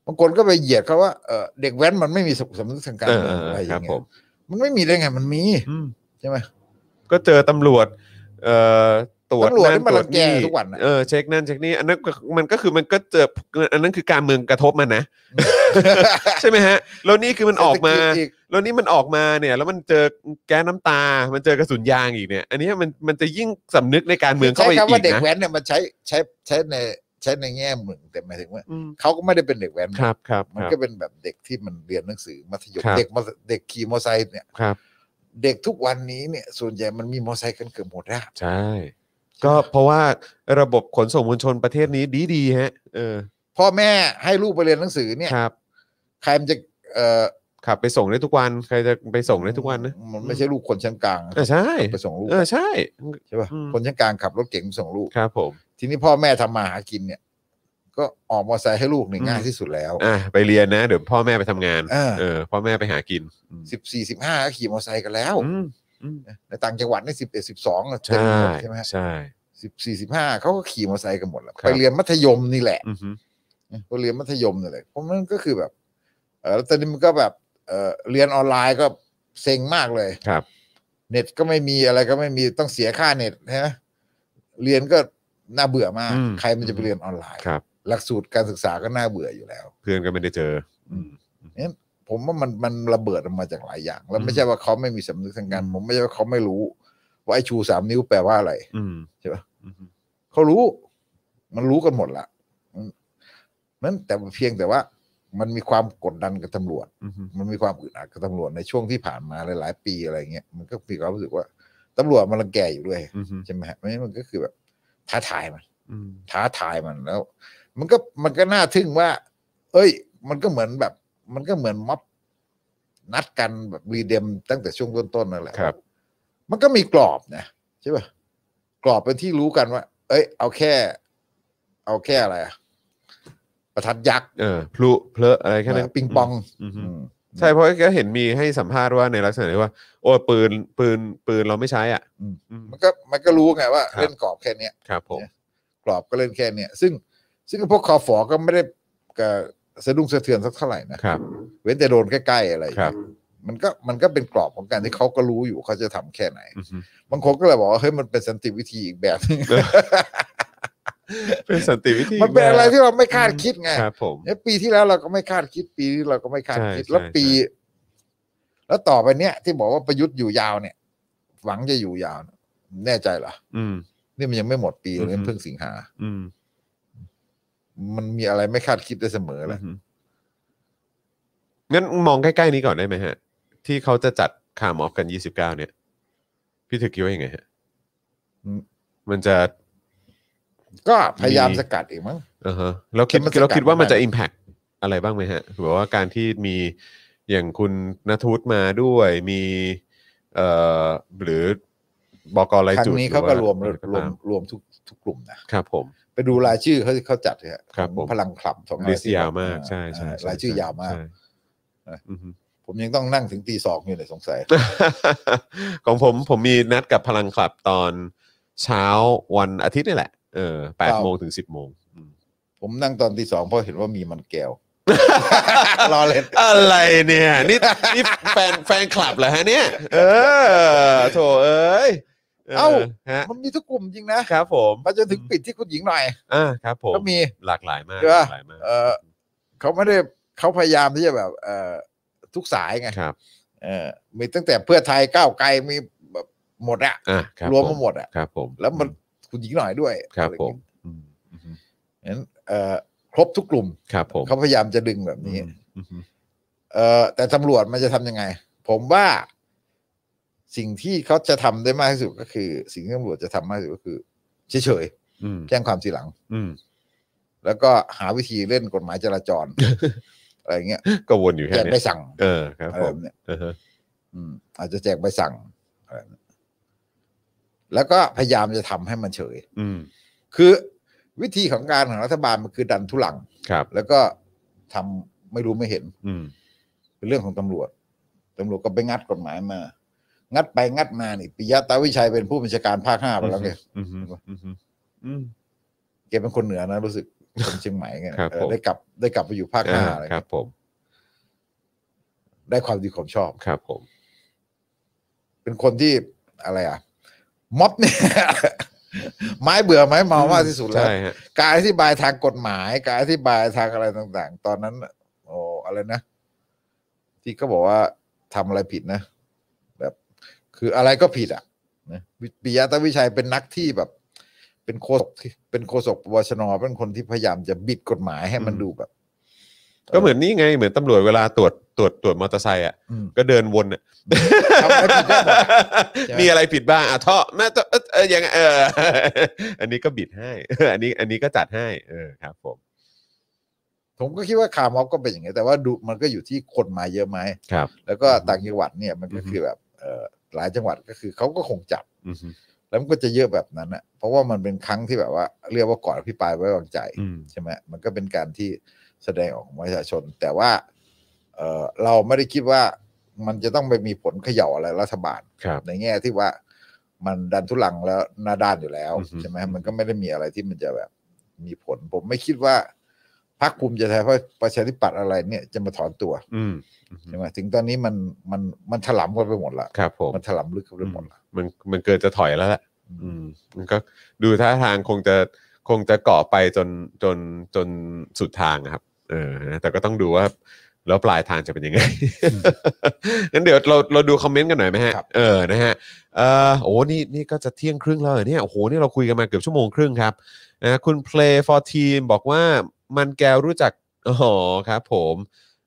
บางคนก็ไปเหยียดเขาว่าเออเด็กแว้นมันไม่มีสำนึกทางการ เออ เมือง เอ อะไร อ อ ครับ ย่าง ผ เงี้ย ม มันไม่มีได้ไง มันมี อืม ใช่ไหม ก็เจอตำรวจ เอ่อตรวจ ตำรวจ นั่ ที่ น มา ตร รั วจ งแก นี่ ทุกวันน่ะ เออเช็คนั่นเช็คนี่อันนั้นก็มันก็คือมันก็เจออันนั้นคือการเมืองกระทบมันนะ ใช่ไหมฮะแล้วนี่คือมันออกมา เศรษฐจอีก แล้วนี่มันออกมาเนี่ย แล้วมันเจอแก๊สน้ำตา มันเจอกระสุนยางอีกเนี่ย อันนี้มันมันจะยิ่งสำนึกในการเมืองเข้า ใช้ ไปอีก คำว่าเด็ก นะ แว้นเนี่ยมันใช้ใช้ใช้ในใช้ในแง่หนึ่งแต่หมายถึงว่า อืม เขาก็ไม่ได้เป็นเด็กแว้น ครับครับ มัน ครับ ก็เป็นแบบเด็กที่มันเรียนหนังสือมัธยม ครับ เด็กมัธเด็กขี่มอเตอร์ไซค์เนี่ย ครับ เด็กทุกวันนี้เนี่ย ส่วนใหญ่มันมีมอเตอร์ไซค์กันเกือบหมดแล้ว ใช่ ก็เพราะว่าระบบขนส่งมวลชนประเทศนี้ดีดีๆฮะ เออ พ่อแม่ให้ลูกไปเรียนหนังสือเนี่ย ครับ ใครมันจะเอ่อ ขับไปส่งได้ทุกวัน ใครจะไปส่งได้ทุกวันนะ มันไม่ใช่ลูกคนชั้นกลาง เออใช่ ไปส่งลูก เออใช่ ใช่ป่ะ อืม คนชั้นกลางขับรถเก๋งไปส่งลูก ครับผม ทีนี้พ่อแม่ทำมาหากินเนี่ย ก็ออกมอเตอร์ไซค์ให้ลูกใน อืม ง่ายที่สุดแล้ว อ่ะไปเรียนนะ เดี๋ยวพ่อแม่ไปทำงาน เออ เออพ่อแม่ไปหากินอืม สิบสี่สิบห้าก็ขี่มอเตอร์ไซค์กันแล้ว อืมอืม ในต่างจังหวัดในสิบเอ็ดสิบสอง ใช่ ใช่ไหม ใช่ สิบสี่สิบห้าเขาก็ขี่มอเตอร์ไซค์กันหมดแล้ว ครับ ไปเรียนมัธยมนี่แหละ อือหือ ก็เรียนมัธยมนี่แหละเพราะมันก็คือแบบ เออแล้วตอนนี้มันก็แบบเออเรียนออนไลน์ก็เซ็งมากเลย ครับ เน็ตก็ไม่มีอะไรก็ไม่มีต้องเสียค่าเน็ตฮะเรียนก็น่าเบื่อมาก อืม ใครมันจะไปเรียนออนไลน์ ครับ หลักสูตรการศึกษาก็น่าเบื่ออยู่แล้ว เพื่อนก็ไม่ได้เจออืม ผมว่ามันมันระเบิดออกมาจากหลายอย่าง แล้ อื ว ม ไม่ใช่ว่าเขาไม่มีสำนึกทางการผมไม่ใช่ว่าเขาไม่รู้ ว่าไอ้ชูสามนิ้วแปลว่าอะไร อืม ใช่ปะ อืม เขารู้ มันรู้กันหมดละอืมนั้นแต่เพียงแต่ว่า มันมีความกดดันกับตำรวจ อืม มันมีความอึดอัดกับตำรวจในช่วงที่ผ่านมาหลาย ๆ ปีอะไรเงี้ยมันก็มีความรู้สึกว่าตำรวจมันรังแกอยู่ด้วย อืม ใช่ไหมฮะเพราะฉะนั้นมันก็คือแบบ ท้าทายมัน อืม ท้าทายมันแล้ว มันก็มันก็น่าทึ่งว่า เอ้ย มันก็เหมือนแบบ มันก็เหมือนม็อบนัดกันแบบรีเดมตั้งแต่ช่วงต้นๆนั่นแหละ ครับ มันก็มีกรอบนะใช่ป่ะกรอบเป็นที่รู้กันว่า เอ้ย เอาแค่ เอาแค่อะไรอะประทัดยักษ์ เออพลุเพลอะอะไรแค่นั้น ปิงปอง อืมอื อื ม ม ใช่เพราะก็เห็นมีให้สัมภาษณ์ว่าในลักษณะที่ว่า โอ้ยปืนปืนปืนเราไม่ใช้อ่ะ อืม อืม มันก็มันก็รู้ไงว่า ครับ เล่นกรอบแค่เนี้ย ครับผม กรอบก็เล่นแค่เนี้ยซึ่งซึ่งพวกคอฟอก็ไม่ได้กระสะดุ้งสะเทือนสักเท่าไหร่นะครับ เว้นแต่โดนใกล้ๆอะไรอย่าง ครับเงี้ยมันก็มันก็เป็นกรอบของการที่เขาก็รู้อยู่เขาจะทำแค่ไหน อืม บางคนก็เลยบอกว่าเฮ้ยมันเป็นสันติวิธีอีกแบบหนึ่ง เป็นสันติวิธี มันเป็นอะไรที่เราไม่คาดคิดไง ครับผม เนี่ยปีที่แล้วเราก็ไม่คาดคิดปีนี้เราก็ไม่คาดคิด ใช่ แล้วปี ใช่ แล้วต่อไปเนี้ยที่บอกว่าประยุทธ์อยู่ยาวเนี่ย หวังจะอยู่ยาวเนี่ยแน่ใจเหรอ อืม นี่มันยังไม่หมดปีเลย อือฮึ เพิ่งสิงหา อืม มันมีอะไรไม่คาดคิดได้เสมอแหละ อืมงั้นมองใกล้ๆนี้ก่อนได้ไหมฮะ ที่เขาจะจัดคาร์มอฟกันยี่สิบเก้าเนี่ย พี่ถือคิดว่ายังไงฮะ อืม มันจะ ก็พยายาม มี สกัดอีกมั้ง อ่าฮะแล้วคิด แต่มันสกัด เราคิดว่ามัน ไม่ได้ จะ impact อะไรบ้างไหมฮะหรือว่าการที่มีอย่างคุณนทุศมาด้วยมีเอ่อหรือบอกอะไร ครั้ จุด งนี้เขาก็ ห รวม อ รวม ตาร วมทุกทุกกลุ่มนะครับ ผม ไปดูรายชื่อเขาเขาจัดเนี่ย ครับผม พลังคลับของ ลิสต์ ที่ ยาวมาก อ่ ใช่ใช่ใ รายชื่อยาวมาก ใช่ เออ อือฮึ ผมยังต้องนั่งถึงตีสองอยู่เลยสงสัย ของผมผมมีนัดกับพลังคลับตอนเช้าวันอาทิตย์นี่แหละเออแปด เปล่า โมงถึงสิบโมงอืม ผมนั่งตอนตีสองเพราะเห็นว่ามีมันแก้ว รอเล่น อะไรเนี่ยนี่นี่แฟนแฟนคลับเหรอฮะเนี่ย เออโถเอ้ยฮะ มันมีทุกกลุ่มจริงนะครับ ผม มาจนถึงปิดที่คุณหญิงหน่อย อ่าครับผม ก็มี หลากหลายมาก ใช่ ห ปะ ลากหลายมาก เออ เขาไม่ได้เขาพยายามที่จะแบบ เอ่อทุกสายไง ครับ เออมีตั้งแต่เพื่อไทยก้าวไกลมีแบบหมดอะ อ่ะครับ รวผมมาม หมดอะ ครับผม แล้วมันคุณหญิงหน่อยด้วย ครับ อะไ ผมอืม อย่างเงี้ยงั้นเอ่อครบทุกกลุ่ม ครับผม เขาพยายามจะดึงแบบนี้ อืมอืม เอ่อแต่ตำรวจมันจะทำยังไง ผมว่าสิ่งที่เขาจะทำได้มากที่สุดก็คือ สิ่งที่ตำรวจจะทำมากที่สุดก็คือเฉย อืม ๆแจ้งความทีหลัง อืม แล้วก็หาวิธีเล่นกฎหมายจราจ ร อะไรเงี้ย ก็วนอยู่แค่ แจก เนี้ ใบ ย สั่ง เออครับ อะไร ผมแบบเนี้ย เออฮะ อืมอาจจะแจกใบสั่งอะไรแบบเนี้ย แล้วก็พยายามจะทำให้มันเฉย อืม คือวิธีของการของรัฐบาลมันคือดันทุลัง ครับ แล้วก็ทำไม่รู้ไม่เห็น อืม เป็นเรื่องของตำรวจ ตำรวจก็ไปงัดกฎหมายมา งัดไปงัดมานี่ปิยะตาวิชัยเป็นผู้บัญชาการภาคห้าไปแล้วไง อืมอืมอืม แกเป็นคนเหนือนะรู้สึก คนเชียงใหม่ไง ครับ เออ ผม ได้กลับได้กลับไปอยู่ภาค อ่า ห้าอะไร ครับผม ได้ความดีความชอบ ครับผม เป็นคนที่อะไรอ่ะ ม็อบเนี่ย ไม้เบื่อไม้เมามากที่สุดแล้ว ใช่ฮะ การอธิบายทางกฎหมาย การอธิบายทางอะไรต่าง ๆ ตอนนั้นน่ะโอ้อะไรนะ ที่ก็บอกว่าทำอะไรผิดนะ แบบ คืออะไรก็ผิดอ่ะนะวิปิยะตวิชัยเป็นนักที่แบบ เป็นโคศกที่เป็นโคศกปวชนเป็นคนที่พยายามจะบิดกฎหมายให้มันดูแบบ ก็เหมือนนี่ไงเหมือนตำรวจเวลาตรวจตรวจตรวจมอเตอร์ไซค์อ่ะ อืม ก็เดินวนอ่ะ ทำอะไรผิดบ้างบอกใช่ไหม มีอะไรผิดบ้างอ่ะท่อแม่ท่อเออเออยังไงเออ อันนี้ก็บิดให้ อันนี้อันนี้ก็จัดให้เออครับผม ผมก็คิดว่าคาร์ม็อบก็เป็นอย่างนี้ยแต่ว่าดูมันก็อยู่ที่คนมาเยอะไหม ครับ แล้วก็ อือฮึ ต่างจังหวัดเนี่ยมันก็ อือฮึ คือแบบเอ่อหลายจังหวัดก็คือเขาก็คงจับ อืม แล้วมันก็จะเยอะแบบนั้นอ่ะเพราะว่ามันเป็นครั้งที่แบบว่า เรียกว่าก่อนอภิปรายไว้วางใจ อืม ใช่ไหมมันก็เป็นการที่แสดงออกของประชาชน แต่ว่าเอ่อเราไม่ได้คิดว่ามันจะต้องไปมีผลเขย่าอะไรรัฐบาล ครับ ในแง่ที่ว่ามันดันทุลังแล้วหน้าด้านอยู่แล้ว อือฮึ ใช่ไหมมันก็ไม่ได้มีอะไรที่มันจะแบบ มีผล ผมไม่คิดว่าพรรคภูมิใจไทยเพราะประชาธิปัตย์อะไรเนี่ยจะมาถอนตัว อืม ใช่ไหมถึงตอนนี้มันมันมันถลำกันไปหมดละ ครับผม มันถลำลึกกันไปหมดละ มันมันเกินจะถอยแล้วแหละ อืมมันก็ดูท่าทางคงจะคงจะเกาะไปจนจนจนสุดทางอะครับ เออนะแต่ก็ต้องดูว่าแล้วปลายทางจะเป็นยังไง งั้นเดี๋ยวเราเราดูคอมเมนต์กันหน่อยไหมฮะ เออนะฮะเออโอ้นี่นี่ก็จะเที่ยงครึ่งแล้วเหรอเนี่ยโอ้โหนี่เราคุยกันมาเกือบชั่วโมงครึ่งครับนะคุณ Play for Team บอกว่ามันแกวรู้จักอ๋อครับผม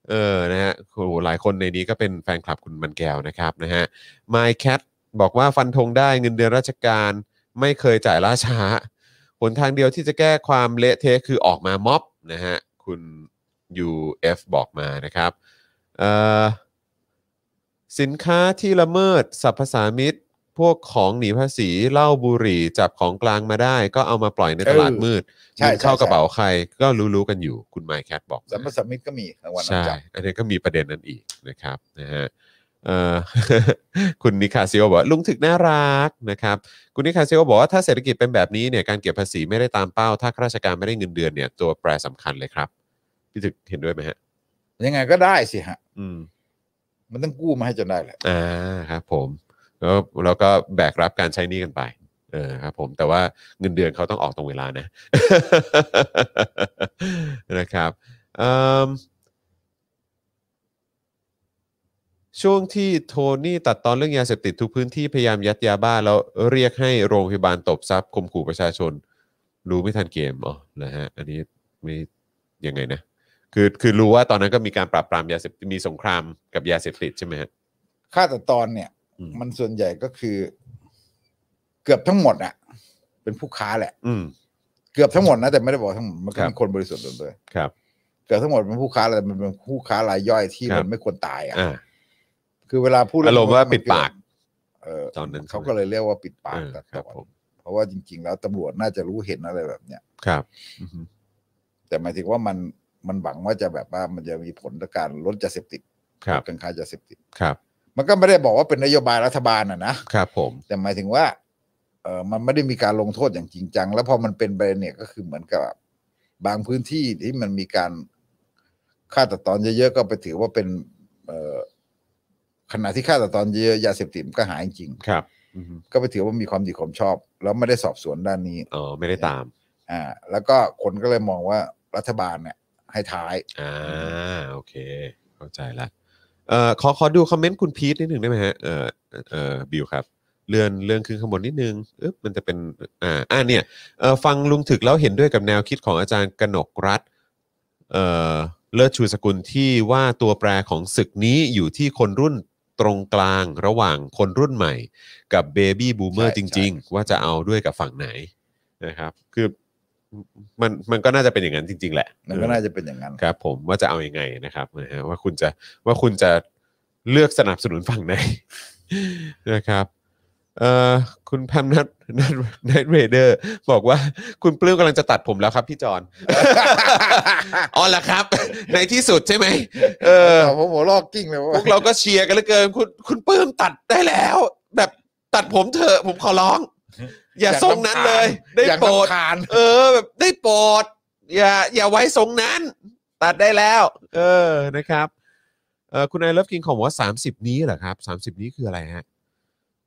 เออนะฮะโอ้โหหลายคนในนี้ก็เป็นแฟนคลับคุณมันแก้วนะครับนะฮะ My Cat บอกว่าฟันธงได้เงินเดือนราชการ ไม่เคยจ่ายล่าช้า หนทางเดียวที่จะแก้ความเละเทะคือออกมาม็อบนะฮะ คุณ UF บอกมานะครับเอ่อสินค้าที่ละเมิดสรรพสามิตพวกของหนีภาษีเหล้าบุหรี่จับของกลางมาได้ ก็เอามาปล่อยในตลาดมืด ใช่ เงิน ใช่ เข้ากระเป๋าใครก็รู้ๆกันอยู่คุณไมค์แคทบอก สัม มา ภาษมิตรก็มีรางวัลน ใช่ ำจับ อันนี้ก็มีประเด็นนั้นอีกนะครับนะฮะเอ่อ คุณนิคาซิโอบอกว่าลุงถึกน่ารักนะครับ คุณนิคาซิโอบอกว่าถ้าเศรษฐกิจเป็นแบบนี้เนี่ยการเก็บภาษีไม่ได้ตามเป้า ถ้าข้าราชการไม่ได้เงินเดือนเนี่ยตัวแปรสำคัญเลยครับพี่ถึกเห็นด้วยไหมฮะ ยังไงก็ได้สิฮะ อืม มันต้องกู้มาให้จนได้แหละ อ่าครับผมแล้วเราก็แบกรับการใช้หนี้กันไป เออครับผมแต่ว่าเงินเดือนเขาต้องออกตรงเวลานะ นะครับเอิ่ม ช่วงที่โทนี่ตัดตอนเรื่องยาเสพติดทุกพื้นที่พยายามยัดยาบ้าแล้วเรียกให้โรงพยาบาลตบทรัพย์ข่มขู่ประชาชน รู้ไม่ทันเกมอ๋อนะฮะอันนี้ไม่ยังไงนะคือคือรู้ว่าตอนนั้นก็มีการปราบปรามยาเสพติดมีสงครามกับยาเสพติดใช่ไหมฮะ ค่าตัดตอนเนี่ย อืม มันส่วนใหญ่ก็คือ เกือบทั้งหมดอ่ะ เป็นผู้ค้าแหละ อืม เกือบทั้งหมดนะแต่ไม่ได้บอกทั้งหมดมันก็ ครับ มีคนบริสุทธิ์หมดเลย ครับ เกือบทั้งหมดเป็นผู้ค้าอะไรมันเป็นผู้ค้ารายย่อยที่ ครับ มันไม่ควรตายอ่ะ อ่า คือเวลาพูด อารมณ์ว่าปิดปาก เออ ตอนนั้น เขาก็เลยเรียกว่าปิดปาก เออ แต่ ครับผม เพราะว่าจริง ๆ แล้วตำรวจน่าจะรู้เห็นอะไรแบบเนี้ย ครับอือฮึ แต่หมายถึงว่ามันมันหวังว่าจะแบบว่ามันจะมีผลต่อการลดยาเสพติด ครับ ลดการค้ายาเสพติด ครับ มันก็ไม่ได้บอกว่าเป็นนโยบายรัฐบาลอ่ะนะครับ ผม แต่หมายถึงว่าเออมันไม่ได้มีการลงโทษอย่างจริงจัง แล้วพอมันเป็นไปเนี่ยก็คือเหมือนกับ บางพื้นที่ที่มันมีการฆ่าตัดตอนเยอะๆก็ไปถือว่าเป็นเออขณะที่ฆ่าตัดตอนเยอะๆยาเสพติดมันก็หายจริง ครับอือฮึ ก็ไปถือว่ามีความดีความชอบ แล้วไม่ได้สอบสวนด้านนี้ อ๋อไม่ได้ตาม อ่า แล้วก็คนก็เลยมองว่ารัฐบาลเนี่ยให้ท้าย อ่าโอเค เข้าใจละเอ่อขอขอดูคอมเมนต์คุณพีทนิดหนึ่งได้ไหมฮะเอ่อเอ่อบิวครับ เลื่อนเรื่องขึ้นข้างบนนิดนึงอึ๊บมันจะเป็นอ่าอ่าเนี่ยเอ่อฟังลุงถึกแล้วเห็นด้วยกับแนวคิดของอาจารย์กนกรัฐเอ่อเลิศชูสกุลที่ว่าตัวแปรของศึกนี้อยู่ที่คนรุ่นตรงกลางระหว่างคนรุ่นใหม่ กับเบบี้บูมเมอร์จใช่ใช่ ริง ๆ ว่าจะเอาด้วยกับฝั่งไหนนะครับ คือมันมันก็น่าจะเป็นอย่างนั้นจริง ๆ แหละ มันก็น่าจะเป็นอย่างนั้น ครับ ผมว่าจะเอาอยัางไงนะครับนะฮะว่าคุณ จะว่าคุณจะเลือกสนับสนุนฝั่งไหน นะครับ เอ่อคุณแพมนัทนัทนัทเรเดอร์บอกว่าคุณปลื้มกำลังจะตัดผมแล้วครับพี่จอน อ๋อเหรอครับ ในที่สุดใช่ไหมเออ แต่ ผมหัวลอกกิ้งเลย พว ว่า กเราก็เชียร์กันเหลือเกินคุณคุณปลื้มตัดได้แล้ว แบบตัดผมเถอะผมขอร้อง อย่า อยาก ทรงนั้น รำคาเลญย ได้ อย่าง โปรด คาน เออ แบบได้โปรดอย่า อย่าไว้ทรงนั้น ตัดได้แล้ว เออนะครับเออคุณไอเลิฟกินของบอกว่า 30 นี้เหรอครับ 30 นี้คืออะไรฮะ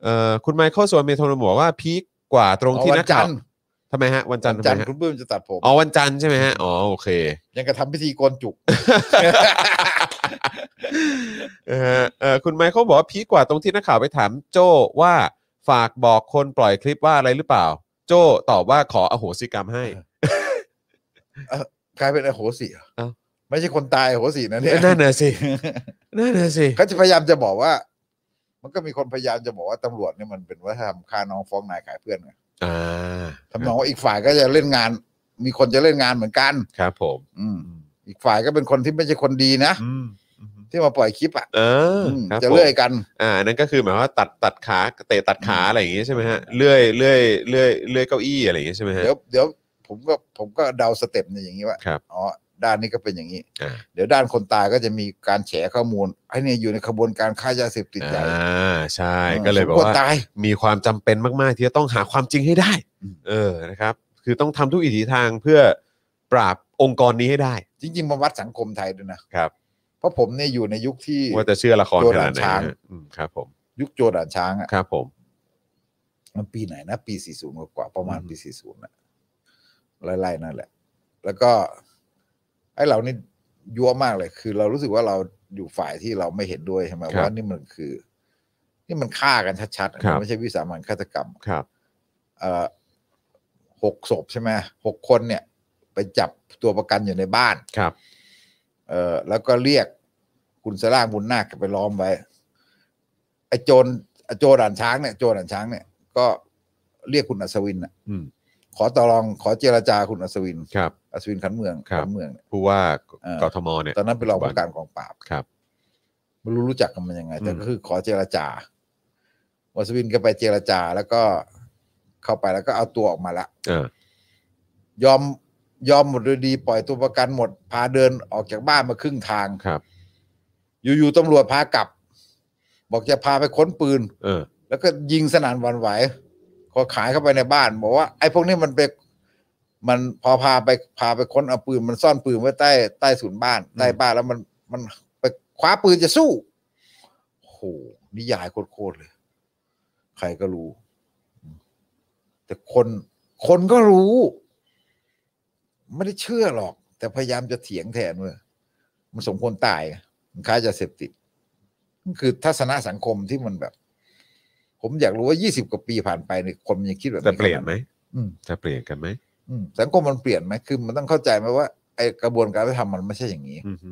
เออคุณไมเคิลส่วนเมโทนบอกว่าพีคกว่าตรงที่ วั นั น ก จั ข่าวน ทร์ ทำไมฮะ วันจันทร์ทำ จันท ไม ร์ ฮะ คุณปลื้มจะตัดผม อ๋อวันจันทร์ใช่ไหมฮะอ๋อโอเค ยังกระทำพิธีโกนจุก เออเออคุณไมเคิลบอกว่าพีคกว่าตรงที่นักข่าวไปถามโจ้ว่าฝากบอกคนปล่อยคลิปว่าอะไรหรือเปล่า โจ้ตอบว่าขออโหสิกรรมให้ กลายเป็นอโหสิเหรอ เอ้า ไม่ใช่คนตายอโหสินะเนี่ย นั่นน่ะสินั่นน่ะสิ เขาจะพยายามจะบอกว่า มันก็มีคนพยายามจะบอกว่าตำรวจเนี่ยมันเป็นวัฒนธรรมฆ่าน้องฟ้องนายขายเพื่อนไง อ่า ทำนองว่าอีกฝ่ายก็จะเล่นงาน มีคนจะเล่นงานเหมือนกัน ครับผม อืม อีกฝ่ายก็เป็นคนที่ไม่ใช่คนดีนะ ที่มาปล่อยคลิปอ่ะ เออ ม ครับ จะ ผม เลื่อยกัน อ่านั่นก็คือหมายความว่าตัดตัดขาเตะตัดขาอะไรอย่างงี้ใช่ไหมฮะเลื่อยเลื่อยเลื่อยเลื่อยเก้าอี้อะไรอย่างงี้ใช่ไหมฮะ เดี๋ยวเดี๋ยวผมก็ผมก็เดาสเต็ปเนี่ยอย่างนี้ว่า ครับ อ๋อด้านนี้ก็เป็นอย่างนี้ อ่า เดี๋ยวด้านคนตายก็จะมีการแฉข้อมูลไอ้เนี่ยอยู่ในขบวนการค้ายาเสพติดใหญ่ อ่าใช่ก็เลยบอก สมควร ว่า ตาย มีความจำเป็นมากๆ ที่จะต้องหาความจริงให้ได้ อืม เออนะครับ คือต้องทำทุกอิถีทางเพื่อปราบองค์กรนี้ให้ได้ จริงๆมาวัดสังคมไทยด้วยนะครับ เพราะผมเนี่ยอยู่ในยุคที่ ว่าจะเชื่อละครขนาดไหน โจรหลานช้าง ฮะอืมครับผม ยุคโจรด่านช้างอ่ะ ครับผม มันปีไหนนะ ปี 40 กว่าๆประมาณปี 40นะไล่ๆนั่นแหละ แล้วก็ไอ้เรานี่ยั่วมากเลย คือเรารู้สึกว่าเราอยู่ฝ่ายที่เราไม่เห็นด้วยใช่ไหมว่านี่มันคือ นี่มันฆ่ากันชัดๆมันไม่ใช่วิสามันฆาตกรรม ครับ เอ่อหกศพใช่ไหมหกคนเนี่ย ไปจับตัวประกันอยู่ในบ้าน ครับ เออแล้วก็เรียกคุณสร่างบุญนาคไปล้อมไว้ ไอ้โจรไอ้โจรด่านช้างเนี่ยโจรด่านช้างเนี่ยก็เรียกคุณอัศวินน่ะ อืม ขอต่อรองขอเจรจาคุณอัศวิน ครับ อัศวินขันเมือง ครับ ขัเมืองเนี่ย ผู้ว่า เอ่อ กทมเนี่ย ตอนนั้นเป็นรองผู้การกองปราบ ครับ ไม่รู้รู้จักกันมันยังไง แต่ อืม ก็คือขอเจรจาอัศวินก็ไปเจรจา แล้วก็เข้าไปแล้วก็เอาตัวออกมาละ อ่าย อมยอมหมดโดยดีปล่อยตัวประกันหมด พาเดินออกจากบ้านมาครึ่งทาง ครับ อยู่ๆตำรวจพากลับ บอกจะพาไปค้นปืน เออ แล้วก็ยิงสนั่นหวันไหวขอขายเข้าไปในบ้าน บอกว่าไอ้พวกนี้มันไปมันพอพาไปพาไปค้นเอาปืนมันซ่อนปืนไว้ใต้ใต้ถุนบ้าน ใต้บ้านแล้วมันมันไปคว้าปืนจะสู้โอ้โหนิยายโคตรๆเลย ใครก็รู้ แต่คนคนก็รู้ ไม่ได้เชื่อหรอก แต่พยายามจะเถียงแทนเว้ยมันสมควรตายไงมันค้ายาเสพติดมันคือทัศนะสังคมที่มันแบบ ผมอยากรู้ว่า 20 กว่าปีผ่านไปเนี่ยคนมันยังคิดแบบ จะเปลี่ยนไหม อืม จะเปลี่ยนกันไหม อืมสังคมมันเปลี่ยนไหมคือมันต้องเข้าใจไหมว่าไอกระบวนการที่ทำมันไม่ใช่อย่างนี้ อือฮึ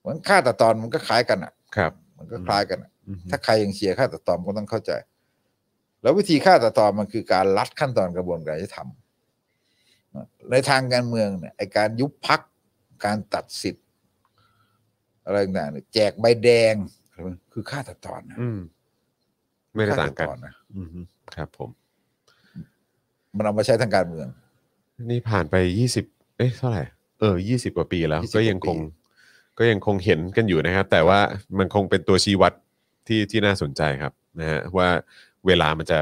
เหมือนฆ่าตัดตอนมันก็คล้ายกันอ่ะ ครับ มันก็คล้ายกันอะ อือฮึ ถ้าใครยังเชียร์ฆ่าตัดตอนก็ต้องเข้าใจ แล้ววิธีฆ่าตัดตอนมันคือการลัดขั้นตอนกระบวนการที่ทำในทางการเมืองเนี่ยไอการยุบพักการตัดสิทธิ์อะไรต่างๆเนี่ยแจกใบแดงอะไรพวกนี้คือฆ่าตัดตอนนะ อืมไม่ได้ ฆ่ ต่างกัน ดตอนนะ อือฮึครับผม มันเอามาใช้ทางการเมือง นี่ผ่านไปยี่สิบเอ๊ะเท่าไหร่ เออยี่สิบกว่าปีแล้ว 20 ก็ยังคง กว่าปี ก็ยังคงเห็นกันอยู่นะครับ แต่ว่ามันคงเป็นตัวชี้วัดที่ที่น่าสนใจครับนะฮะว่าเวลามันจะ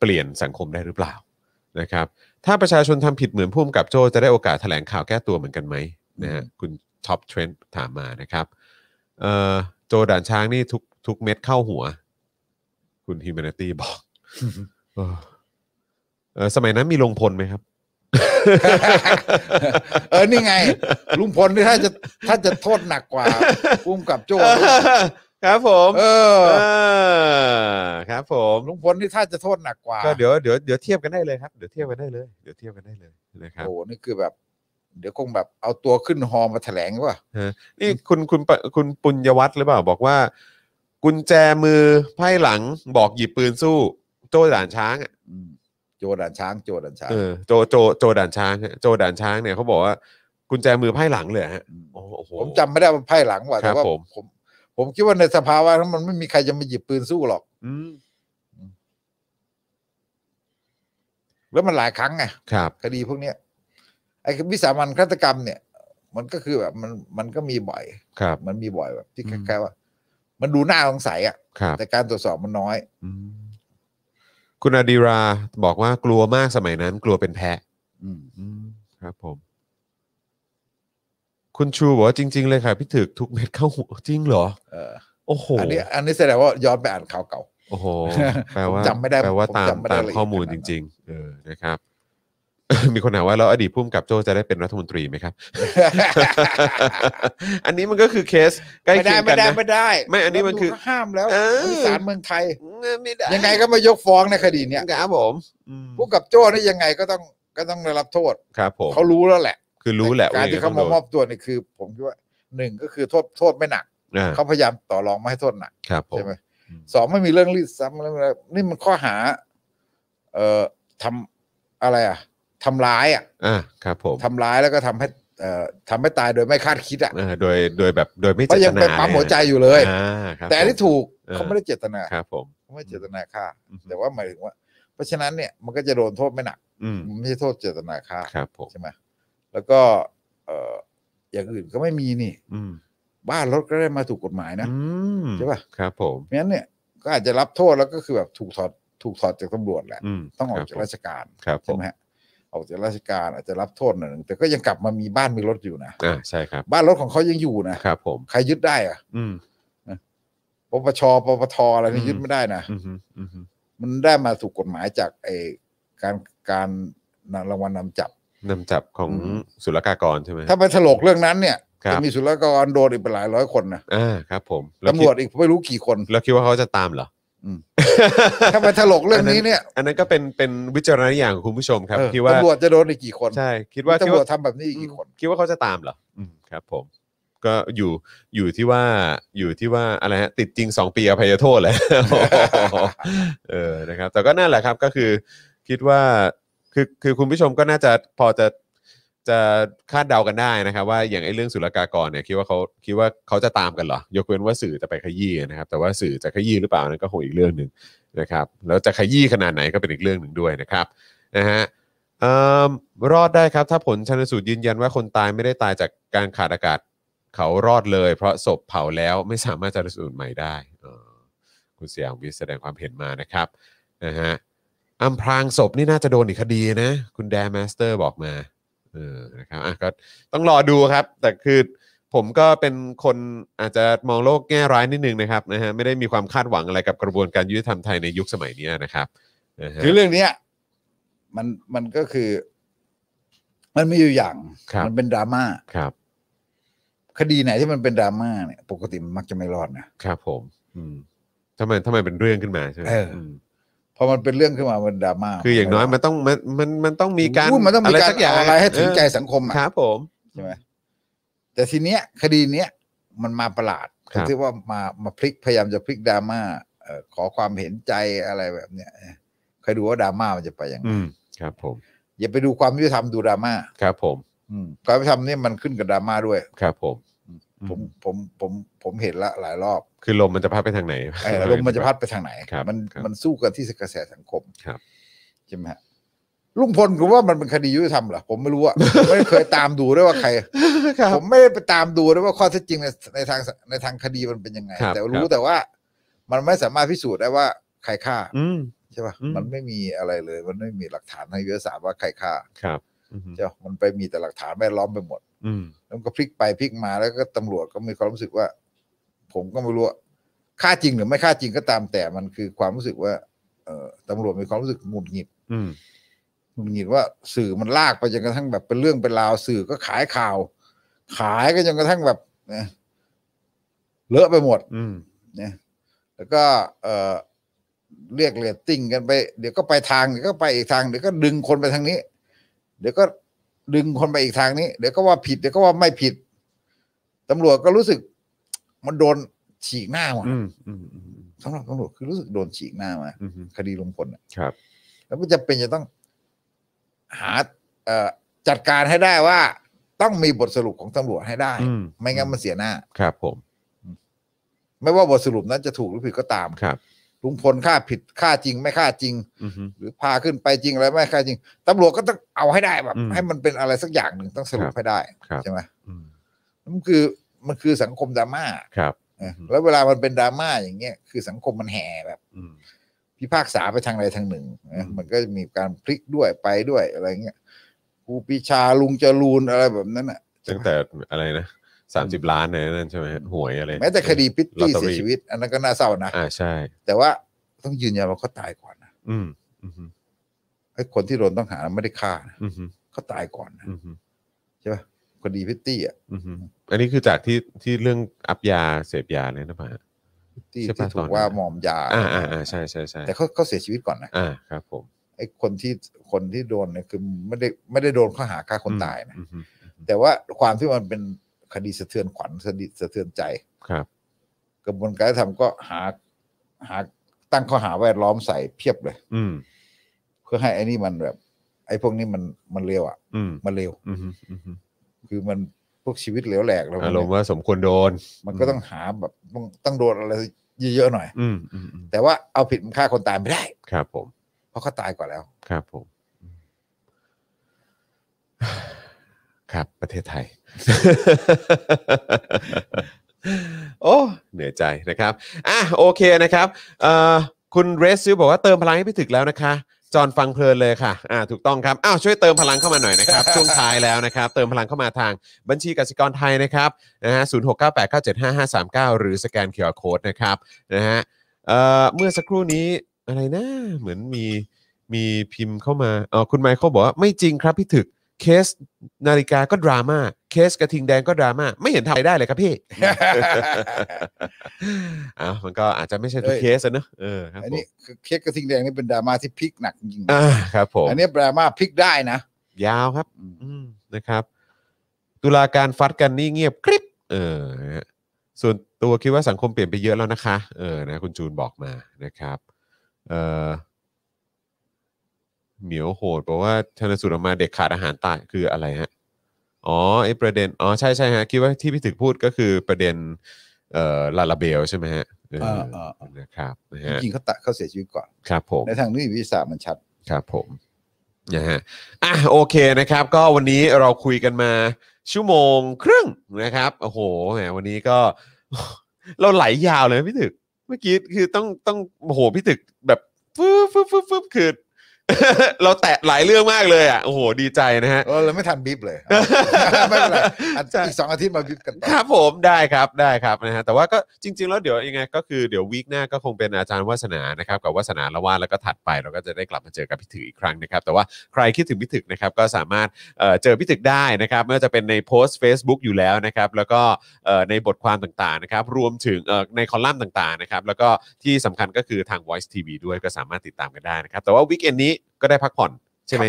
เปลี่ยนสังคมได้หรือเปล่านะครับ ถ้าประชาชนทำผิดเหมือนพุ่มกับโจจะได้โอกาสแถลงข่าวแก้ตัวเหมือนกันไหมนะฮะคุณท็อปเทรนด์ถามมานะครับเอ่อโจด่านช้างนี่ทุกทุกเม็ดเข้าหัว คุณฮิม a n นตี้บอกเออเออสมัยนั้นมีลงพลไหมครับ เออ นี่ไง ลุงพลนี่ถ้าจะถ้าจะโทษหนักกว่าพุ่มกับโจ้ เออ ครับผม เออ เออครับผม ลุงพลนี่ถ้าจะโทษหนักกว่า ก็เดี๋ยวเดี๋ยวเดี๋ยวเทียบกันได้เลยครับเดี๋ยวเทียบกันได้เลยเดี๋ยวเทียบกันได้เลยนะครับ โอ้โหนี่คือแบบ เดี๋ยวคงแบบเอาตัวขึ้นฮอมาแถลงว่า นี่คุณคุณปะคุณปุญญวัฒน์หรือเปล่าบอกว่า กุญแจมือไพ่หลังบอกหยิบปืนสู้ โจด่านช้างอะ อืมโจด่านช้าง โจด่านช้าง เออโจโจโจด่านช้างอะโจด่านช้างเนี่ยเขาบอกว่า กุญแจมือไพ่หลังเลยฮะ ม โอ้โห ผมจำไม่ได้ว่าไพ่หลังว่ะ ครั แต่ บ ว่า ผม ผม ผมคิดว่าในสภาวะนั้นมันไม่มีใครจะมาหยิบปืนสู้หรอก อืม แล้วมันหลายครั้งไง ครับ คดีพวกเนี้ยไอ้วิสามันฆาตกรรมเนี่ย มันก็คือแบบมันมันก็มีบ่อย ครับ มันมีบ่อยแบบที่ อื ค ม ล้ายๆว่า มันดูน่าสงสัยอ่ะ ครับ แต่การตรวจสอบมันน้อย อืมคุณอดีราบอกว่ากลัวมากสมัยนั้น กลัวเป็นแพะ อืม อืมครับผม คุณชูบอกว่าจริง ๆ เลยค่ะพี่ถึกทุกเม็ดเข้าหัวจริงเหรอ เออ โอ้โห อันนี้อันนี้แสดงว่าย้อนไปอ่านข่าวเก่า โอ้โห แปลว่า ผมจำไม่ได้ แปลว่า ผม ตาม จำไม่ได้ ตาม ละเอียด ข้อมูล ขนาดนั้ จ น ริง ๆ เออนะครับ มีคนถามว่าแล้วอดีตผู้กำกับโจ้จะได้เป็นรัฐมนตรีไหมครับ อันนี้มันก็คือเคสใกล้ ไม่ เคี ได้ ยงกั ไม่ น ได้ นะ ไม่ได้ ไม่อันนี้มันคือ รัฐธรรญห้ามแล้ว เออ ศาลเมืองไทย ไม่ได้ ยังไงก็ไม่ยกฟ้องในคดีเนี้ย ครับผมอืม ผู้กับโจ้นี่ยังไงก็ต้องก็ต้องได้รับโทษ ครับผม เขารู้แล้วแหละ คือรู้แหละ การที่ ยั เขา งไง มา ก็ ม ต้ อ อง บตัวนี่คือ ผมคิดว่าหนึ่งก็คือโทษโทษไม่หนัก โดนอ่า เขาพยายามต่อรองไม่ให้โทษหนัก ครับผม ใช่ไหม อืม สองไม่มีเรื่องรีดซ้ำแล้วนี่มันข้อหา เอ่อทำอะไรอ่ะทำร้ายอ่ะ อ่าครับผม ทำร้ายแล้วก็ทำให้ เอ่อทำให้ตายโดยไม่คาดคิดอ่ะ อ่าโดยโดยแบบโดยไม่ ก็ เจ ยั ต ง นา ไปปั๊มหัวใจอยู่เลย อ่าครับ แต่อัน ผม นี่ถูก เออ เขาไม่ได้เจตนา ครับผม เขาไม่ได้เจตนาฆ่า อืม แต่ว่าหมายถึงว่า เพราะฉะนั้นเนี่ยมันก็จะโดนโทษไม่หนัก อืม มันไม่ใช่โทษเจตนาฆ่า ครับผม ใช่ไหมแล้วก็ เอ่ออย่างอื่นก็ไม่มีนี่ อืม บ้านรถก็ได้มาถูกกฎหมายนะ อืม ใช่ปะ ครับผม เพราะฉะนั้นเนี่ยก็อาจจะรับโทษแล้วก็คือแบบถูกถอดถูกถอดจากตำรวจแหละ อืม ต้องออก ค จาก บผม ราชการ ครับผ ใช่ ม ไหมฮะออกจากราชการอาจจะรับโทษหน่อยหนึ่งแต่ก็ยังกลับมามีบ้านมีรถอยู่นะ อ่าใช่ครับ บ้านรถของเขายังอยู่นะครับ ผม ใครยึดได้อะ อืม ปปชปปทอะไรนี่ อืม ยึดไม่ได้นะ อืมฮึอืมฮึ มันได้มาถูกกฎหมายจากไอ้การการรางวัลนำจับ นำจับของ อืม ศุลกากรใช่ไหม ถ้าไปถลกเรื่องนั้นเนี่ย ค จะ รับ มีศุลกากรโดนอีกเป็นหลายร้อยคนนะ อ่าครับผมแล้ ตำรวจอีกไม่รู้กี่คน คิดแล้วคิดว่าเขาจะตามเหรอ ถ้าไปถลกเรื่องนี้เนี่ย อันนั้นก็เป็นเป็นวิจารณญาณของคุณผู้ชมครับ เออ คิดว่า ตำรวจจะโดนอีกกี่คน ใช่คิดว่าคิด ตำรว ว่า จทำแบบนี้อีกกี่คน คิดว่าเขาจะตามเหรออืมครับ ผม ก็อยู่อยู่ที่ว่าอยู่ที่ว่าอะไรฮะติดจริงสองปีอภัยโทษแหละ เออนะครับ แต่ก็นั่นแหละครับก็คือคิดว่าคือคือคุณผู้ชมก็น่าจะพอจะจะคาดเดากันได้นะครับ ว่าอย่างไอ้เรื่องศุลกากรเนี่ยคิดว่าเขาคิดว่าเขาจะตามกันเหรอยกเว้นว่าสื่อจะไปขยี้นะครับ แต่ว่าสื่อจะขยี้หรือเปล่านั้นก็คงอีกเรื่องหนึ่งนะครับ แล้วจะขยี้ขนาดไหนก็เป็นอีกเรื่องหนึ่งด้วยนะครับนะฮะเอิ่มรอดได้ครับ ถ้าผลชันสูตรยืนยันว่าคนตายไม่ได้ตายจากการขาดอากาศเขารอดเลย เพราะศพเผาแล้วไม่สามารถชันสูตรใหม่ได้เออคุณเสียงวิทย์แสดงความเห็นมานะครับ นะฮะอัมพรางศพนี่น่าจะโดนอีกคดีนะ คุณแดนมาสเตอร์บอกมาเออนะครับอ่ะก็ต้องรอดูครับ แต่คือผมก็เป็นคนอาจจะมองโลกแง่ร้ายนิดนึงนะครับนะฮะไม่ได้มีความคาดหวังอะไรกับกระบวนการยุติธรรมไทยในยุคสมัยเนี้ยนะครับนะฮะ คือเรื่องเนี้ยมันมันก็คือ มันมีอยู่อย่าง ครับ มัเป็นดราม่า ครับ คดีไหนที่มันเป็นดราม่าเนี่ย ปกติมันมักจะไม่รอดนะ ครับผมอืมทำไมทำไมเป็นเรื่องขึ้นมาใช่ไหม เอออื ม พอมันเป็นเรื่องขึ้นมามันดราม่า คืออย่างน้อยมันต้องมันมันมันต้องมีการ อุ๊ยมันต้องมีการ สัย่ง เอาอะไรให้ถึงใจสังคม เออ อ่ะ ครับผม ใช่ไหมแต่ทีเนี้ย คดีเนี้ยมันมาประหลาด ครับ ที่ว่ามามาพลิกพยายามจะพลิกดราม่าเอ่อขอความเห็นใจอะไรแบบเนี้ยใครดูว่าดราม่ามันจะไปยังไง อืมครับผม อย่าไปดูความยุติธรรมดูดราม่า ครับผม อืมความยุติธรรมเนี่ยมันขึ้นกับดราม่าด้วย ครับผม ผมผมผมผมเห็นละหลายรอบ คือลมมันจะพัดไปทางไหน เออลมมันจะพัดไปทางไหน ครับ มัน ครับ มันสู้กันที่กระแสสังคม ครับ ใช่ไหมฮะลุงพลคุณว่ามันเป็นคดียุติธรรมเหรอผมไม่รู้อะ ผมไม่ได้เคยตามดูด้วยว่าใคร ครับ ผมไม่ได้ไปตามดูด้วยว่าข้อเท็จจริงในในทางในทางคดีมันเป็นยังไง ครับ แต่ ค รู้ รับ แต่ว่า มันไม่สามารถพิสูจน์ได้ว่าใครฆ่า อืม ใช่ป่ะ อืม มันไม่มีอะไรเลย มันไม่มีหลักฐานทางวิทยาศาสตร์ว่าใครฆ่า ครับอืม ใช่ปะมันไปมีแต่หลักฐานแวดล้อมไปหมด อืม แล้วมันก็พลิกไปพลิกมาแล้วก็ตำรวจก็มีความรู้สึกว่า ผมก็ไม่รู้ว่าค่าจริงหรือไม่ค่าจริงก็ตามแต่มันคือความรู้สึกว่า เออตำรวจมีความรู้สึกหงุดหงิด อืม หงุดหงิดว่าสื่อมันลากไปจนกระทั่งแบบเป็นเรื่องเป็นราวสื่อก็ขายข่าว ขายก็จนกระทั่งแบบเอ่อเลอะไปหมด อืม เนี่ยแล้วก็เออเรียกเรตติ้งกันไป เดี๋ยวก็ไปทางเดี๋ยวก็ไปอีกทางเดี๋ยวก็ดึงคนไปทางนี้ เดี๋ยวก็ดึงคนไปอีกทางนี้ เดี๋ยวก็ว่าผิดเดี๋ยวก็ว่าไม่ผิด ตำรวจก็รู้สึก มันโดนฉีกหน้ามา อืมอืมอืม สำหรับตำรวจคือรู้สึกโดนฉีกหน้ามา อืม คดีลุงพลน่ะ ครับ แล้วก็จะเป็นจะต้องหาเอ่อจัดการให้ได้ว่า ต้องมีบทสรุปของตำรวจให้ได้ อืม ไม่งั้นมันเสียหน้า ครับผม ไม่ว่าบทสรุปนั้นจะถูกหรือผิดก็ตาม ครับ ลุงพลฆ่าผิดฆ่าจริงไม่ฆ่าจริง อือฮึ หรือพาขึ้นไปจริงอะไรไม่ฆ่าจริงตำรวจก็ต้องเอาให้ได้แบบ อืม ให้มันเป็นอะไรสักอย่างหนึ่งต้องสรุ ครั ป บ ให้ได้ ครับ ใช่ไหม อืม มันคือมันคือสังคมดราม่า ครับ เออ อืม แล้วเวลามันเป็นดราม่าอย่างเงี้ยคือสังคมมันแห่แบบ อืม พิพากษาไปทางใดทางหนึ่งนะ อืม มันก็จะมีการพลิกด้วยไปด้วยอะไรเงี้ยครูปรีชาลุงจรูนอะไรแบบนั้นอ่ะ ตั้งแต่อะไรนะสามสิบล้านเนี่ยนั่นใช่ไหมฮะหวยอะไร แม้แต่คดีพิตตี้ ลอตเตอ เสี รี่ ยชีวิต อันนั้นก็น่าเศร้านะ อ่าใช่ แต่ว่าต้องยืนยันว่าเขาตายก่อนนะ อืมอืมอืม ไอ้คนที่โดนต้องหาไม่ได้ฆ่านะ อืมอืม เขาตายก่อนนะ อืมอืม ใช่ป่ะคดีพิตตี้อ่ะ อืมอันนี้คือจากที่ที่เรื่องอัพยาเสพยาเนี่ยนะพ่ะ ที่ ใช่ปะ ที่ถู ตอนนั้ ก น ว่ามอมยา อ่าอ่าอ่าใช่ใช่ใช่ แต่เขาเขาเสียชีวิตก่อนนะ อ่าครับผม ไอ้คนที่คนที่โดนเนี่ยคือไม่ได้ไม่ได้โดนข้อหาฆ่าคนตายนะ อืมอืม แต่ว่าความที่มันเป็นคดีสะเทือนขวัญสะดิสะเทือนใจ ครับ กระบวนการยุติธรรมก็หาหาตั้งข้อหาแวดล้อมใส่เพียบเลย อืม เพื่อให้ไอ้นี่มันแบบ ไอ้พวกนี้มันมันเร็วอ่ะ อืม มันเร็ว อืมอืมอืม คือมันพวกชีวิตเหลวแหลกแล้ว อารมณ์ว่าสมควรโดน มันก็ต้องหาแบบต้องต้องโดนอะไรเยอะๆหน่อย อืมอืมอืม แต่ว่าเอาผิดมันฆ่าคนตายไม่ได้ ครับผม เพราะเขาตายก่อนแล้ว ครับผม ครับประเทศไทย โอ้เหนื่อยใจนะครับ อ่ะโอเคนะครับเอ่อคุณเรสซิวบอกว่าเติมพลังให้พี่ถึกแล้วนะคะ จอนฟังเพลินเลยค่ะอ่าถูกต้องครับอ้าวช่วยเติมพลังเข้ามาหน่อยนะครับ ช่วงท้ายแล้วนะครับ เติมพลังเข้ามาทางบัญชีกสิกรไทยนะครับนะฮะศูนย์หกเก้าแปดเก้าเจ็ดห้าห้าสามเก้าหรือสแกนเคอร์โคดนะครับนะฮะเอ่อเมื่อสักครู่นี้อะไรนะ เหมือนมีมีพิมพ์เข้ามาเออคุณไมเคิลบอกว่าไม่จริงครับพี่ถึกเคสนาฬิกาก็ดราม่าเคสกระทิงแดงก็ดราม่าไม่เห็นทำอะไรได้เลย ครับพี่ อ้าวมันก็อาจจะไม่ใช่ทุก เอ้ย เคสอะเนอะเออครับ อัน ผม นี้คือเคสกระทิงแดงนี่เป็นดราม่าที่พลิกหนักจริงๆ อ่าครับผม อันนี้ดราม่าพลิกได้นะ ยาวครับ อืมนะครับ ตุลาการฟัดกันนี่เงียบกริบเออนะฮะส่วนตัวคิดว่าสังคมเปลี่ยนไปเยอะแล้วนะคะ เออนะคุณจูนบอกมานะครับเออเหมียวโหดบอกว่าชนสูตรออกมาเด็กขาดอาหารตายคืออะไรฮะอ๋อไอประเด็นอ๋อใช่ใช่ฮะคิดว่าที่พี่ถึกพูดก็คือประเด็นเอ่อลาลาเบลใช่ไหมฮะเออนะครับนะฮะ จริงๆเขาตะเขาเสียชีวิตก่อน ครับผม ในทางนิติวิทยาศาสตร์มันชัด ครับผมนะฮะอ่ะโอเคนะครับ ก็วันนี้เราคุยกันมาชั่วโมงครึ่งนะครับโอ้โหแหมวันนี้ก็ เราไหลยาวเลยพี่ถึก เมื่อกี้คือต้องต้องโอ้โหพี่ถึกแบบฟึ๊บฟึ๊บฟึ๊บฟึ๊บคือ เราแตะหลายเรื่องมากเลยอ่ะโอ้โหดีใจนะฮะ เออเราไม่ทันบีบเลย ไม่เป็นไรอาจจะอีกสองอาทิตย์มาบีบกันต่อ ครับผมได้ครับได้ครับนะฮะแต่ว่าก็จริง ๆ แล้วเดี๋ยวยังไงก็คือเดี๋ยววีคหน้าก็คงเป็นอาจารย์วาสนานะครับกับวาสนาละวาดแล้วก็ถัดไปเราก็จะได้กลับมาเจอกับพี่ถึกอีกครั้งนะครับ แต่ว่าใครคิดถึงพี่ถึกนะครับก็สามารถเอ่อเจอพี่ถึกได้นะครับไม่ว่าจะเป็นในโพสต์ Facebook อยู่แล้วนะครับแล้วก็เอ่อในบทความต่างๆนะครับรวมถึงเอ่อในคอลัมน์ต่างๆนะครับแล้วก็ที่สำคัญก็คือทาง Voice TV ด้วยก็สามารถติดตามกันได้นะครับแต่ว่าวีคเอนนี้ก็ได้พักผ่อนใช่ไหม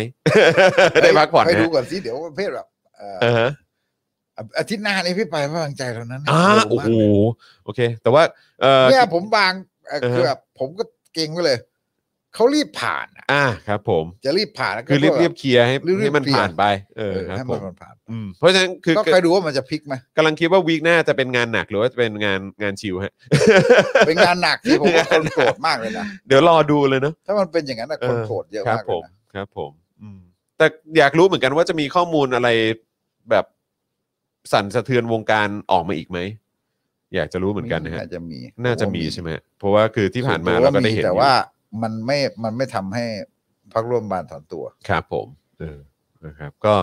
ได้พักผ่อน ให้ นะ ดู ฮะ ก่อนสิเดี๋ยวประเภทแบบเอ่อ เออฮะ อาทิตย์หน้านี้พี่ไปไม่วางใจแล้วนั้น อ่าโอ้โหโอเค แต่ว่าเออ เนี่ยผมบางเอ่อ เออ คือแบบผมก็เก่งไปเลย เขารีบผ่านอะ อ่าครับ ผม จะรีบผ่านแล้วก็ คือเรียบเรียบ แ เคลียร์ให้ รีบๆ ให้มัน เคลียร์ ผ่านไปเอ เอ อ อ ครับ ให้ ผ มัน ม ผ่าน อืมเพราะฉะนั้นคือ ก็คอยดูว่ามันจะพลิกไหม กำลังคิดว่าวีคหน้าจะเป็นงานหนักหรือว่าจะเป็นงานงานชิวฮะ เป็นงานหนัก ที่ผมว่าคนโกรธมากเลยนะ เดี๋ยวรอดูเลยเนาะ ถ้ามันเป็นอย่างนั้นนะคน เออ โกรธเยอะ ครั มากเล ผ ย ม นะครับ ผมอืมแต่อยากรู้เหมือนกันว่าจะมีข้อมูลอะไรแบบสั่นสะเทือนวงการออกมาอีกไหมอยากจะรู้เหมือนกันนะฮะ น่าจะมี น่าจะมีใช่ไหมเพราะว่าคือที่ผ่านมาเราก็ได้เห็นอส่วนตัวว่แต่ยู่ ว่ามันไม่มันไม่ทำให้พักร่วมบานถอนตัว ครับผมเออนะครับก็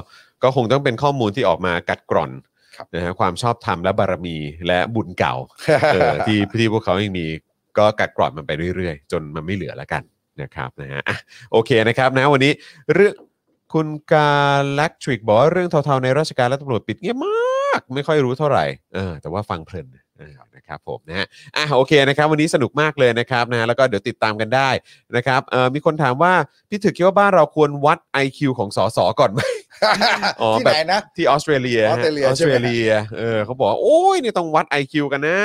ก็คงต้องเป็นข้อมูลที่ออกมากัดกร่อน ครับ นะฮะความชอบธรรมและบารมีและบุญเก่าเออที่ที่พวกเขายังมีก็กัดกร่อนมันไปเรื่อยๆ จนมันไม่เหลือแล้วกันนะครับนะฮะอ่ะโอเคนะครับนะวันนี้เรื่องคุณกาแล็กทริกบอกว่าเรื่องเทาๆในราชการและตำรวจปิดเงียบมาก ไม่ค่อยรู้เท่าไหร่เออแต่ว่าฟังเพลินเออนะครับผมนะฮะอ่ะโอเคนะครับวันนี้สนุกมากเลยนะครับนะแล้วก็เดี๋ยวติดตามกันได้ นะครับเอ่อมีคนถามว่า พี่ถึกคิดว่าบ้านเราควรวัด IQ ของสสก่อนไหม อ๋อ ที่ แบบ ไหนนะ ที่ออสเตรเลีย ออสเตรเลีย ฮะออส ใช่ เต ไหม ร ฮะ เลียเออเขาบอกว่าโอ้ยนี่ต้องวัด IQ กันนะ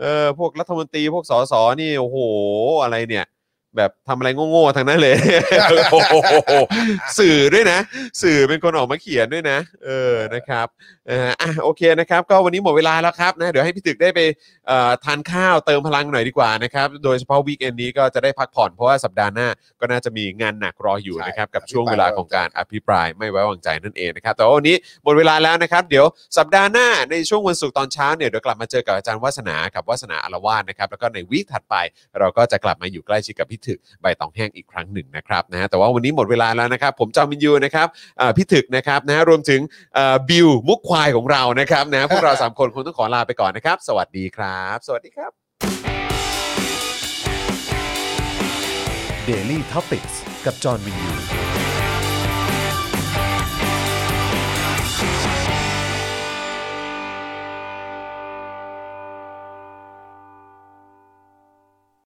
เออพวกรัฐมนตรีพวกสสนี่โอ้โหอะไรเนี่ย แบบทำอะไรโง่ๆทางนั้นเลย โอ้โหสื่อด้วยนะ สื่อเป็นคนออกมาเขียนด้วยนะ เออนะครับเอ่ออ่ะโอเคนะครับ ก็วันนี้หมดเวลาแล้วครับนะเดี๋ยวให้พี่ตึกได้ไปเอ่อทานข้าวเติมพลังหน่อยดีกว่านะครับ โดยเฉพาะวีคเอนนี้ก็จะได้พักผ่อนเพราะว่าสัปดาห์หน้าก็น่าจะมีงานหนักรออยู่นะครับ กับ อภิปราย ช่วงเวลาของการอภิปรายไม่ไว้วางใจนั่นเองนะครับแต่ว่าวันนี้หมดเวลาแล้วนะครับ เดี๋ยวสัปดาห์หน้าในช่วงวันศุกร์ตอนเช้าเนี่ยเดี๋ยวกลับมาเจอกับอาจารย์วัฒนากับวัฒนาอารวาสนะครับแล้วก็ในวีคถัดไป เราก็จะกลับมาอยู่ใกล้ชิดกับพี่ถึกใบตองแห้งอีกครั้งหนึ่งนะครับนะฮะแต่ว่าวันนี้หมดเวลาแล้วนะครับ ผมจอมินยูนะครับเอ่อพี่ถึกนะครับนะฮะรวมถึงเอ่อบิวมุกควายของเรานะครับนะฮะพวกเราสามคนคงต้องขอลาไปก่อนนะครับ สวัสดีครับ สวัสดีครับ Daily t o p i c กกับจอห์นวินยู